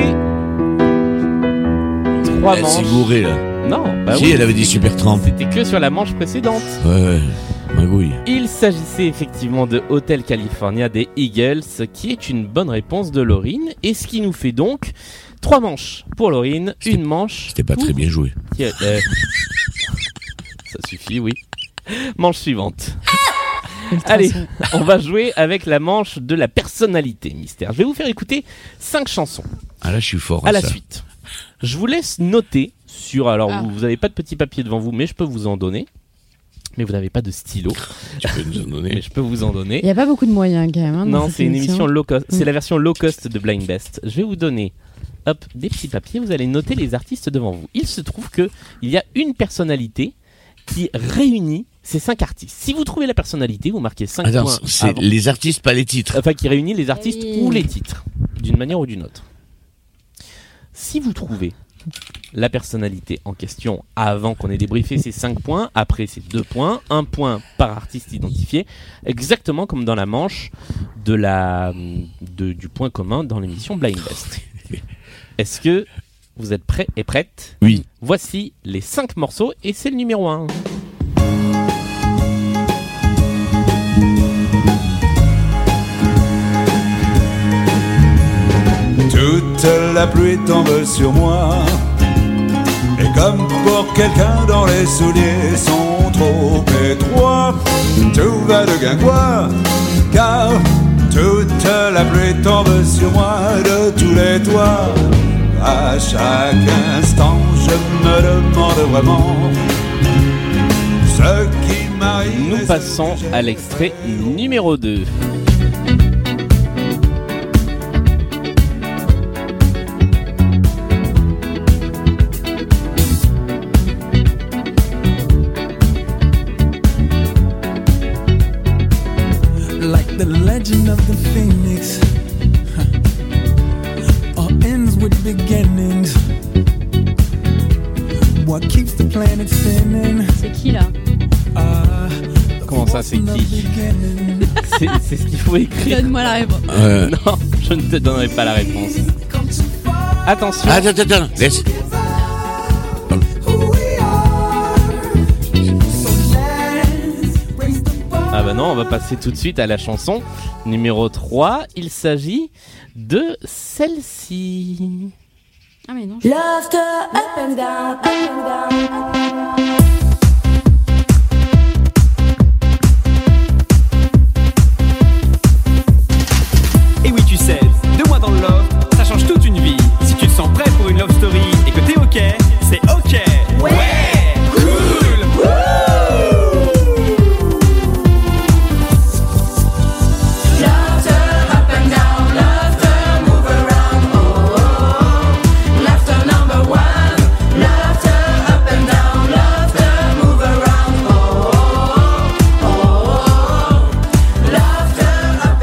Trois
Elle
manches.
s'est gourée, là.
Non, bah
si,
oui.
elle avait dit super trempe.
C'était que sur la manche précédente.
Ouais, ouais, magouille.
Il s'agissait effectivement de Hotel California des Eagles, qui est une bonne réponse de Laurine, et ce qui nous fait donc trois manches pour Laurine, une manche.
C'était pas très bien joué.
euh, Ça suffit, oui. Manche suivante. Allez, on va jouer avec la manche de la personnalité mystère. Je vais vous faire écouter cinq chansons.
Ah là, je suis fort.
À
hein,
la
ça.
suite. Je vous laisse noter sur. Alors,
Ah.
vous vous n'avez pas de petit papier devant vous, mais je peux vous en donner. Mais vous n'avez pas de stylo.
Je peux nous en donner.
Mais je peux vous en donner.
Il n'y a pas beaucoup de moyens quand même. hein, dans
Non,
cette
c'est une émission low cost.
Mm.
C'est la version low cost de Blind Best. Je vais vous donner hop, des petits papiers. Vous allez noter les artistes devant vous. Il se trouve que il y a une personnalité qui réunit ces cinq artistes. Si vous trouvez la personnalité, vous marquez 5
Attends,
points.
c'est
avant.
les artistes, pas les titres.
Enfin, qui réunit les artistes
Oui.
ou les titres, d'une manière ou d'une autre. Si vous trouvez la personnalité en question avant qu'on ait débriefé ces 5 points, après ces 2 points, 1 point par artiste identifié, exactement comme dans la manche de la, de- du point commun dans l'émission Blind Best. Est-ce que vous êtes prêts et prêtes
Oui.
Voici les 5 morceaux et c'est le numéro 1.
Toute la pluie tombe sur moi. Et comme pour quelqu'un dont les souliers sont trop étroits, tout va de guingois. Car toute la pluie tombe sur moi de tous les toits. À chaque instant, je me demande vraiment ce qui m'arrive.
Nous passons à l'extrait numéro 2.
like the legend of the phoenix. huh. All ends with beginnings. What keeps the planet spinning?
C'est qui là
Comment ça, c'est qui C'est c'est ce qu'il faut écrire.
Donne-moi la réponse.
Euh.
Non, je ne te donnerai pas la réponse. Attention.
Attends, attends, attends. Laisse.
Ah bah non, on va passer tout de suite à la chanson numéro 3. Il s'agit de celle-ci.
Ah mais non.
Laughter up and down, up and down.
Et oui, tu sais, deux mois dans le love, ça change toute une vie. Si tu te sens prêt pour une love story et que t'es ok, c'est ok. Ouais, cool.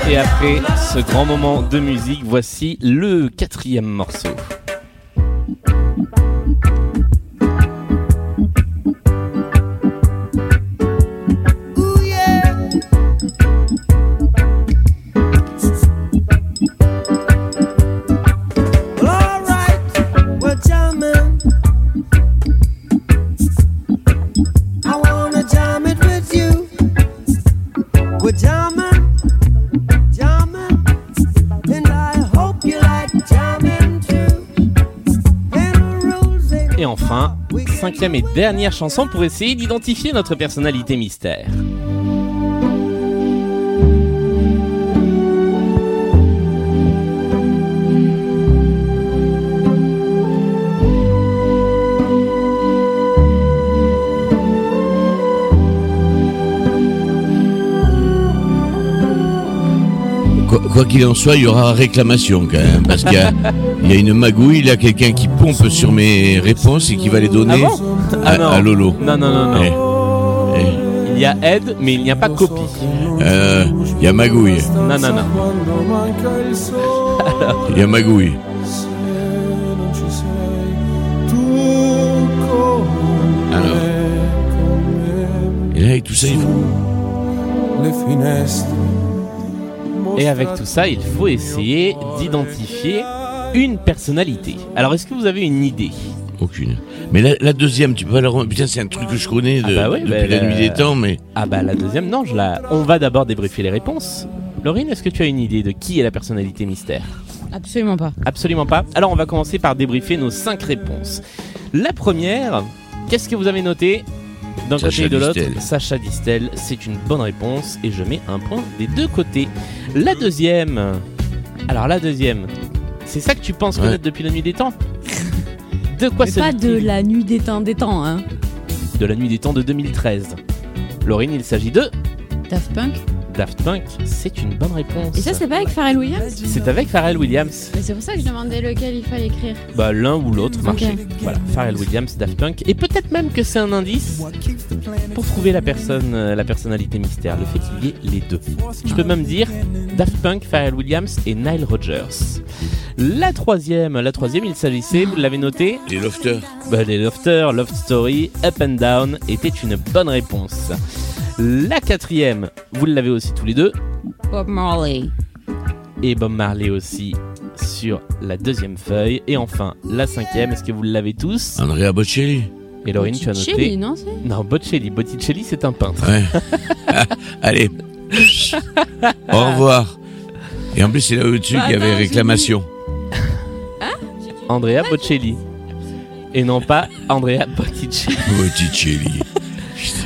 Et après ce grand moment de musique, voici le quatrième morceau. Et enfin, cinquième et dernière chanson pour essayer d'identifier notre personnalité mystère.
Quoi quoi qu'il en soit, il y aura réclamation quand même. Parce qu'il y, a- il y a une magouille, il y a quelqu'un qui pompe sur mes réponses et qui va les donner
Ah bon
à,
Ah non.
à Lolo.
Non, non, non, non.
Eh, eh,
Il y a aide, mais il n'y a pas copie.
euh, il y a magouille.
Non, non, non.
Il y a magouille. Alors. Et là, avec tout ça, ils font.
Et avec tout ça, il faut essayer d'identifier une personnalité. Alors, est-ce que vous avez une idée
Aucune. Mais la, la deuxième, tu peux pas la rendre. Putain, c'est un truc que je connais de-
bah ouais,
depuis
bah,
la
la-
nuit des temps, mais.
Ah bah la deuxième, non, je la... on va d'abord débriefer les réponses. Laurine, est-ce que tu as une idée de qui est la personnalité mystère
Absolument pas.
Absolument pas. Alors on va commencer par débriefer nos cinq réponses. La première, qu'est-ce que vous avez noté d'un côté
Sacha
et de l'autre
Distel.
Sacha Distel, c'est une bonne réponse et je mets un point des deux côtés. La deuxième, alors la deuxième, c'est ça que tu penses
Ouais.
connaître depuis la nuit des temps De quoi
Mais
se
pas de
dit-il
la nuit des temps des temps, hein.
de la nuit des temps de 2013. Laurine, il s'agit de
Daft Punk.
Daft Punk, c'est une bonne réponse.
Et ça, c'est pas avec Pharrell Williams
C'est avec Pharrell Williams.
Mais c'est pour ça que je demandais lequel il fallait écrire.
Bah l'un ou l'autre
Ok.
marchait. Voilà, Pharrell Williams, Daft Punk, et peut-être même que c'est un indice pour trouver la personne, euh, la personnalité mystère, le fait qu'il y ait les deux. Je peux même dire Daft Punk, Pharrell Williams et Nile Rodgers. La troisième, la troisième, il s'agissait, vous l'avez noté
Les lofters.
Bah, les lofters, Love Story, Up and Down était une bonne réponse. La quatrième, vous l'avez aussi tous les deux
Bob Marley.
et Bob Marley aussi sur la deuxième feuille. Et enfin, la cinquième, est-ce que vous l'avez tous
Andrea Bocelli.
Et Laurine, tu as noté
Botticelli, non, c'est
Non, Bocelli. Botticelli, c'est un peintre.
Ouais. Allez. Au revoir. Et en plus, c'est là au-dessus qu'il y avait réclamation.
Andrea Bocelli. Et non pas Andrea Botticelli.
Botticelli.
Oh.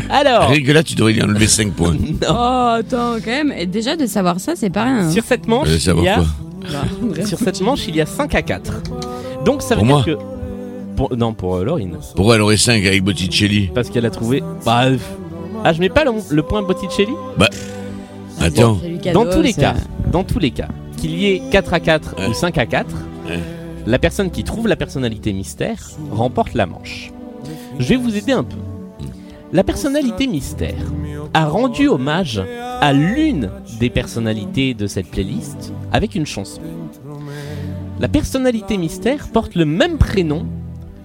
Alors
Rien que là, tu devrais lui enlever 5 points.
Oh, attends, quand même. Et déjà, de savoir ça, c'est pas rien. hein.
Sur cette manche,
Je vais
il
savoir
y a...
Euh, quoi.
Sur cette manche, il y a 5 à 4. Donc ça veut
Pour
dire que... Pour- Non, pour euh, Laurine.
Pourquoi elle aurait 5 avec Botticelli
Parce qu'elle a trouvé... Bah, euh, Ah, je mets pas le, le point Botticelli
Bah. Attends.
Dans tous les cas, dans tous les cas, qu'il y ait 4 à 4 ou 5 à 4, la personne qui trouve la personnalité mystère remporte la manche. Je vais vous aider un peu. La personnalité mystère a rendu hommage à l'une des personnalités de cette playlist avec une chanson. La personnalité mystère porte le même prénom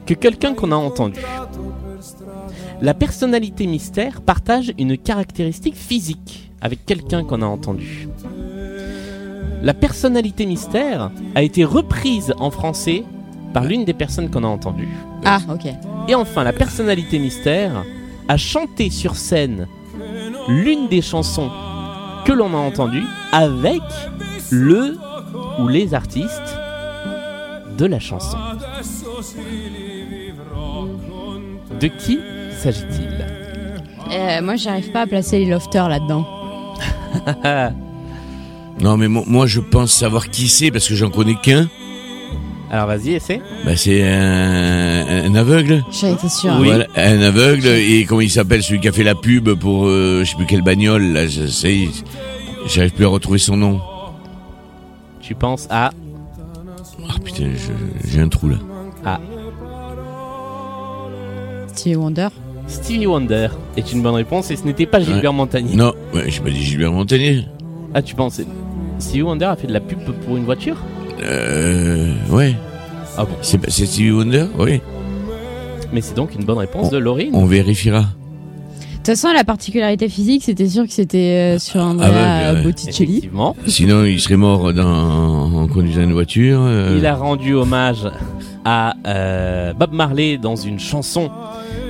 que quelqu'un qu'on a entendu. La personnalité mystère partage une caractéristique physique avec quelqu'un qu'on a entendu. La personnalité mystère a été reprise en français par l'une des personnes qu'on a entendues.
Ah, ok.
Et enfin, la personnalité mystère a chanté sur scène l'une des chansons que l'on a entendues avec le ou les artistes de la chanson. De qui s'agit-il
Euh, moi, j'arrive pas à placer les lofters là-dedans.
Non, mais mo- moi, je pense savoir qui c'est parce que j'en connais qu'un.
Alors, vas-y, essaie.
Bah, c'est un, un aveugle.
J'ai été
Ah.
sûre.
Voilà, un aveugle. Et comment il s'appelle celui qui a fait la pub pour euh, je sais plus quelle bagnole là Je sais. J'arrive plus à retrouver son nom.
Tu penses à.
Ah putain, je- j'ai un trou là.
à
hein. Stevie Wonder.
Stevie Wonder est une bonne réponse et ce n'était pas Gilbert Montagnier.
Non, ouais, j'ai pas dit Gilbert Montagnier.
Ah, tu pensais Stevie Wonder a fait de la pub pour une voiture
Euh. Ouais.
Ah bon
C'est pas- c'est Stevie Wonder Oui.
Mais c'est donc une bonne réponse de Laurine.
On vérifiera.
De toute façon, la particularité physique, c'était sûr que c'était euh, sur Andrea
Ah ouais, ouais.
Botticelli.
Effectivement.
Sinon, il serait mort dans, en conduisant une voiture. euh,
Il a rendu hommage à euh, Bob Marley dans une chanson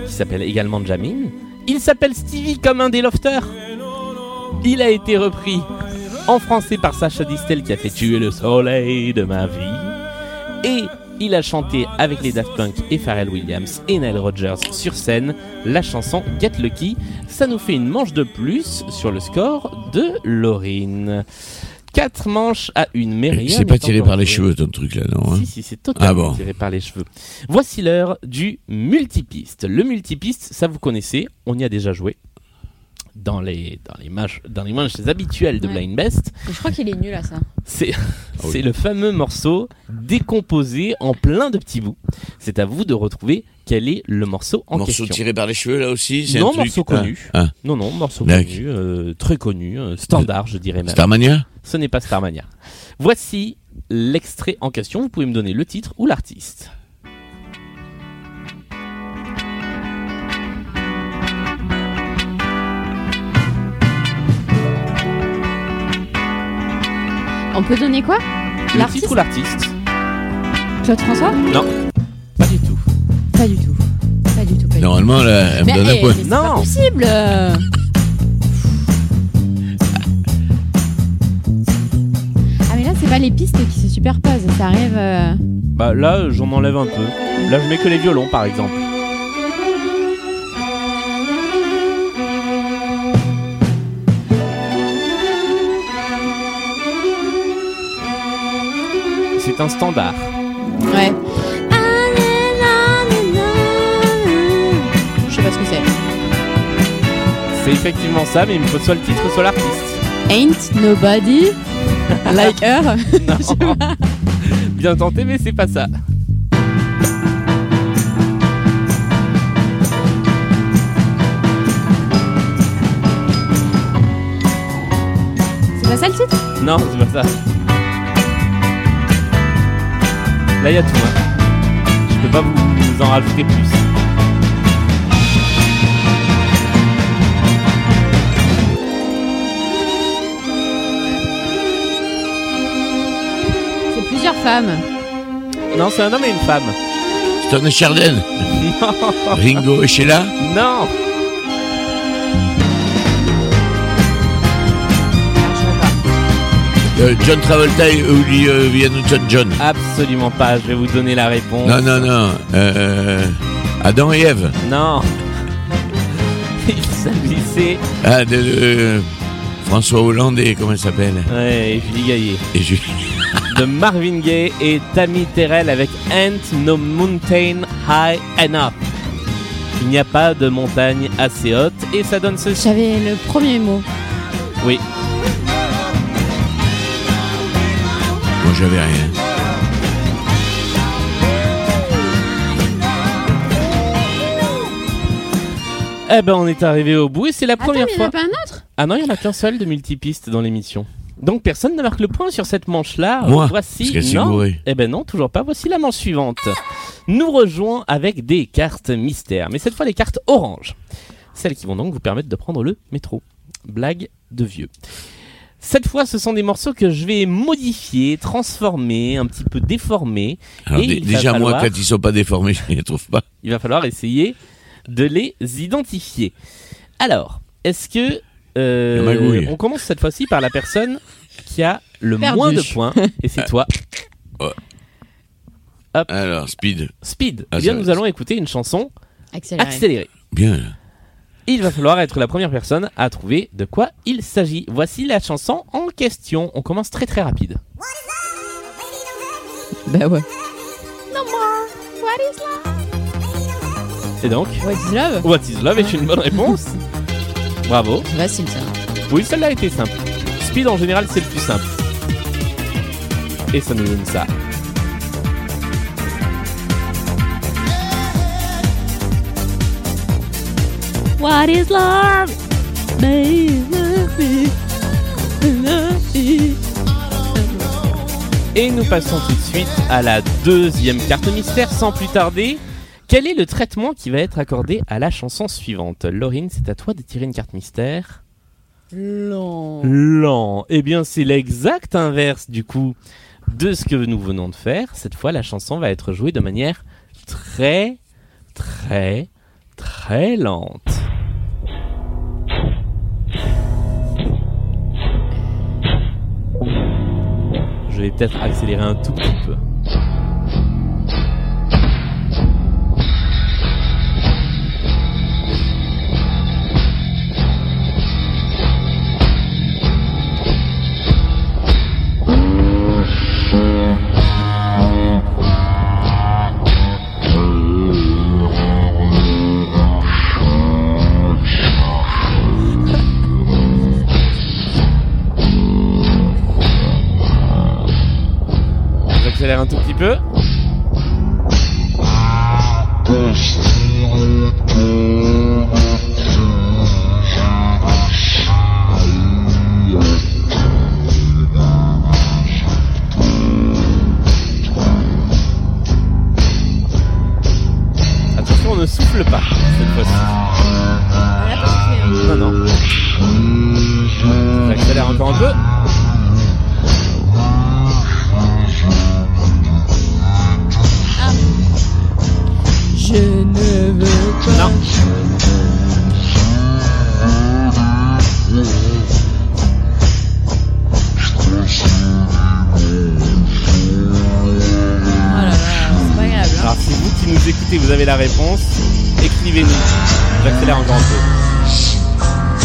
qui s'appelle également Jamin. Il s'appelle Stevie comme un des lofters. Il a été repris en français par Sacha Distel qui a fait tuer le soleil de ma vie. Et il a chanté avec les Daft Punk et Pharrell Williams et Nile Rodgers sur scène la chanson Get Lucky. Ça nous fait une manche de plus sur le score de Laurine. Quatre manches à une, mais rien
C'est pas
n'est
tiré
encore
par les
joué.
cheveux, ton truc là, non hein
Si, si, c'est totalement
Ah bon.
tiré par les cheveux. Voici l'heure du multipiste. Le multipiste, ça vous connaissez, on y a déjà joué. Dans les, dans les, manches, dans les manches habituelles de
Ouais.
Blind Best,
Je crois qu'il est nul à ça.
c'est
Ah
c'est le fameux morceau décomposé en plein de petits bouts. C'est à vous de retrouver quel est le morceau en
Morceau
question.
tiré par les cheveux là aussi c'est un
Non,
truc-
morceau
Ah,
connu.
ah.
Non, non, morceau
D'accord.
connu, euh, très connu, euh, standard, je dirais même.
Starmania
Ce n'est pas Starmania. Voici l'extrait en question. Vous pouvez me donner le titre ou l'artiste.
on peut donner quoi
Le titre ou l'artiste
Claude François
Non, pas du tout.
Pas du tout. Pas du tout. Pas du tout.
Normalement, là, elle me
Mais,
donne un
eh,
point.
mais c'est pas possible. euh. Ah mais là c'est pas les pistes qui se superposent, ça arrive. euh,
Bah là, j'en enlève un peu. Là, je mets que les violons, par exemple. C'est un standard.
Ouais. Je sais pas ce que c'est.
C'est effectivement ça, mais il me faut soit le titre, soit l'artiste.
Ain't nobody like her.
Bien tenté, mais c'est pas ça.
C'est pas ça le titre
Non, c'est pas ça. Là, il y a tout. hein. Je peux pas vous, vous en rajouter plus.
C'est plusieurs femmes.
Non, c'est un homme et une femme.
Stone et Charden.
Non.
Ringo et Sheila.
Non.
Euh, John Travolta et Uli euh, John John.
Absolument pas. Je vais vous donner la
Ah.
réponse.
Non, non, non. Euh, Adam et Ève.
Non. Il s'agissait.
Ah, de euh, François Hollande et comment elle s'appelle
Ah.
Ouais, et Julie Gaillet.
Et Julie.
de Marvin Gaye et Tammy Terrell avec Ain't No Mountain High Enough. Il n'y a pas de montagne assez haute et ça donne ceci.
J'avais le premier mot.
Oui,
Moi, j'avais rien.
Eh ben, on est arrivé au bout et c'est la première
mais il y en
fois.
a pas un autre
Ah non, il n'y en a qu'un seul de multipiste dans l'émission. Donc personne ne marque le point sur cette manche-là.
Moi,
voici.
parce qu'elle s'est
non.
gourée.
Eh ben non, toujours pas. Voici la manche suivante. Nous rejoignons avec des cartes mystères, mais cette fois les cartes oranges. Celles qui vont donc vous permettre de prendre le métro. Blague de vieux. Cette fois, ce sont des morceaux que je vais modifier, transformer, un petit peu déformer.
Alors,
Et
dé-
il va
déjà, moi,
falloir-
quand ils sont pas déformés, je les trouve pas.
il va falloir essayer de les identifier. Alors, est-ce que euh,
La magouille.
on commence cette fois-ci par la personne qui a le
Perdu.
moins de points et
Ah.
c'est toi.
Alors, Speed.
Speed.
Ah,
eh bien,
ça-
nous allons écouter une chanson
Accéléré.
accélérée.
Bien.
Il va falloir être la première personne à trouver de quoi il s'agit. Voici la chanson en question. On commence très très rapide.
Bah ouais.
No more. What is love?
Et donc
What is love
What is love est une bonne réponse. Bravo.
Facile ça.
Oui, celle-là était simple. Speed en général, c'est le plus simple. Et ça nous donne ça.
What is love? Baby, baby.
Et nous passons tout de suite à la deuxième carte mystère sans plus tarder. Quel est le traitement qui va être accordé à la chanson suivante Laurine, c'est à toi de tirer une carte mystère.
Lent.
Lent. Eh bien, c'est l'exact inverse du coup de ce que nous venons de faire. Cette fois, la chanson va être jouée de manière très, très, très lente. Je vais peut-être accélérer un tout petit peu. J'accélère un tout petit peu. Attention, on ne souffle pas cette fois-ci. Non, non. J'accélère encore un peu.
Je ne veux pas.
Alors, c'est vous qui nous écoutez, vous avez la réponse. Écrivez-nous. J'accélère encore un peu.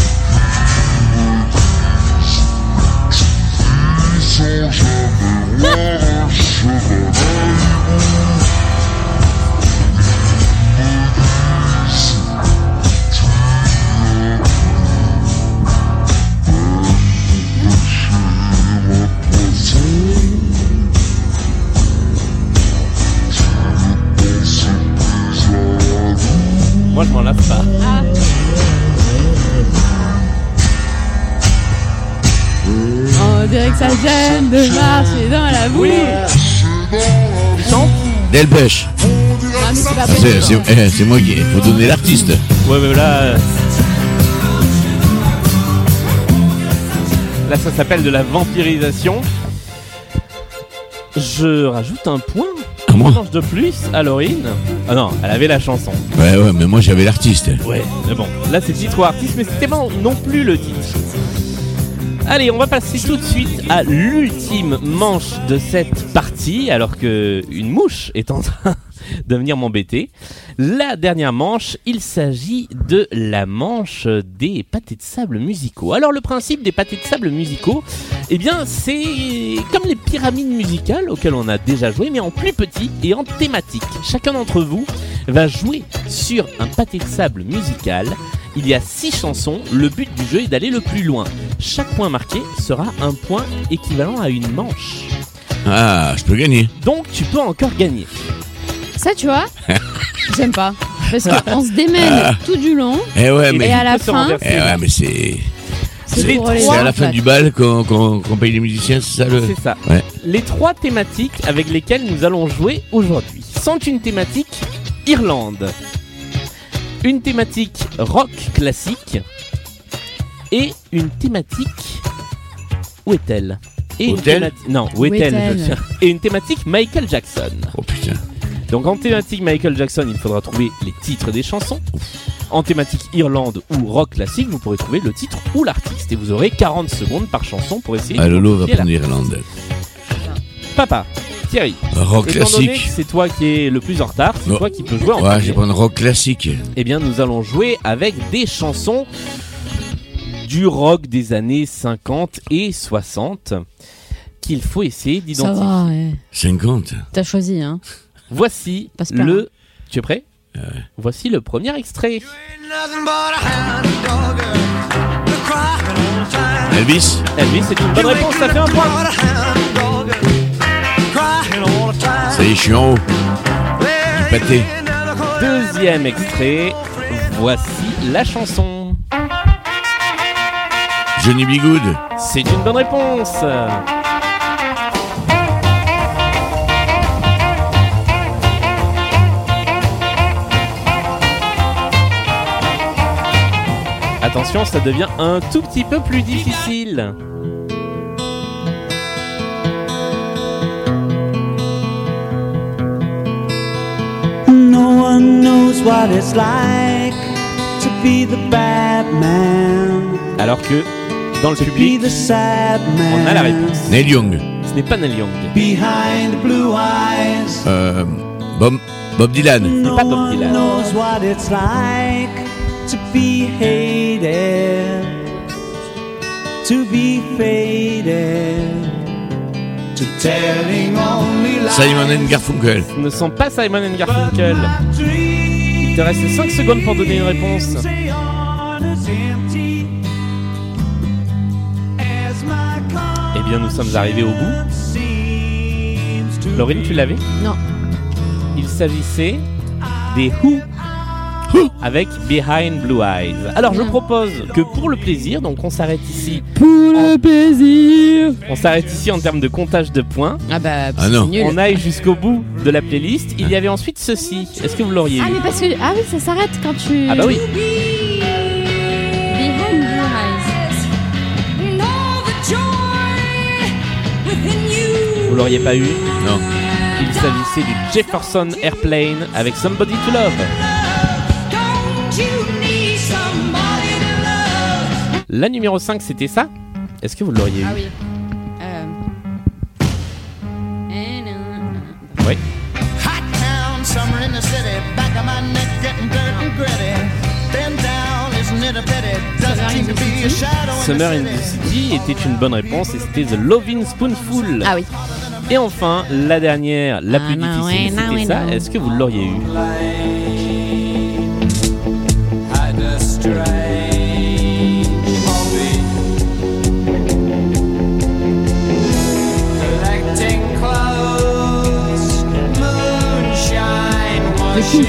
Moi, je m'en lave pas.
On dirait que ça gêne de marcher dans la boue.
Delpech.
Ah, mais c'est pas
C'est-
possible. Ah,
C'est eh, c'est moi qui. Faut donner l'artiste.
Ouais, mais là. euh, Là, ça s'appelle de la vampirisation. Je rajoute un point.
Comment
Une manche de plus à Laurine. Ah non, elle avait la chanson.
Ouais, ouais, mais moi j'avais l'artiste.
Ouais, mais bon, là c'est titre ou artiste, mais c'était pas non plus le titre. Allez, on va passer tout de suite à l'ultime manche de cette partie, alors que une mouche est en train de venir m'embêter. La dernière manche, il s'agit de la manche des pâtés de sable musicaux. Alors le principe des pâtés de sable musicaux, eh bien c'est comme les pyramides musicales auxquelles on a déjà joué, mais en plus petit et en thématique. Chacun d'entre vous va jouer sur un pâté de sable musical. Il y a six chansons, le but du jeu est d'aller le plus loin. Chaque point marqué sera un point équivalent à une manche.
Ah, je peux gagner.
Donc tu peux encore gagner.
Ça, tu vois, j'aime pas. Parce qu'on se démène tout du long.
Eh ouais, mais.
Et à la fin,
Eh ouais, mais c'est.
C'est
C'est
pour les
c'est
trois,
à la
en
fin
fait.
du bal qu'on qu'on- qu'on paye les musiciens, c'est ça le.
C'est ça.
Euh, Ouais.
Les trois thématiques avec lesquelles nous allons jouer aujourd'hui sont une thématique Irlande, une thématique rock classique et une thématique où est-elle et une
Hôtel
thémati- Non, où
Où
est-elle je
est-elle
tiens. Et une thématique Michael Jackson.
Oh putain.
Donc en thématique Michael Jackson, il faudra trouver les titres des chansons. En thématique Irlande ou rock classique, vous pourrez trouver le titre ou l'artiste. Et vous aurez 40 secondes par chanson pour essayer
Ah,
de
Lolo va
trouver la-
prendre l'Irlande.
Papa, Thierry.
Rock
étant donné
classique.
que C'est toi qui es le plus en retard, c'est
Non.
toi qui peux jouer en
Ouais,
premier.
je vais prendre rock classique.
Eh bien, nous allons jouer avec des chansons du rock des années 50 et 60 qu'il faut essayer
ça
d'identifier.
va. ouais.
50.
T'as choisi, hein.
Voici
Passe pas,
le. Tu es prêt Voici le premier extrait.
Elvis
Elvis, c'est une bonne réponse, ça fait un point.
Ça y est, je suis en haut. Du pâté.
Deuxième extrait. Voici la chanson.
Johnny B. Good.
C'est une bonne réponse. Attention, ça devient un tout petit peu plus difficile.
No one knows what it's like to be the bad man,
Alors que dans le
be
public,
the sad man.
on a la réponse.
Neil Young.
Ce n'est pas Neil Young.
Behind the blue eyes,
Euh, Bob, Bob Dylan.
C'est pas Bob Dylan.
knows what it's like to be hated, to be faded, to telling only lies.
Simon and Garfunkel.
Ce ne sont pas Simon and Garfunkel. Il te reste 5 secondes pour donner une réponse. Eh bien, nous sommes arrivés au bout. Laurine, tu l'avais
Non.
Il s'agissait des Who avec Behind Blue Eyes. Alors, je propose que pour le plaisir, donc on s'arrête ici.
Pour le plaisir.
On s'arrête ici en termes de comptage de points.
Ah bah,
Ah non. c'est nul.
on aille jusqu'au bout de la playlist. Il y avait ensuite ceci. Est-ce que vous l'auriez
Ah,
eu
mais parce que. Ah oui, ça s'arrête quand tu.
Ah bah oui.
Behind your
Vous l'auriez pas eu
Non.
eyes.
Il s'agissait du Jefferson Airplane avec Somebody to Love. La numéro 5, c'était ça Est-ce que vous l'auriez eu
Ah oui. Euh. Eh, non.
Oui.
Hot town, summer in the city, back of my neck getting dirt and gritty. Bend down, isn't it a pity? Doesn't seem to be a shadow.
Summer in the City était une bonne réponse et c'était The Loving Spoonful.
Ah oui.
Et enfin, la dernière, la plus
Ah, non,
difficile,
ouais, non,
c'était
ouais,
ça.
non.
Est-ce que vous l'auriez eu
Had a strange movie. Collecting clothes, moonshine, washing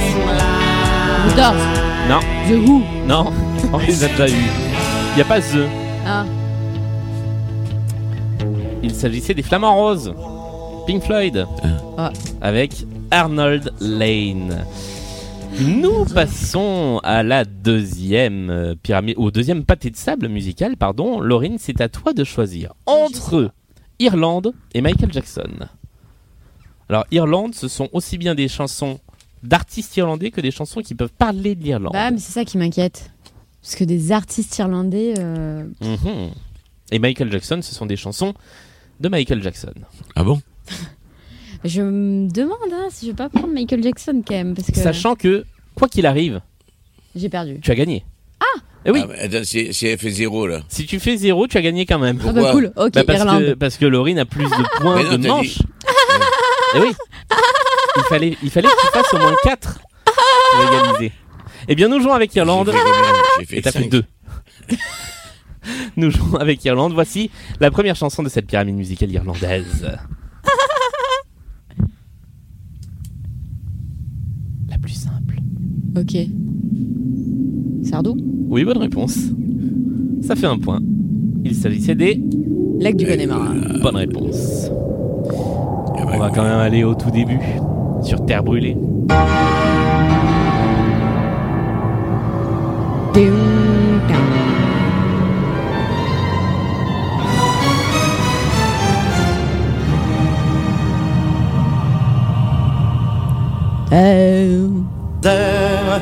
The Doors.
Non.
The Who
Non, on les a déjà eu. Il n'y a pas The.
Ah.
Il s'agissait des Flamants Roses. Pink Floyd.
Ah.
Avec Arnold Lane. Nous
Ah.
passons à la deuxième euh, pyramide, au deuxième pâté de sable musical, pardon. Laurine, c'est à toi de choisir entre Irlande et Michael Jackson. Alors, Irlande, ce sont aussi bien des chansons d'artistes irlandais que des chansons qui peuvent parler de l'Irlande.
Bah, mais c'est ça qui m'inquiète. Parce que des artistes irlandais. euh,
Mhm. Et Michael Jackson, ce sont des chansons de Michael Jackson.
Ah bon
Je me demande hein, si je vais pas prendre Michael Jackson quand même. Parce que
Sachant que, quoi qu'il arrive,
J'ai perdu.
tu as gagné. Ah oui.
attends, si, si elle fait zéro, là.
Si tu fais zéro, tu as gagné quand même.
Ah bah Pourquoi cool, ok,
Bah parce,
Irlande.
que, parce que Laurine a plus de points
Mais non,
de
t'as dit-
manches. Eh oui. Il fallait, il fallait que tu fasses au moins 4 pour égaliser. Eh bien, nous jouons avec Irlande. Et t'as fait 2. Nous jouons avec Irlande. Voici la première chanson de cette pyramide musicale irlandaise. La plus simple.
Ok. Sardou
Oui, bonne réponse. Ça fait un point. Il s'agissait des
Lac
Euh,
du Connemara.
bonnes réponses.
Ah, bah,
On va quand même aller au tout début, sur Terre brûlée. euh,
Euh,
Terre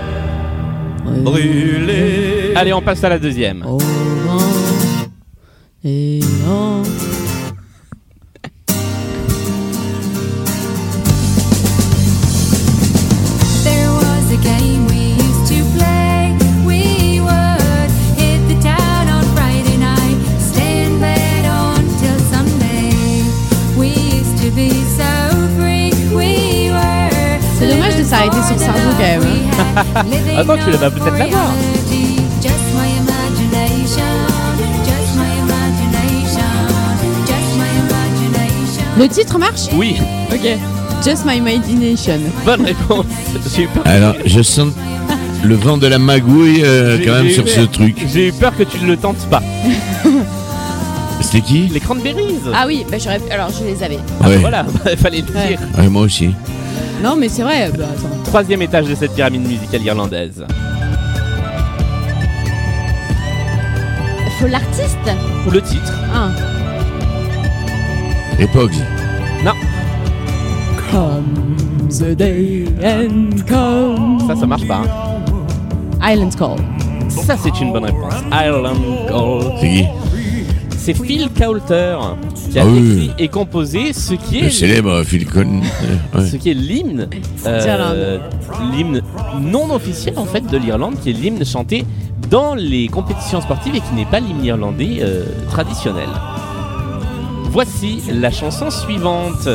brûlée.
Allez, on passe à la deuxième.
Et non.
There was a game we used to play. We would hit the town on Friday night, stay in bed until Sunday. We used to be so free. We were.
C'est dommage de s'arrêter sur Sardou quand même. hein.
Attends, tu vas peut-être la voir.
Just my imagination. Just my imagination. Just my imagination.
Le titre marche
Oui.
Ok. Just my imagination.
Bonne réponse. J'ai eu peur.
Alors, je sens le vent de la magouille euh,
J'ai-
quand même
j'ai
sur
eu
ce
peur.
truc.
J'ai eu peur que tu ne le tentes pas.
C'était qui
Les cranberries.
Ah oui, bah j'aurais. Alors je les avais.
Ah ouais.
Voilà, il fallait le dire.
Ouais, Moi aussi.
Non, mais c'est vrai. Bah, attends.
Troisième étage de cette pyramide musicale irlandaise.
Faut l'artiste
Ou le titre.
Ah.
Les Pogs.
Non.
Come the day and come.
Ça, ça marche pas. hein.
Island Call.
Ça, c'est une bonne réponse. Ireland Call.
C'est qui
C'est Phil Coulter qui a
Ah oui.
écrit et composé ce qui
Le
est
célèbre Phil Collins. euh, ouais.
ce qui est l'hymne, euh, l'hymne non officiel en fait de l'Irlande, qui est l'hymne chanté dans les compétitions sportives et qui n'est pas l'hymne irlandais euh, traditionnel. Voici la chanson suivante.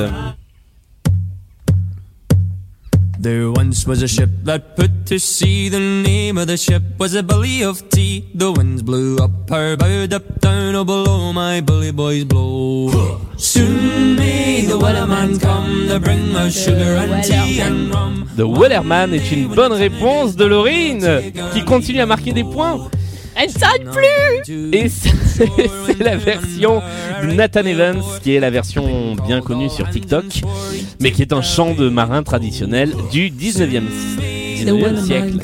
There once was a ship that put to sea. The name of the ship was a belly of tea. The winds blew up her bow, up down, oh below my bully boys blow. Soon may the wellerman come to bring us sugar and tea and rum.
The Wellerman est une bonne réponse de Laurine, qui continue à marquer des points.
Elle s'arrête plus
Et c'est c'est la version de Nathan Evans, qui est la version bien connue sur TikTok, mais qui est un chant de marin traditionnel du 19e, 19e siècle.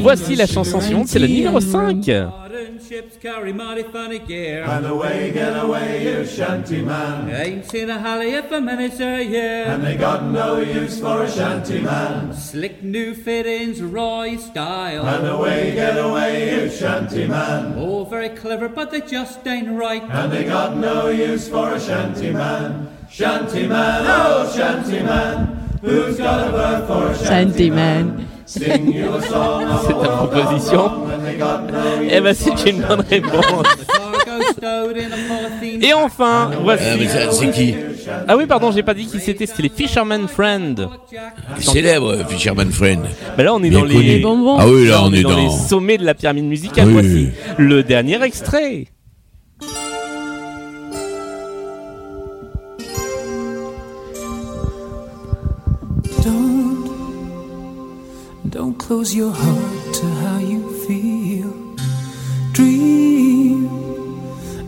Voici la chanson suivante, c'est la numéro 5.
ships carry mighty funny gear.
And away, get away, you shanty man.
Ain't seen a halley if a minute or a year.
And they got no use for a shanty man.
Slick new fittings, Roy style.
And away, get away, you shanty man.
Oh, very clever, but they just ain't right.
And they got no use for a shanty man. Shanty man, oh shanty man. Who's got a bird for a shanty man? Sing you a song of
C'est ta
a
proposition Eh ben c'est une bonne réponse. Et enfin, voici.
Ah, mais ça, c'est qui
Ah oui, pardon, j'ai pas dit qui c'était, c'était les Fisherman Friend.
Célèbre Fisherman Friend.
Mais là, on est
Bien
dans les...
connu. Les bonbons. Ah oui, là, on est
les
dans- Ah
sommets de la pyramide musicale.
Oui.
Voici le dernier extrait.
Don't, don't close your heart to how you feel. Dream,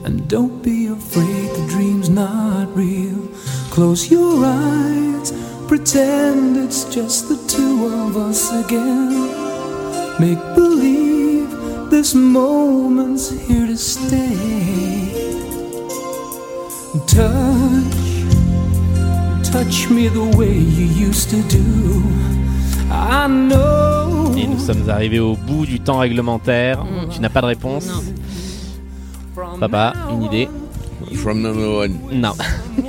and don't be afraid the dream's not real. Close your eyes, pretend it's just the two of us again. Make believe this moment's here to stay. Touch. Touch me the way you used to do. I know.
Et nous sommes arrivés au bout du temps réglementaire. Tu n'as pas de réponse. Papa, une idée
From number one.
Non.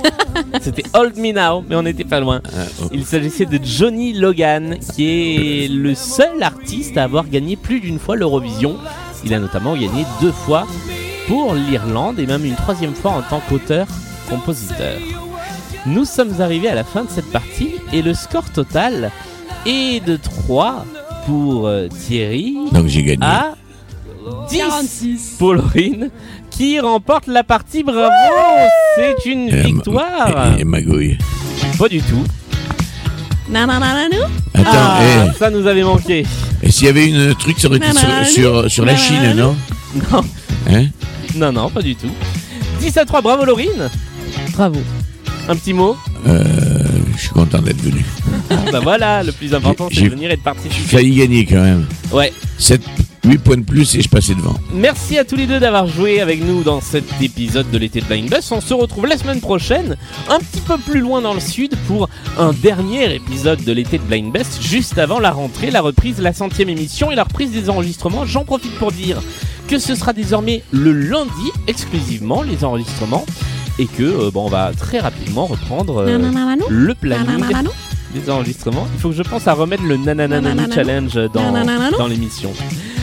C'était Old Me Now, mais on n'était pas loin. Il s'agissait de Johnny Logan, qui est le seul artiste à avoir gagné plus d'une fois l'Eurovision. Il a notamment gagné deux fois pour l'Irlande et même une troisième fois en tant qu'auteur-compositeur. Nous sommes arrivés à la fin de cette partie et le score total est de 3 pour euh, Thierry.
Donc j'ai gagné.
à 10 pour Laurine qui remporte la partie. Bravo, c'est une
Et-
victoire.
Et, et magouille.
Pas du tout.
Attends,
Ah, ça nous avait manqué.
et, et s'il y avait une truc, ça aurait été sur, sur, sur la Chine, non
Non,
Hein
non, non, pas du tout. 10 à 3, bravo Laurine. Bravo. Un petit mot
euh, Je suis content d'être venu.
Bah voilà, le plus important c'est
J'ai-
de venir et de participer.
J'ai failli gagner quand même.
Ouais.
7, 8 points de plus et je passais devant.
Merci à tous les deux d'avoir joué avec nous dans cet épisode de l'été de Blind Bus. On se retrouve la semaine prochaine, un petit peu plus loin dans le sud, pour un dernier épisode de l'été de Blind Best, juste avant la rentrée, la reprise, la centième émission et la reprise des enregistrements. J'en profite pour dire que ce sera désormais le lundi exclusivement les enregistrements et que euh, bon, on va très rapidement reprendre euh,
Nananananou.
le planning
Nananananou.
des enregistrements. Il faut que je pense à remettre le nananananou
Nananananou.
challenge dans,
Nananananou.
dans l'émission.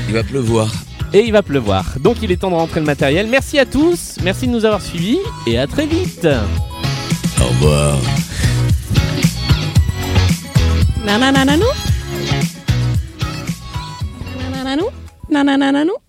Il va pleuvoir.
Et il va pleuvoir. Donc il est temps de rentrer le matériel. Merci à tous, merci de nous avoir suivis et à très vite.
Au revoir.
Nananananou. Nananananou. Nananananou.